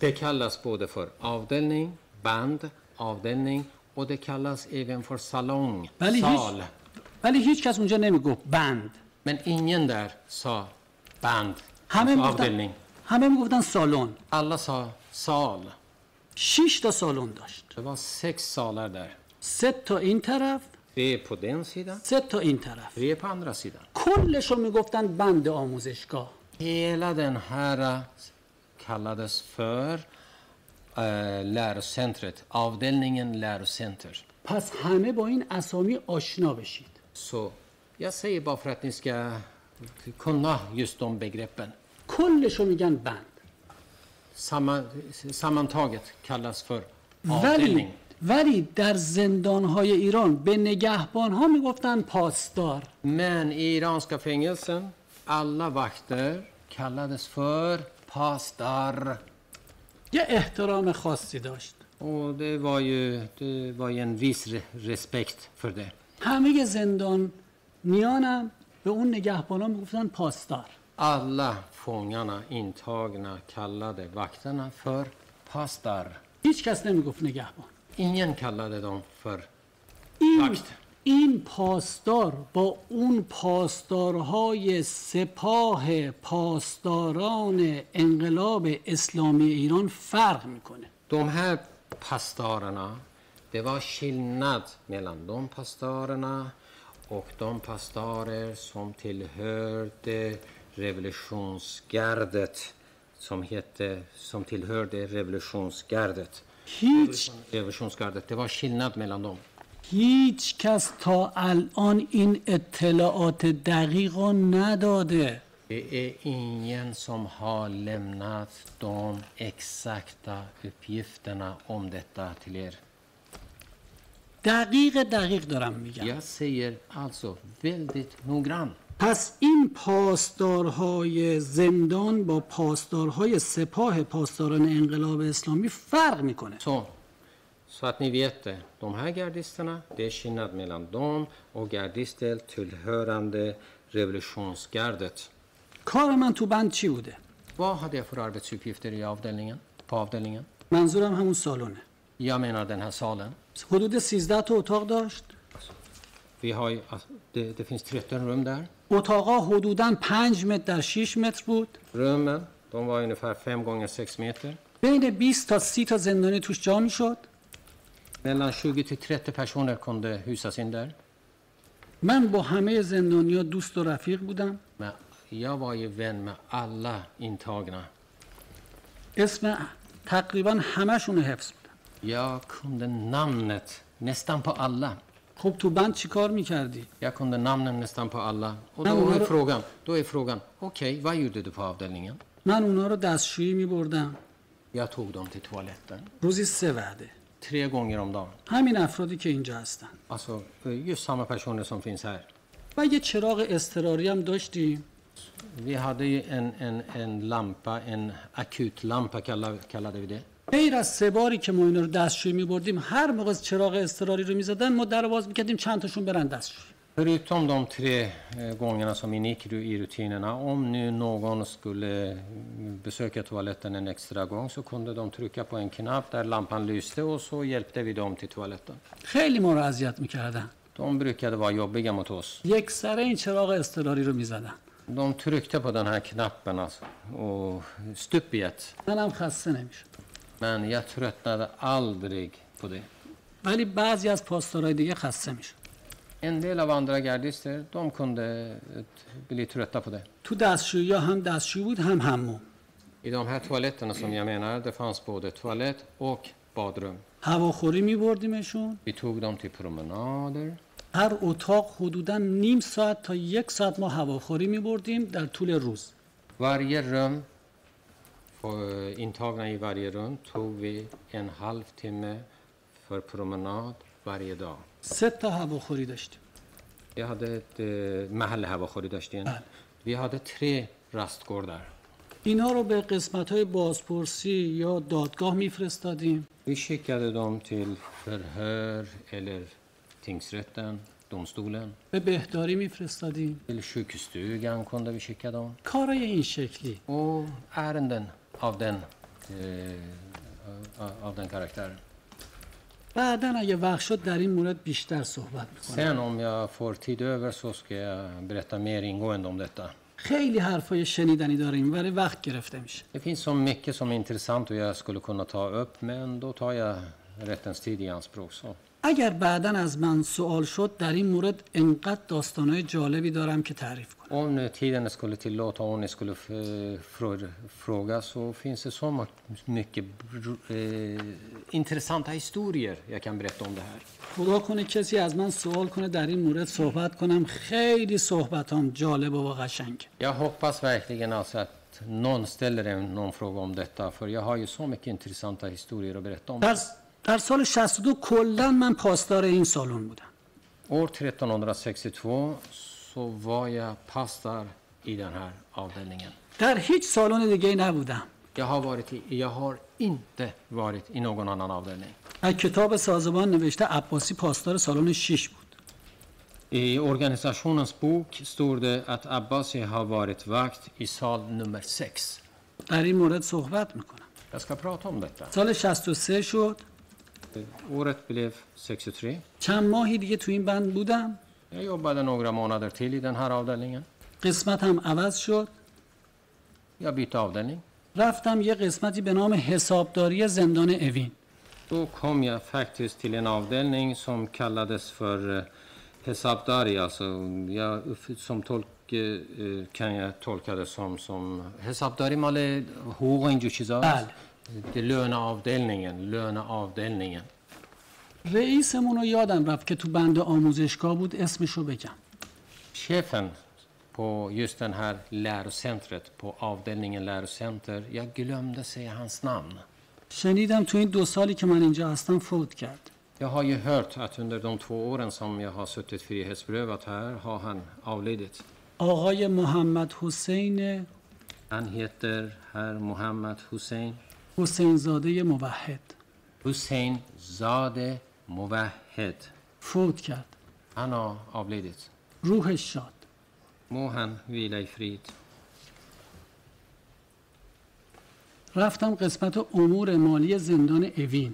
Speaker 1: Det kallas både för avdelning, band, avdelning och det kallas även för salong,
Speaker 4: ولی
Speaker 1: sal.
Speaker 4: هیچ, ولی هیچ کس اونجا نمیگفت بند
Speaker 1: Men ingen där sa band,
Speaker 4: همه
Speaker 1: alltså
Speaker 4: میگفتن
Speaker 1: avdelning.
Speaker 4: همه میگفتن سالن
Speaker 1: Alla sa sal.
Speaker 4: شش تا سالن داشت
Speaker 1: Det var sex salar där.
Speaker 4: سه تا این طرف
Speaker 1: Tre på den sidan,
Speaker 4: سه تا این طرف
Speaker 1: tre på andra sidan.
Speaker 4: کلش رو میگفتن بند آموزشگاه
Speaker 1: Hela den här eh, kallades för eh, lärocentret, avdelningen lärocenter.
Speaker 4: پس همه با این اسامی آشنا بشید
Speaker 1: Så jag säger bara för att ni ska kunna just de begreppen.
Speaker 4: کلش رو میگن بند
Speaker 1: Samma, sammantaget kallas för
Speaker 4: ولی
Speaker 1: avdelning.
Speaker 4: ولی در زندانهای ایران به نگهبان ها میگفتن پاسدار
Speaker 1: Men i iranska fängelsen, alla vakter kallades för pastar.
Speaker 4: یه احترام خاصی داشت
Speaker 1: Och det var ju, det var ju en viss re- respekt för det.
Speaker 4: همه زندان میانم به اون نگهبان ها میگفتن پاسدار
Speaker 1: Alla fångarna, intagna, kallade vakterna för pastar.
Speaker 4: هیچ کس نمیگفت نگهبان
Speaker 1: Ingen kallade dem för...
Speaker 4: این
Speaker 1: وقت.
Speaker 4: این پاسدار با اون پاسدارهای سپاه پاسداران انقلاب اسلامی ایران فرق میکنه
Speaker 1: De här pastarerna, det var skillnad mellan de pastarerna och de pastarer som tillhörde revolutionsgardet, som, hette, som tillhörde revolutionsgardet.
Speaker 4: هیچ
Speaker 1: Revolutionsgardet, det var skillnad mellan dem.
Speaker 4: هیچ کس تا الان این اطلاعات دقیق رو نداده
Speaker 1: Det är ingen som har lämnat de exakta uppgifterna om detta till er.
Speaker 4: دقیق دقیق دارم میگم
Speaker 1: Jag säger alltså väldigt noggrann.
Speaker 4: پس این پاسدارهای زندان با پاسدارهای سپاه پاسداران انقلاب اسلامی فرق میکنه
Speaker 1: Så, så att ni vet det. De här gardisterna, det är skillnad mellan dem och gardister tillhörande revolutionsgardet.
Speaker 4: کار من تو بند چی بوده
Speaker 1: Vad hade jag för arbetsuppgifter i avdelningen, på avdelningen?
Speaker 4: منظورم همون سالونه
Speaker 1: Jag menar den här salen.
Speaker 4: حدود 13 تا اتاق داشت
Speaker 1: Vi har ju, alltså, det, det finns 13 rum där.
Speaker 4: اتاقا حدوداً 5 متر در 6 متر بود
Speaker 1: Rummen, de var ungefär 5 gånger 6 meter.
Speaker 4: بین 20 تا 30 تا زندانی توش جا میشد
Speaker 1: Mellan 20 till 30 personer kunde husas in där.
Speaker 4: من با همه زندانیا دوست و رفیق بودم
Speaker 1: Men jag var ju vän med alla intagna.
Speaker 4: اسم تقریبا همشون رو حفظ بودم
Speaker 1: Jag kunde namnet nästan på alla.
Speaker 4: خب تو بند چی کار میکردی؟
Speaker 1: Jag kunde namnen nästan på alla. Och
Speaker 4: Men
Speaker 1: då
Speaker 4: hon
Speaker 1: är
Speaker 4: har-
Speaker 1: frågan, då är frågan okej, vad gjorde du på avdelningen?
Speaker 4: من اونا رو دستشویی میبردم
Speaker 1: Jag tog dem till toaletten.
Speaker 4: روزی سه وعده
Speaker 1: Tre gånger om dagen.
Speaker 4: همین افرادی که اینجا هستن
Speaker 1: Alltså, eh, just samma personer som finns här.
Speaker 4: و یه چراغ اضطراری هم داشتیم
Speaker 1: Vi hade ju en, en, en lampa, en akutlampa kallade, kallade vi det.
Speaker 4: غیر از سه باری که ما اینا رو دستشویی می‌بردیم هر موقع چراغ اضطراری رو می‌زدن ما در رو باز می‌کردیم چند تاشون برن دستشویی
Speaker 1: Förutom de tre eh, gångerna som ingick ru- i rutinerna, om nu någon skulle mm, besöka toaletten en extra gång så kunde de trycka på en knapp där lampan lyste och så hjälpte vi dem till toaletten.
Speaker 4: خیلی ما رو اذیت می‌کردن
Speaker 1: De brukade vara jobbiga mot oss.
Speaker 4: یک سره این چراغ اضطراری رو می‌زدن
Speaker 1: De tryckte på den här knappen alltså, och stup i ett.
Speaker 4: منم خسته نمی‌شدم
Speaker 1: Men jag tröttnade aldrig på det.
Speaker 4: ولی بعضی از پاسدارای دیگه خسته می‌شد
Speaker 1: En del av andra gardister, de kunde eh, bli trötta på det.
Speaker 4: تو دستشویی هم دستشویی بود هم همون
Speaker 1: I de här toaletterna som jag menar, det fanns både toalett och badrum.
Speaker 4: هواخوری می‌بردیمشون
Speaker 1: Vi tog dem till promenader.
Speaker 4: هر اتاق حدودا نیم ساعت تا یک ساعت ما هواخوری می‌بردیم در طول روز
Speaker 1: Varje rum, och eh, intagna i varje rum, tog vi en halvtimme för promenad varje dag.
Speaker 4: سه تا هواخوری داشتیم
Speaker 1: Vi hade ett eh, mahal här var korridorsdelen. Vi hade tre rastgårdar.
Speaker 4: اینها رو به قسمت های بازپرسی یا دادگاه میفرستادیم
Speaker 1: Vi skickade dem till förhör eller tingsrätten, domstolen.
Speaker 4: به بهداری میفرستادیم
Speaker 1: Till sjukstugan kunde vi skicka dem.
Speaker 4: کارای این شکلی
Speaker 1: Och ärenden av den, eh, av- av den karaktären.
Speaker 4: بعدا اگه وقت شد در این مورد بیشتر صحبت میکنم
Speaker 1: Sen om jag får tid över så ska jag berätta mer ingående om detta.
Speaker 4: خیلی حرفای شنیدنی داریم ولی وقت گرفته میشه
Speaker 1: Det finns så mycket som är intressant och jag skulle kunna ta upp men då tar jag rättens tid i anspråk. Så.
Speaker 4: اگر بعدا از من سوال شد در این مورد انقدر داستانهای جالبی دارم که تعریف کنم
Speaker 1: Om nu tiden skulle tillåta och ni skulle f- frå- fråga så finns det så ma- mycket br- eh, intressanta historier jag kan berätta om det här.
Speaker 4: خدا کنه کسی از من سوال کنه در این مورد صحبت کنم خیلی صحبتام جالب و قشنگه
Speaker 1: Jag hoppas verkligen alltså att någon ställer en- någon fråga om detta för jag har ju så mycket intressanta historier att berätta om.
Speaker 4: در, در سال 62 کلا من پاسدار این سالن بودم
Speaker 1: År 1362 så var jag pastar i den här avdelningen.
Speaker 4: در هیچ سالن دیگه نبودم
Speaker 1: Jag har, varit i, jag har inte varit i någon annan avdelning.
Speaker 4: در کتاب سازمان نوشته عباسی پاسدار سالن 6 بود
Speaker 1: I organisationens bok stod det att Abbasi har varit vakt i sal nummer 6.
Speaker 4: در این مورد صحبت میکنم
Speaker 1: Jag ska prata om detta.
Speaker 4: سال 63 شد
Speaker 1: Året blev 63.
Speaker 4: چند ماهی دیگه تو این بند بودم
Speaker 1: Jag jobbade några månader till i den här avdelningen.
Speaker 4: قسمت هم عوض شد
Speaker 1: Jag bytte avdelning.
Speaker 4: رفتم یه قسمتی به نام حسابداری زندان اوین
Speaker 1: Då kom jag faktiskt till en avdelning som kallades för eh, Hesabdari. Alltså, jag, som tolk eh, eh, kan jag tolka det som, som Hesabdari male hova inju
Speaker 4: Väl.
Speaker 1: Det är löneavdelningen, löneavdelningen.
Speaker 4: رئیسمون رو یادم رفت که تو بند آموزشگاه بود اسمشو بگم
Speaker 1: Chefen på just den här lärocentret, på avdelningen lärocenter, jag glömde säga hans namn.
Speaker 4: شنیدم تو این دو سالی که من اینجا هستم فوت کرد
Speaker 1: Jag har ju hört att under de två åren som jag har suttit frihetsberövat här har han avlidit.
Speaker 4: آقای محمد حسین
Speaker 1: Han heter herr Mohammed Hussein.
Speaker 4: حسینزاده موحد
Speaker 1: Hussein Zade Movahed.
Speaker 4: فوت کرد
Speaker 1: Han har avlidit.
Speaker 4: روحش شاد
Speaker 1: Må han vila i frid.
Speaker 4: رفتم قسمت امور مالی زندان اوین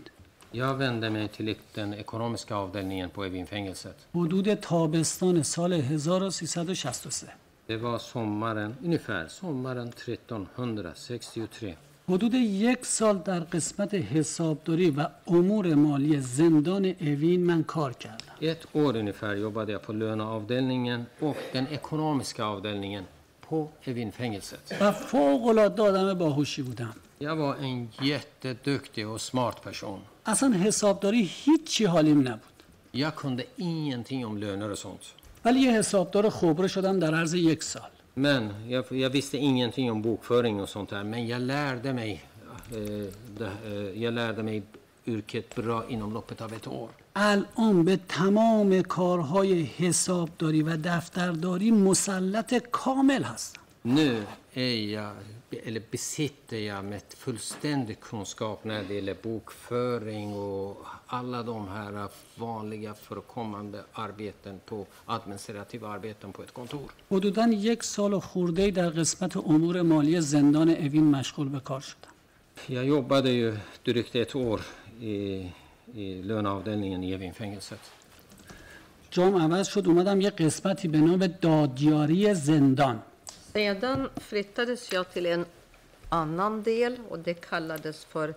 Speaker 1: Jag vände mig till den ekonomiska avdelningen på Evinfängelset.
Speaker 4: حدود تابستان سال 1363
Speaker 1: Det var sommaren, ungefär sommaren 1363.
Speaker 4: حدود یک سال در قسمت حسابداری و امور مالی زندان اوین من کار کردم
Speaker 1: Ett år ungefär jobbade jag på löneavdelningen och den ekonomiska avdelningen på Evinfängelset.
Speaker 4: و فوق العاده آدم باهوشی بودم
Speaker 1: Jag var en jätteduktig och smart person.
Speaker 4: اصلا حسابداری هیچی حالیم نبود
Speaker 1: Jag kunde ingenting om löner och sånt.
Speaker 4: ولی یه حسابدار خبره شدم در عرض یک سال
Speaker 1: Men jag, jag visste ingenting om bokföring och sånt där. Men jag lärde mig, eh, det, eh, jag lärde mig yrket bra inom loppet av ett år.
Speaker 4: الان به تمام کارهای حسابداری و دفترداری مسلط کامل هستم
Speaker 7: nu är jag, eller besitter jag med ett fullständig kunskap när det gäller bokföring och alla de här vanliga förekommande arbeten på administrativa arbeten på ett kontor.
Speaker 4: حدودا یک سال و خورده در قسمت امور مالی زندان اوین مشغول به کار شدم
Speaker 7: Jag jobbade ju drygt ett år i, i löneavdelningen i Evinfängelset.
Speaker 4: جام عوض شد اومدم یه قسمتی به نام دادیاری زندان
Speaker 5: Sedan flyttades jag till en annan del och det kallades för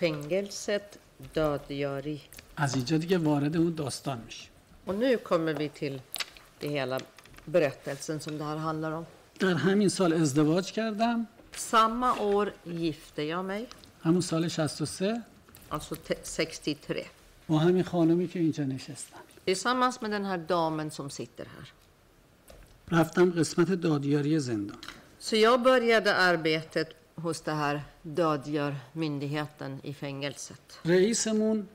Speaker 5: fängelset Dödgöri.
Speaker 4: از اینجا دیگه وارد اون داستان میشه
Speaker 5: Och nu kommer vi till det hela berättelsen som det här handlar om.
Speaker 4: در همین سال ازدواج کردم
Speaker 5: Samma år gifte jag mig,
Speaker 4: همون سال 63
Speaker 5: alltså te- 63,
Speaker 4: با همین خانمی که اینجا نشستم
Speaker 5: tillsammans med den här damen som sitter här.
Speaker 4: رفتم قسمت دادیاری زندان
Speaker 5: Så jag började arbetet hos det här Dödgörmyndigheten i fängelset.
Speaker 4: رئیسمون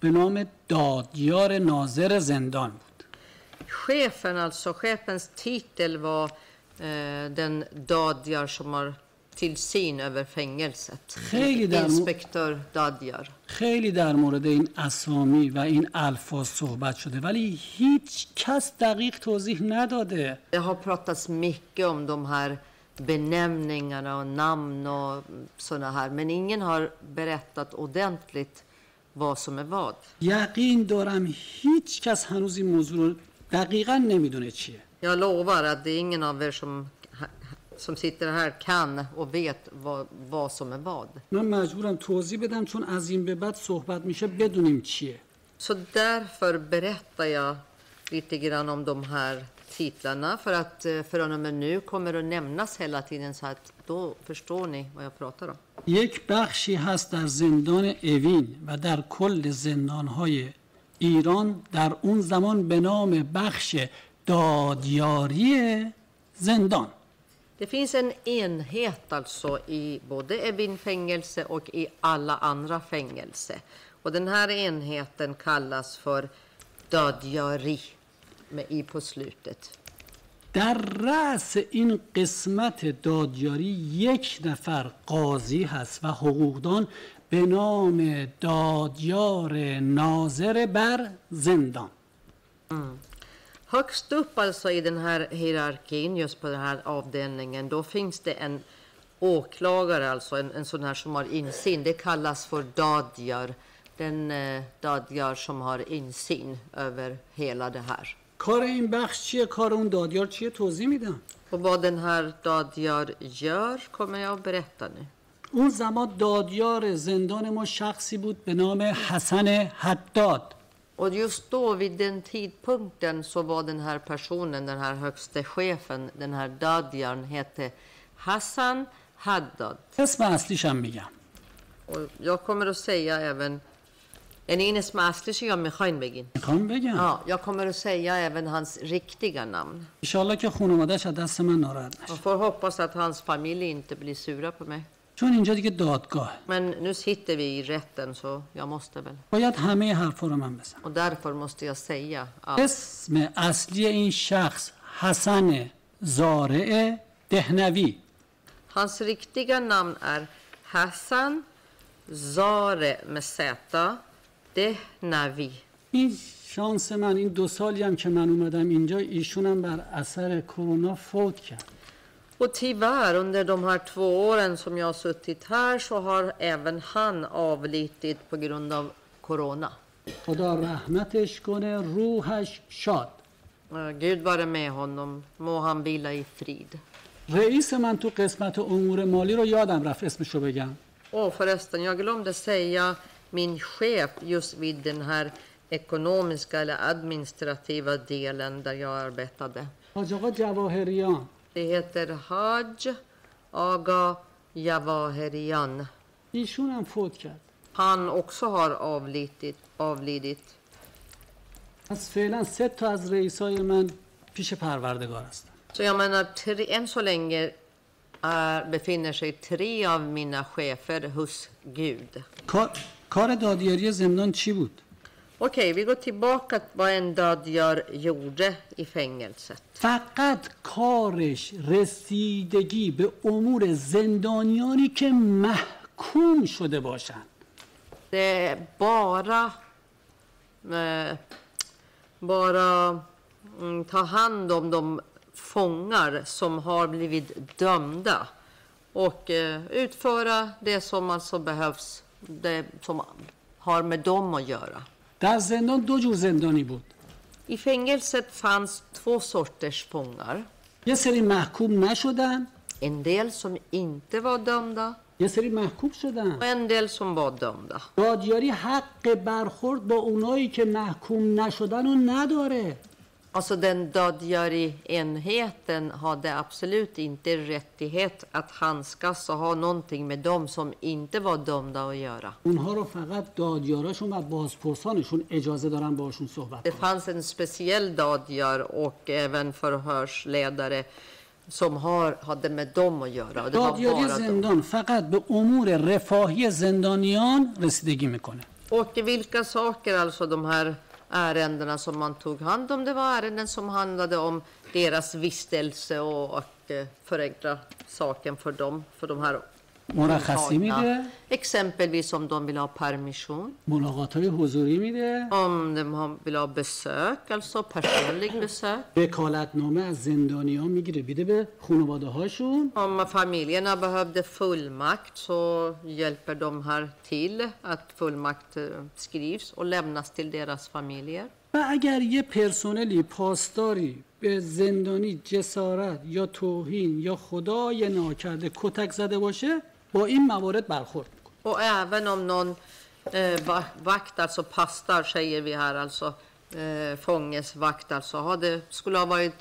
Speaker 4: به نام دادیار ناظر زندان بود
Speaker 5: Chefen, alltså chefens titel var eh, den Dadjar som har tillsyn över fängelset.
Speaker 4: Hej där, mo-
Speaker 5: Inspektör Dadjar.
Speaker 4: خیلی در مورد این اسامی و این الفاظ صحبت شده ولی هیچ کس دقیق توضیح نداده
Speaker 5: Det har pratats mycket om de här benämningarna och namn och sådana här, men ingen har berättat ordentligt vad som är vad.
Speaker 4: یقین دارم هیچ کس هنوز این موضوع رو دقیقا نمیدونه چیه
Speaker 5: Jag lovar att det är ingen av er som, som sitter här kan och vet vad, vad som är vad.
Speaker 4: من مجبورم توضیح بدم چون از این به بعد صحبت میشه بدونیم چیه
Speaker 5: Så därför berättar jag lite grann om de här titlarna för att eh, från och med nu kommer det att nämnas hela tiden så att då förstår ni vad jag pratar om.
Speaker 4: یک بخشی هست در زندان اوین و در کل زندانهای ایران در اون زمان به نام بخش دادیاری زندان
Speaker 5: Det finns en enhet alltså i både Evin fängelse och i alla andra fängelse. Och den här enheten kallas för Dadjari med i på slutet.
Speaker 4: در رأس این قسمت دادیاری یک نفر قاضی هست و حقوقدان به نام دادیار ناظر بر زندان
Speaker 5: Högst upp alltså i den här hierarkin, just på den här avdelningen, då finns det en åklagare, alltså en, en sån här som har insyn. Det kallas för dadjar. Den eh, dadjar som har insyn över hela det här.
Speaker 4: کار این بخش چیه کار اون دادیار چیه توضیح میدم
Speaker 5: Och vad den här dadjar gör kommer jag att berätta nu.
Speaker 4: اون زمان دادیار زندان ما شخصی بود به نام حسن حداد
Speaker 5: Och just då, vid den tidpunkten, så var den här personen, den här högste chefen, den här dadjarn, hette Hassan Haddad.
Speaker 4: اسم اصلیشم میگم
Speaker 5: Och jag kommer att säga även... Är ni inne som Aslish och jag med Scheinbegin?
Speaker 4: میخوام بگم
Speaker 5: Ja, jag kommer att säga även hans riktiga namn.
Speaker 4: انشالله که خانواده‌اش از دست من ناراحت نشه
Speaker 5: Man får hoppas att hans familj inte blir sura på mig.
Speaker 4: چون اینجا دیگه دادگاه
Speaker 5: Men nu sitter vi i rätten så jag måste väl.
Speaker 4: باید همه حرفا رو من بزنم
Speaker 5: Och därför måste jag säga allt.
Speaker 4: اسم اصلی این شخص حسن زارع دهنوی
Speaker 5: Hans riktiga namn är Hassan Zare med Z Dehnavi.
Speaker 4: این شانس من این دو سالی هم که من اومدم اینجا ایشونم بر اثر کرونا فوت کرد
Speaker 5: Och tyvärr, under de här två åren som jag har suttit här så har även han avlidit på grund av corona.
Speaker 4: خدا رحمتش کنه روحش شاد
Speaker 5: Eh, Gud vare med honom. Må han vila i frid.
Speaker 4: رئیس من تو قسمت امور مالی رو یادم رفت اسمشو بگم
Speaker 5: Och förresten, jag glömde säga min chef just vid den här ekonomiska eller administrativa delen där jag arbetade.
Speaker 4: حاج آقا جواهریان
Speaker 5: Det heter Haj Aga Javaherian.
Speaker 4: ایشون هم فوت کرد
Speaker 5: Han också har avlidit. avlidit.
Speaker 4: پس فعلا سه تا از رئیسای من پیش پروردگار هستن
Speaker 5: Så jag menar, tre, än så länge är, befinner sig tre av mina chefer hos Gud.
Speaker 4: کار, کار دادیاری زندان چی بود
Speaker 5: Okej, vi går tillbaka till vad en dödgör gjorde i fängelset.
Speaker 4: فقط کارش رسیدگی به امور زندانیانی که محکوم شده باشند
Speaker 5: Det är bara, eh, bara mm, ta hand om de fångar som har blivit dömda och eh, utföra det som alltså behövs, det som har med dem att göra.
Speaker 4: در زندان دو جور زندانی بود
Speaker 5: I fängelset fanns två sorters fångar.
Speaker 4: یه سری محکوم نشدن
Speaker 5: En del som inte var dömda
Speaker 4: یه سری محکوم شدن
Speaker 5: och en del som var dömda.
Speaker 4: دادیاری حق برخورد با اونایی که محکوم نشدن رو نداره
Speaker 5: Alltså den Dadjari-enheten hade absolut inte rättighet att handskas och ha någonting med dem som inte var dömda att göra.
Speaker 4: اونها رو فقط دادیاراشون و بازپرسانشون اجازه دارن باشون صحبت
Speaker 5: Det
Speaker 4: کنن
Speaker 5: fanns en speciell Dadjar och även förhörsledare som har, hade med dem att göra. Och det var
Speaker 4: دادیاری
Speaker 5: bara dem.
Speaker 4: زندان فقط به امور رفاهی زندانیان رسیدگی میکنه
Speaker 5: Och vilka saker, alltså de här ärendena som man tog hand om, det var ärenden som handlade om deras vistelse och att eh, förenkla saken för dem, för de här
Speaker 4: مرخصی
Speaker 5: Tagna.
Speaker 4: میده
Speaker 5: Exempelvis om de vill ha permission,
Speaker 4: ملاقات های حضوری میده
Speaker 5: om de har- vill ha besök, alltså personlig besök.
Speaker 4: وکالتنامه از زندانی ها میگیره میده به خانواده هاشون
Speaker 5: Om familjerna behövde fullmakt så hjälper de här till att fullmakt eh, skrivs och lämnas till deras familjer.
Speaker 4: و اگر یه پرسنلی پاسداری به زندانی جسارت یا توهین یا خدای ناکرده کتک زده باشه با این موارد برخورد میکنه
Speaker 5: Och även om någon eh, va- vakt, alltså pastar säger vi här, alltså eh, fångesvakt, alltså hade, skulle ha varit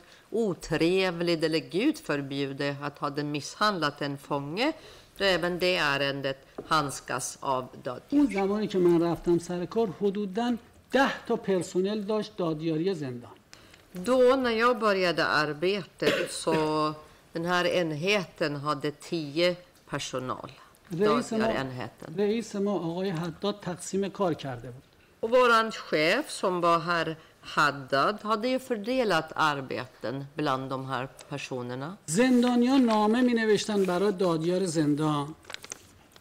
Speaker 5: otrevlig eller gud förbjude att hade misshandlat en fånge. Då även det ärendet handskas av död.
Speaker 4: اون زمانی که من رفتم سر کار حدوداً ده تا پرسنل داشت دادیاری زندان
Speaker 5: Då när jag började arbetet så den här enheten hade tio personal.
Speaker 4: رئیس ما,
Speaker 5: Dödgarenheten.
Speaker 4: رئیس ما آقای حداد تقسیم کار کرده بود
Speaker 5: Och våran chef som var här Haddad hade ju fördelat arbeten bland de här personerna.
Speaker 4: زندانیان نامه می نوشتن برای دادیار زندان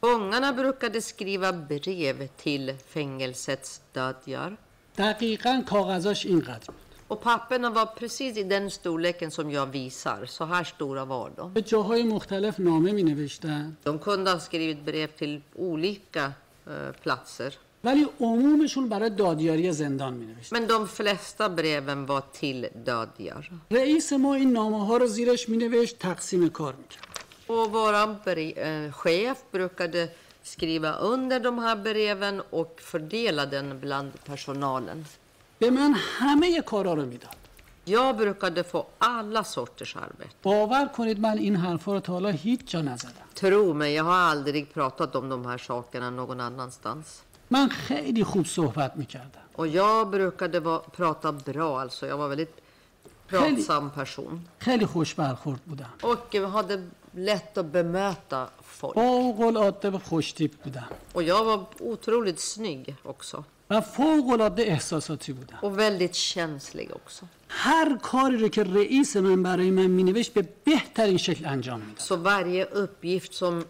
Speaker 5: Fångarna brukade skriva brev till fängelsets dödjar.
Speaker 4: دقیقا کاغذاش اینقدر بود
Speaker 5: Och papperna var precis i den storleken som jag visar. Så här stora var de.
Speaker 4: به جاهای مختلف نامه می نوشتن
Speaker 5: De kunde ha skrivit brev till olika eh, platser.
Speaker 4: ولی عمومشون برای دادیاری زندان می نوشتن
Speaker 5: Men de flesta breven var till dödjar.
Speaker 4: رئیس ما این نامه ها رو زیرش می نوشت تقسیم کار می کرد
Speaker 5: Och våran bre- eh, chef brukade skriva under de här breven och fördela den bland personalen.
Speaker 4: به من همه کارا رو میداد
Speaker 5: Jag brukade få alla sorters arbete.
Speaker 4: باور کنید من این حرفا رو تا حالا هیچ جا نزدم
Speaker 5: Tro mig, jag har aldrig pratat om de här sakerna någon annanstans.
Speaker 4: من خیلی خوب صحبت می کردم
Speaker 5: Och jag brukade va- prata bra, alltså. Jag var väldigt pratsam person.
Speaker 4: خیلی خوش برخورد بودم
Speaker 5: Och jag hade lätt att bemöta folk.
Speaker 4: فوق العاده خوشتیپ بودم
Speaker 5: Och jag var otroligt snygg också.
Speaker 4: و فوق العاده احساساتی بودم
Speaker 5: Och väldigt känslig också.
Speaker 4: هر کاری رو که رئیس من برای من مینوشت به بهترین شکل انجام میداد
Speaker 5: Så varje uppgift som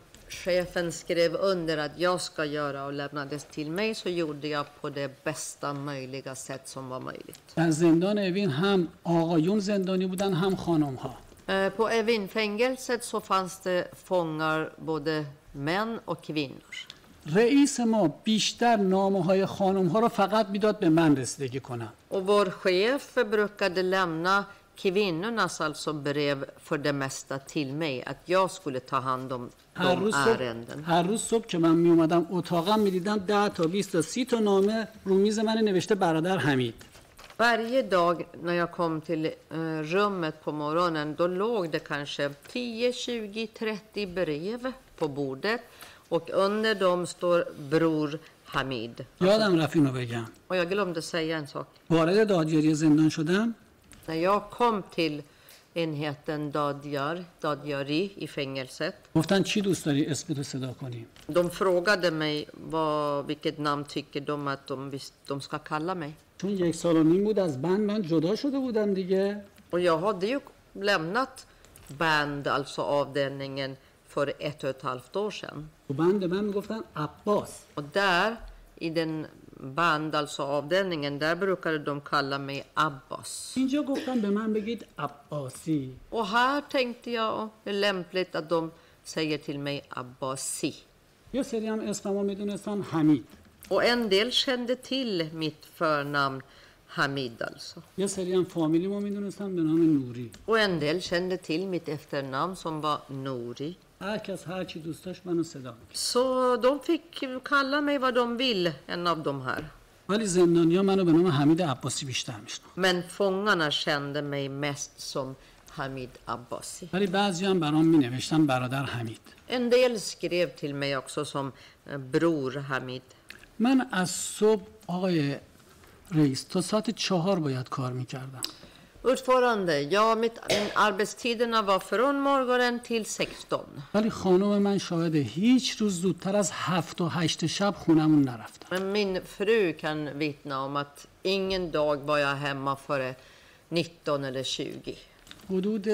Speaker 5: chefen skrev under att jag ska göra och lämnades till mig så gjorde jag på det bästa möjliga sätt som var möjligt.
Speaker 4: در زندان اوین هم آقایون زندانی بودن هم خانم ها
Speaker 5: Eh, På Evinfängelset så fanns det fångar både män och kvinnor.
Speaker 4: رئیس ما بیشتر نامه های خانم ها رو فقط میداد به من رسیدگی کنم
Speaker 5: Och vår chef brukade lämna kvinnornas alltså brev för det mesta till mig, att jag skulle ta hand om
Speaker 4: هر
Speaker 5: de
Speaker 4: روز صبح,
Speaker 5: ärenden.
Speaker 4: هر روز صبح که من می اومدم اتاقم میدیدم 10 تا 20 تا 30 تا نامه رو میز من نوشته برادر حمید
Speaker 5: Varje dag när jag kom till eh, rummet på morgonen då låg det kanske 10, 20, 30 brev på bordet och under dem står Bror Hamid.
Speaker 4: یادم رفت اینو بگم
Speaker 5: Och jag glömde säga en sak.
Speaker 4: وارد دادگیری زندان شدم
Speaker 5: När jag kom till enheten Dadjar, Dadjari i fängelset.
Speaker 4: گفتن چی دوست داری اسم تو صدا کنیم
Speaker 5: De frågade mig vad, vilket namn tycker de att de, vis- de ska kalla mig.
Speaker 4: چون یک سال و نیم بود از بند من جدا شده بودم دیگه
Speaker 5: Och jag hade ju lämnat band, alltså avdelningen, för ett och ett halvt år sedan.
Speaker 4: تو بند من میگفتن عباس
Speaker 5: Och där, i den band, alltså avdelningen, där brukade de kalla mig Abbas.
Speaker 4: اینجا گفتن به من بگید عباسی
Speaker 5: Och här tänkte jag "Åh, det är lämpligt att de säger till mig Abbasi.
Speaker 4: یه سری هم اسممو میدونستن حمید
Speaker 5: Och en del kände till mitt förnamn Hamid alltså.
Speaker 4: یه سری هم فامیلیمو میدونستن به نام نوری
Speaker 5: Och en del kände till mitt efternamn som var Nori.
Speaker 4: هر کس هر چی دوست داشت منو صدا میکرد
Speaker 5: Så de fick kalla mig vad de vill, en av de här.
Speaker 4: ولی زندانیا منو به نام حمید عباسی بیشتر میشناخت
Speaker 5: Men fångarna kände mig mest som Hamid Abbasi.
Speaker 4: ولی بعضی هم برام مینوشتن برادر حمید
Speaker 5: En del skrev till mig också som eh, Bror Hamid.
Speaker 4: من از صبح آقای رئیس تا ساعت چهار باید کار میکردم
Speaker 5: Ordförande, ja, mitt, min arbetstiderna var från morgonen till 16.
Speaker 4: ولی خانم من شاهد هیچ روز زودتر از هفت و هشت شب خونمون نرفتم
Speaker 5: Men min fru kan vittna om att ingen dag var jag hemma före 19 eller 20.
Speaker 4: حدود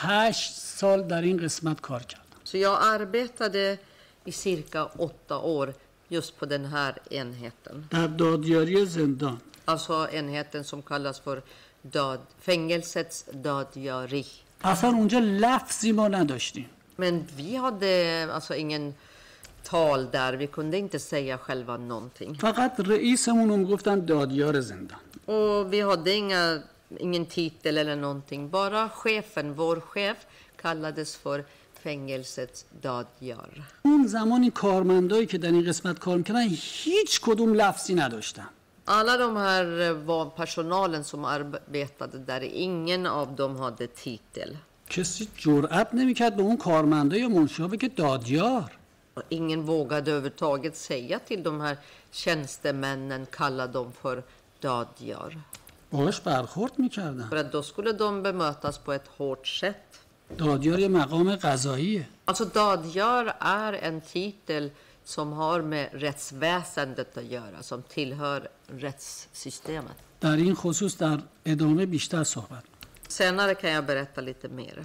Speaker 4: هشت سال در این قسمت کار کردم
Speaker 5: Så jag arbetade i cirka åtta år just på den här enheten.
Speaker 4: در دادیاری زندان
Speaker 5: Alltså enheten som kallas för död, fängelsets dödgöri.
Speaker 4: اصلا اونجا لفظی ما نداشتیم
Speaker 5: Men vi hade alltså ingen tal där, vi kunde inte säga själva någonting.
Speaker 4: فقط رئیسمون رو میگفتن دادیار زندان
Speaker 5: Och vi hade inga, ingen titel eller någonting, bara chefen, vår chef, kallades för fängelsets dödgör.
Speaker 4: اون زمانی کارمندایی که در این قسمت کار میکردن هیچ کدوم لفظی نداشتن
Speaker 5: Alla de här eh, var personalen som arbetade där, ingen av dem hade titel.
Speaker 4: کسی جرأت نمیکرد به اون کارمنده یا منشیا بگه دادیار
Speaker 5: Och Ingen vågade överhuvudtaget säga till de här tjänstemännen, kalla dem för dödgör.
Speaker 4: باهاش برخورد میکردن
Speaker 5: För att då skulle de bemötas på ett hårt sätt.
Speaker 4: دادیار یه مقام قضاییه
Speaker 5: Alltså dadgör är en titel som har med rättsväsendet att göra, som tillhör rättssystemet.
Speaker 4: در این خصوص در ادامه بیشتر صحبت می‌کنم.
Speaker 5: Senare kan jag berätta lite mer.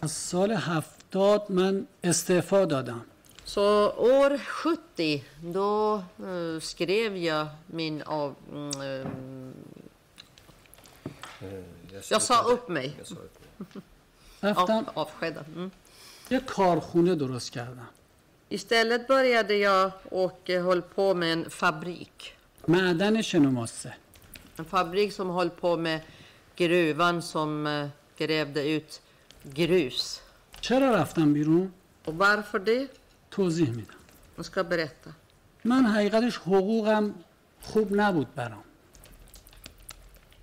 Speaker 4: از سال هفتاد من استعفا دادم
Speaker 5: Så år 70, då eh, skrev jag min av... Mm, eh, jag sa upp mig,
Speaker 4: رفتم
Speaker 5: av, avskedad. Mm.
Speaker 4: یه کارخونه درست کردم
Speaker 5: Istället började jag och eh, höll på med en fabrik.
Speaker 4: معدن شنوماسه
Speaker 5: En fabrik som höll på med gruvan som eh, grävde ut grus.
Speaker 4: چرا رفتم بیرون
Speaker 5: Och varför det?
Speaker 4: توضیح میدم
Speaker 5: Jag ska berätta.
Speaker 4: من حقیقتش حقوقم خوب نبود برام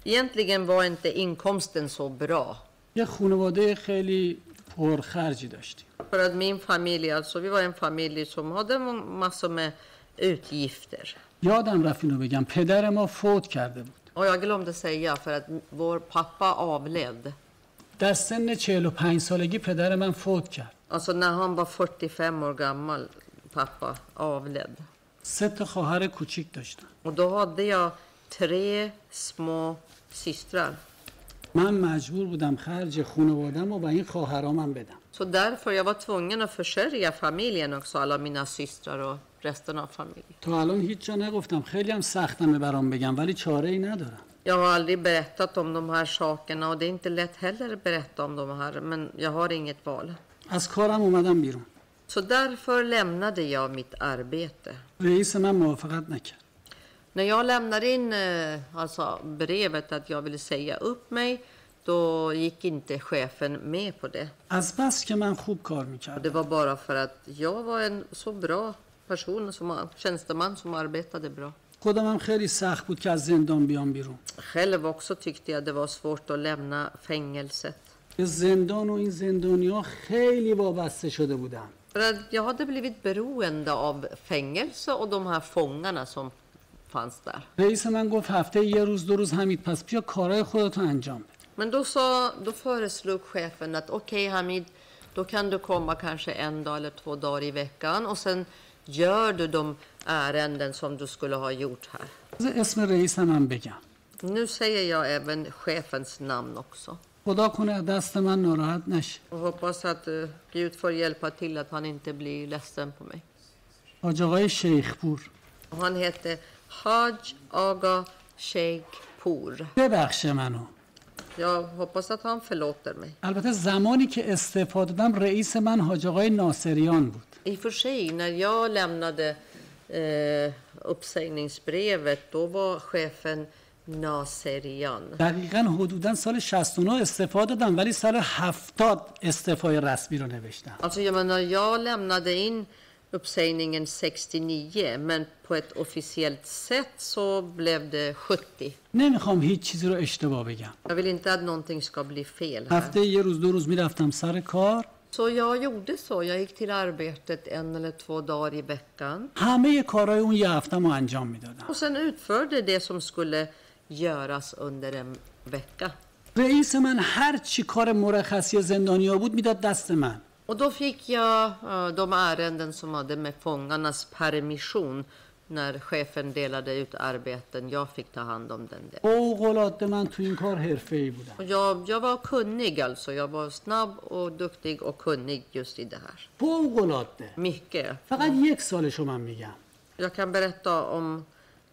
Speaker 5: Egentligen var inte inkomsten så bra.
Speaker 4: یه خانواده خیلی پرخرجی داشتیم
Speaker 5: För att min familj, alltså vi var en familj som hade mo- massor med utgifter.
Speaker 4: یادم رفت اینو بگم پدر ما فوت کرده بود
Speaker 5: Och jag glömde säga för att vår pappa avled.
Speaker 4: در سن 45 سالگی پدر من فوت کرد
Speaker 5: Alltså när han var 45 år gammal, pappa avled.
Speaker 4: سه تا خواهر کوچیک داشتم
Speaker 5: Och då hade jag tre små systrar.
Speaker 4: من مجبور بودم خرج خانوادم رو به این خواهرامم بدم
Speaker 5: Så därför jag var tvungen att försörja familjen också, alla mina systrar och resten av familjen.
Speaker 4: تا الان هیچ جا نگفتم خیلی هم سختمه برام بگم ولی چاره ای ندارم
Speaker 5: Jag har aldrig berättat om de här sakerna och det är inte lätt heller att berätta om de här, men jag har inget val.
Speaker 4: از کارم اومدم بیرون
Speaker 5: Så därför lämnade jag mitt arbete.
Speaker 4: رئیس من موافقت نکرد
Speaker 5: När jag lämnade in eh, alltså brevet att jag ville säga upp mig, då gick inte chefen med på det.
Speaker 4: از بس که من خوب کار
Speaker 5: Och Det
Speaker 4: میکردم
Speaker 5: var bara för att jag var en så bra person, som tjänsteman som arbetade bra.
Speaker 4: خودم هم خیلی سخت بود که از زندان بیام بیرون
Speaker 5: Själv också tyckte jag det var svårt att lämna fängelset.
Speaker 4: به زندان و این زندانیا خیلی وابسته شده بودم
Speaker 5: För att jag hade blivit beroende av fängelse och de här fångarna som fanns där.
Speaker 4: رئیس من گفت هفته یه روز دو روز همید پس بیا کارهای خودتو انجام بده
Speaker 5: Men då, sa, då föreslog chefen att okej Hamid, då kan du komma kanske en dag eller två dagar i veckan och sen gör du de ärenden som du skulle ha gjort här.
Speaker 4: اسم رئیسم هم بگم
Speaker 5: Nu säger jag även chefens namn också.
Speaker 4: خدا کنه از دست من ناراحت نشه
Speaker 5: Och hoppas att eh, Gud får hjälpa till att han inte blir ledsen på mig.
Speaker 4: حاج آقای شیخپور
Speaker 5: Och han hette Haj Aga Sheikpour.
Speaker 4: ببخش منو
Speaker 5: Jag hoppas att han förlåter mig.
Speaker 4: البته زمانی که استعفا دادم رئیس من حاج آقای ناصریان بود
Speaker 5: I och för sig, när jag lämnade eh, uppsägningsbrevet, då var chefen Naserian.
Speaker 4: دقیقا حدودا سال 69 استعفا دادم ولی سال 70 استعفای رسمی رو نوشتم
Speaker 5: Alltså, jag menar, jag lämnade in uppsägningen 69, men på ett officiellt sätt så blev det 70.
Speaker 4: نمیخوام هیچ چیزی رو اشتباه بگم
Speaker 5: Jag vill inte att någonting ska bli fel här.
Speaker 4: هفته یه روز دو روز میرفتم سر کار
Speaker 5: Så jag gjorde så. Jag gick till arbetet en eller två dagar i veckan.
Speaker 4: همه کارهای اون یه هفتم رو انجام میدادم
Speaker 5: Och sen utförde det som skulle göras under en vecka.
Speaker 4: رئیس من هر چی کار مرخصی زندانیا بود میداد دست من
Speaker 5: Och då fick jag eh, de ärenden som hade med fångarnas permission när chefen delade ut arbeten. Jag fick ta hand om den delen.
Speaker 4: فوق‌العاده من تو این کار حرفه‌ای بودم
Speaker 5: Och jag, jag var kunnig alltså. Jag var snabb och duktig och kunnig just i det här.
Speaker 4: فوق‌العاده
Speaker 5: Mycket.
Speaker 4: فقط یک سالشو من میگم
Speaker 5: Jag kan berätta om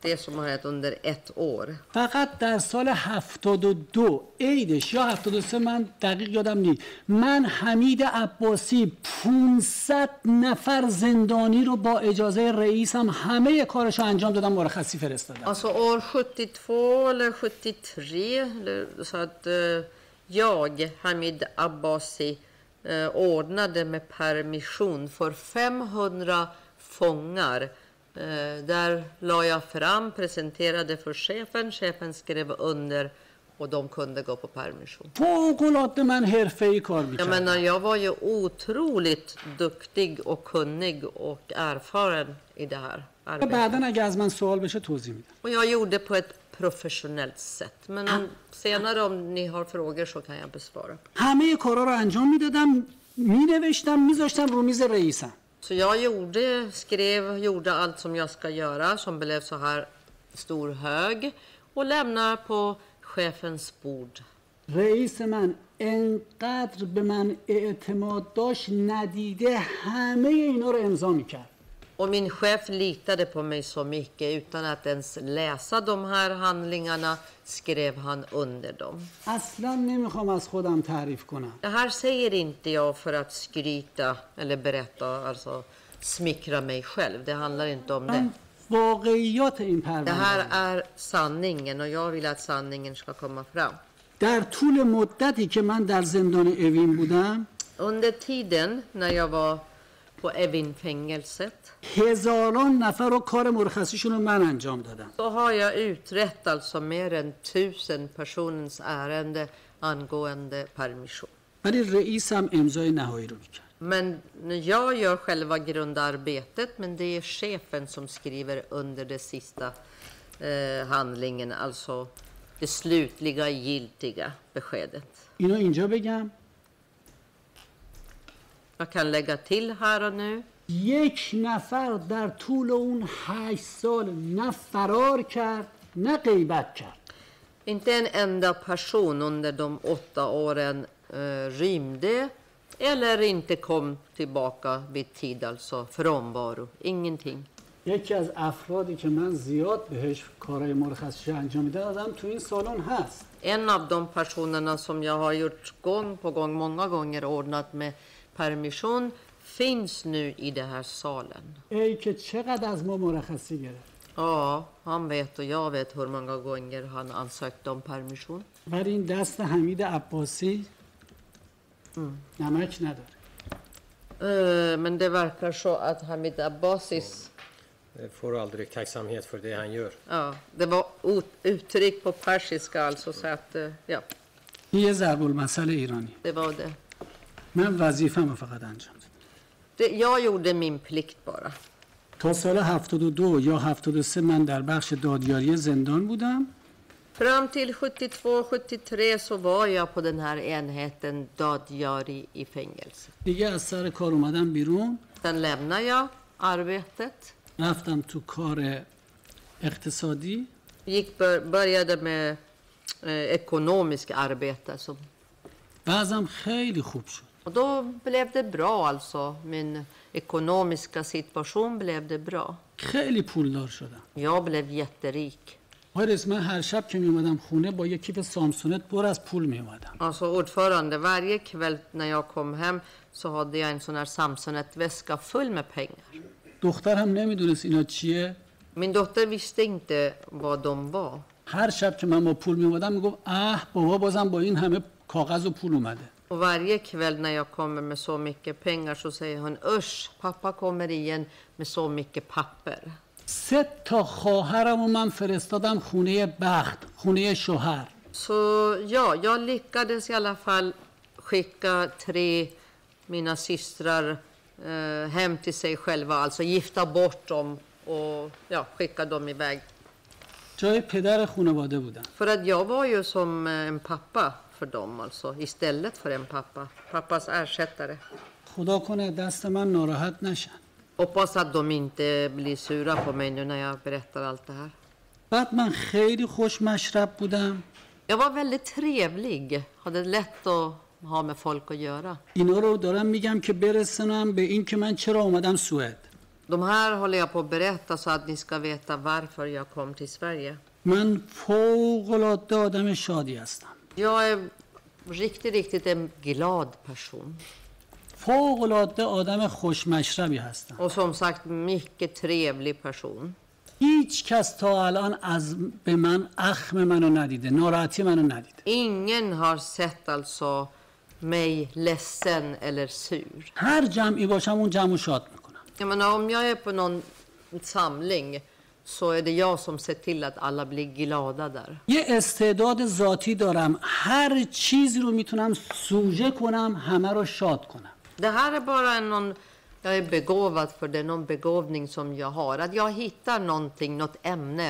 Speaker 5: det som har hänt under ett år.
Speaker 4: فقط در سال 72 عیدش یا 73 من دقیق یادم نیست من حمید عباسی 500 نفر زندانی رو با اجازه رئیسم همه کارش رو انجام دادم مرخصی فرستادم
Speaker 5: Alltså år 72 eller 73, eller- så att eh, jag, Hamid Abbasi, eh, ordnade med permission för 500 fångar. Eh, där la jag fram, presenterade för chefen, chefen skrev under och de kunde gå på permission.
Speaker 4: فوق‌العاده من حرفه‌ای کار
Speaker 5: Jag
Speaker 4: میکردم
Speaker 5: menar, jag var ju otroligt duktig och kunnig och erfaren i det här arbetet.
Speaker 4: بعدا اگه از من سوال بشه توضیح میدم
Speaker 5: Och jag gjorde på ett professionellt sätt. Men om, senare om ni har frågor så kan jag besvara.
Speaker 4: همه کارا رو انجام میدادم مینوشتم میذاشتم رو میز رئیسم
Speaker 5: Så jag gjorde, skrev, gjorde allt som jag ska göra som blev så här stor hög och lämnar på chefens bord.
Speaker 4: رئیس من انقدر به من اعتماد داشت ندیده همه اینا رو امضا میکرد
Speaker 5: Och min chef litade på mig så mycket utan att ens läsa de här handlingarna skrev han under dem.
Speaker 4: اصلا نمیخوام از خودم تعریف کنم
Speaker 5: Det här säger inte jag för att skryta eller berätta, alltså smickra mig själv. Det handlar inte om det.
Speaker 4: من واقعیات این
Speaker 5: Det
Speaker 4: پرونده
Speaker 5: här
Speaker 4: رو.
Speaker 5: är sanningen och jag vill att sanningen ska komma fram.
Speaker 4: در طول مدتی که من در زندان اوین بودم
Speaker 5: Under tiden när jag var på Evin-fängelset
Speaker 4: هزاران نفر رو کار مرخصیشون رو من انجام دادم
Speaker 5: så har jag utrett alltså mer än tusen personens ärende angående permission.
Speaker 4: ولی رئیسم امضای نهایی رو میکرد
Speaker 5: Men jag gör själva grundarbetet, men det är chefen som skriver under den sista eh, handlingen, alltså det slutliga giltiga beskedet.
Speaker 4: اینو اینجا بگم
Speaker 5: Jag kan lägga till här och nu
Speaker 4: یک نفر در طول اون هشت سال نه فرار کرد نه غیبت کرد
Speaker 5: Inte en enda person under de åtta åren eh, rymde eller inte kom tillbaka vid tid, alltså frånvaro. Ingenting.
Speaker 4: یکی از افرادی که من زیاد بهش کارهای مرخصیش انجام میدم آدم تو این سالن هست
Speaker 5: En av de personerna som jag har gjort gång på gång, många gånger ordnat med permission, finns nu i den här salen.
Speaker 4: ای که چقدر از ما مرخصی گرفت
Speaker 5: Ja, han vet och jag vet hur många gånger han ansökt om permission.
Speaker 4: ولی این دست حمید عباسی نمک نداره
Speaker 5: Eh, men det verkar så att Hamid Abbasis
Speaker 1: får aldrig tacksamhet för det han gör.
Speaker 5: Ja, det var o- uttryck på persiska alltså, så att eh, ja,
Speaker 4: این یه ضرب المثل ایرانی
Speaker 5: det var det.
Speaker 4: من وظیفه‌مو فقط انجام دادم
Speaker 5: det. Jag gjorde min plikt bara.
Speaker 4: تا سال 72 یا 73 من در بخش دادیاری زندان بودم
Speaker 5: Fram till 72-73 så var jag på den här enheten Dadjari i fängelse.
Speaker 4: دیگه از سر کار اومدم بیرون
Speaker 5: Sen lämnade jag arbetet.
Speaker 4: رفتم تو کار اقتصادی
Speaker 5: Gick, bör- började med eh, ekonomisk arbete. Så.
Speaker 4: بعضم خیلی خوب شد
Speaker 5: Och då blev det bra alltså. Min ekonomiska situation blev det bra.
Speaker 4: خیلی پولدار شدم
Speaker 5: Jag blev jätterik.
Speaker 4: آرز من هر شب که می اومدم خونه با یه کیف سامسونت پر از پول می اومدم
Speaker 5: Alltså ordförande, varje kväll när jag kom hem så hade jag en sån här Samsonet-väska full med pengar.
Speaker 4: دخترم نمیدونست اینا چیه
Speaker 5: Min dotter visste inte vad de var.
Speaker 4: هر شب که من با پول می اومدم میگفت اه بابا بازم با این همه کاغذ و پول اومده
Speaker 5: Och varje kväll när jag kommer med så mycket pengar så säger hon usch, pappa kommer igen med så mycket papper.
Speaker 4: سه تا خواهرم و من فرستادم خونه بخت خونه شوهر
Speaker 5: Så ja, jag lyckades i alla fall skicka tre mina systrar eh, hem till sig själva, alltså gifta bort dem och ja, skicka dem iväg.
Speaker 4: جای پدر خانواده بودم
Speaker 5: För att jag var ju som eh, en pappa för dem alltså, istället för en pappa. Pappas ersättare.
Speaker 4: خدا کنه دست من ناراحت نشن
Speaker 5: Hoppas att de inte blir sura på mig nu när jag berättar allt det här.
Speaker 4: بعد من خیلی خوش مشرب بودم
Speaker 5: Jag var väldigt trevlig, hade lätt att ha med folk att göra.
Speaker 4: اینا رو دارم میگم که برسنم به این که من چرا آمدم سوئد
Speaker 5: De här håller jag på att berätta så att ni ska veta varför jag kom till Sverige.
Speaker 4: من فوق العاده آدم شادی هستم
Speaker 5: Jag är riktigt, riktigt en glad person.
Speaker 4: فوق العاده آدم خوش مشربی هستم
Speaker 5: Och som sagt, mycket trevlig person.
Speaker 4: هیچ کس تا الان از به من اخم منو ندیده ناراحتی منو ندیده
Speaker 5: Ingen har sett alltså mig ledsen eller sur.
Speaker 4: هر جمعی باشم اون جمعو شاد میکنم
Speaker 5: Jag menar, om jag är på någon samling så är det jag som ser till att alla blir glada där.
Speaker 4: یه استعداد ذاتی دارم هر چیزی رو میتونم سوژه کنم همه رو شاد کنم
Speaker 5: Det här är bara en någon, jag är begåvad för, det är någon begåvning som jag har. Att jag hittar någonting, något ämne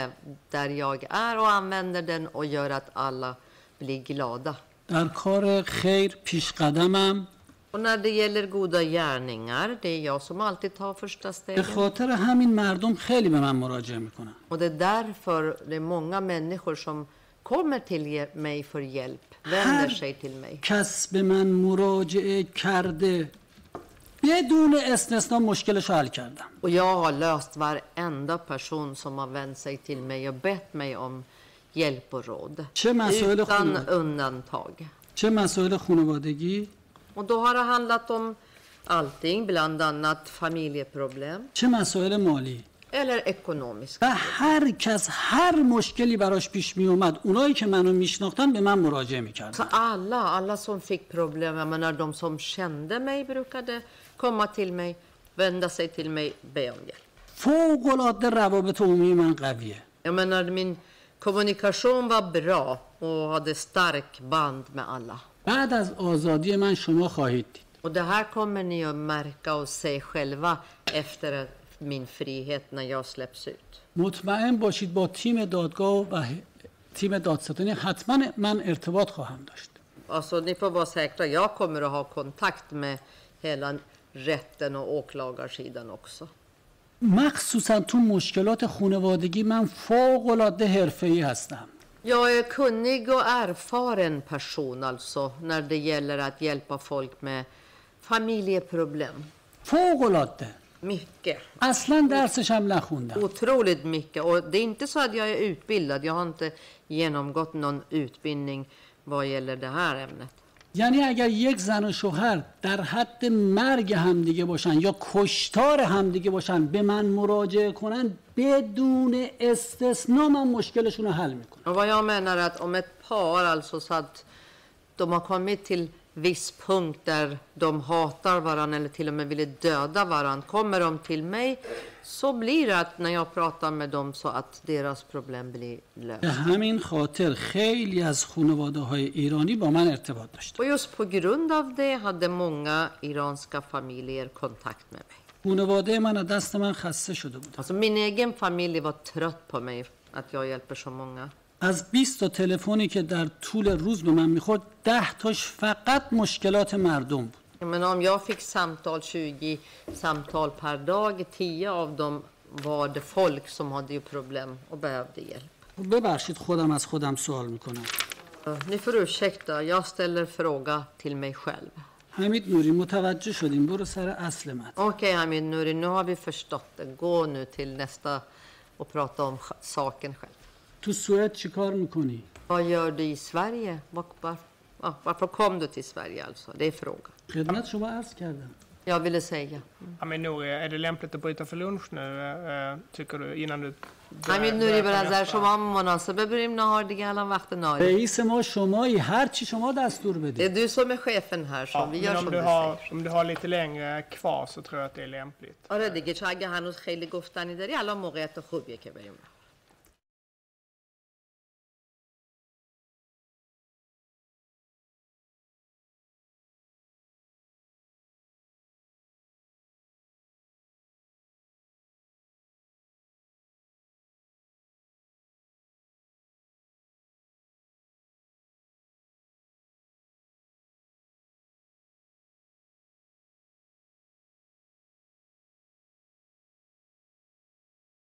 Speaker 5: där jag är och använder den och gör att alla blir glada.
Speaker 4: در کار خیر پیش قدمم
Speaker 5: Och när det gäller goda gärningar, det är jag som alltid tar första
Speaker 4: به
Speaker 5: steget.
Speaker 4: خاطر همین مردم خیلی به من مراجعه میکنن
Speaker 5: Och det är därför det är många människor som kommer till ge- mig för hjälp, vänder sig till mig.
Speaker 4: کس به من مراجعه کرده بدون استثنا مشکلش رو حل کردم
Speaker 5: Och jag har löst varenda person som har vänt sig till mig och bett mig om hjälp och råd.
Speaker 4: چه مسائل
Speaker 5: Utan
Speaker 4: خانواده
Speaker 5: undantag.
Speaker 4: چه مسائل خانوادگی
Speaker 5: Och då har det handlat om allting, bland annat familjeproblem
Speaker 4: چه مسائل مالی
Speaker 5: eller ekonomiska.
Speaker 4: و هر کس هر مشکلی براش پیش می اومد اونایی که منو میشناختن به من مراجعه
Speaker 5: Så
Speaker 4: میکردن
Speaker 5: alla, alla som fick problem, jag menar de som kände mig brukade komma till mig, vända sig till mig, be om hjälp.
Speaker 4: فوق العاده روابط عمومی من قویه
Speaker 5: Jag menar min kommunikation var bra och hade stark band med alla.
Speaker 4: بعد از آزادی من شما خواهید دید
Speaker 5: Och det här kommer ni att märka och se själva efter min frihet när jag släpps ut.
Speaker 4: مطمئن باشید با تیم دادگاه و تیم دادستانی حتما من ارتباط خواهم داشت
Speaker 5: Alltså, ni får vara säkra, jag kommer att ha kontakt med hela rätten och åklagarsidan också.
Speaker 4: مخصوصا تو مشکلات خانوادگی من فوق العاده حرفه‌ای هستم
Speaker 5: Jag är kunnig och erfaren person alltså när det gäller att hjälpa folk med familjeproblem.
Speaker 4: فوق العاده
Speaker 5: Mycket.
Speaker 4: اصلا درسش هم نخوندم
Speaker 5: Otroligt mycket. Och det är inte så att jag är utbildad. Jag har inte genomgått någon utbildning vad gäller det här ämnet.
Speaker 4: یعنی اگر یک زن و شوهر در حد مرگ همدیگه باشن یا کشتار همدیگه باشن به من مراجعه کنن بدون استثنا من مشکلشون رو حل میکنم
Speaker 5: Och vad jag menar är att om ett par, alltså så att de har kommit till viss punkt där de hatar varandra eller till och med ville döda varandra, kommer de till mig så blir det att när jag pratar med dem så att deras problem blir
Speaker 4: به
Speaker 5: löst.
Speaker 4: همین خاطر خیلی از خانواده های ایرانی با من ارتباط داشتن
Speaker 5: Och just på grund av det hade många iranska familjer kontakt med mig.
Speaker 4: خانواده من از دست من خسته شده بودن
Speaker 5: Alltså min egen familj var trött på mig, att jag hjälper så många.
Speaker 4: از 20 تا تلفنی که در طول روز به من میخورد 10 تاش فقط مشکلات مردم بود
Speaker 5: Men om jag fick samtal, 20 samtal per dag, 10 av dem var det folk som hade ju problem och behövde hjälp.
Speaker 4: ببخشید خودم از خودم سوال میکنم
Speaker 5: Ni får ursäkta, jag ställer fråga till mig själv.
Speaker 4: حمید نوری متوجه شدیم برو سر اصل متن
Speaker 5: Okej Hamid Nouri, nu har vi förstått det. Gå nu till nästa och prata om sj- saken själv.
Speaker 4: تو سوئد چیکار میکنی
Speaker 5: Vad gör du i Sverige? Var, var, ja, varför kom du till Sverige alltså? Det är frågan.
Speaker 4: خدمت شما عرض کردم
Speaker 5: Jag ville säga.
Speaker 2: Aminori, är det lämpligt att bryta för lunch nu, eh, tycker du, innan du... börjar-
Speaker 5: همین
Speaker 2: börjar
Speaker 5: نوری
Speaker 2: på
Speaker 5: به نظر
Speaker 2: nästa?
Speaker 5: شما مناسبه بریم نهار دیگه الان وقت نهاری
Speaker 4: رئیس ما شمایی هر چی شما دستور
Speaker 5: Det är
Speaker 4: بدید
Speaker 5: du som är chefen här som
Speaker 2: Ja,
Speaker 5: vi gör
Speaker 2: men om
Speaker 5: som
Speaker 2: du,
Speaker 5: du
Speaker 2: har,
Speaker 5: säger.
Speaker 2: om du har lite längre kvar så tror jag att det är lämpligt.
Speaker 5: آره دیگه چون اگه هنوز خیلی گفتنی داری الان موقعیت خوبیه که بریم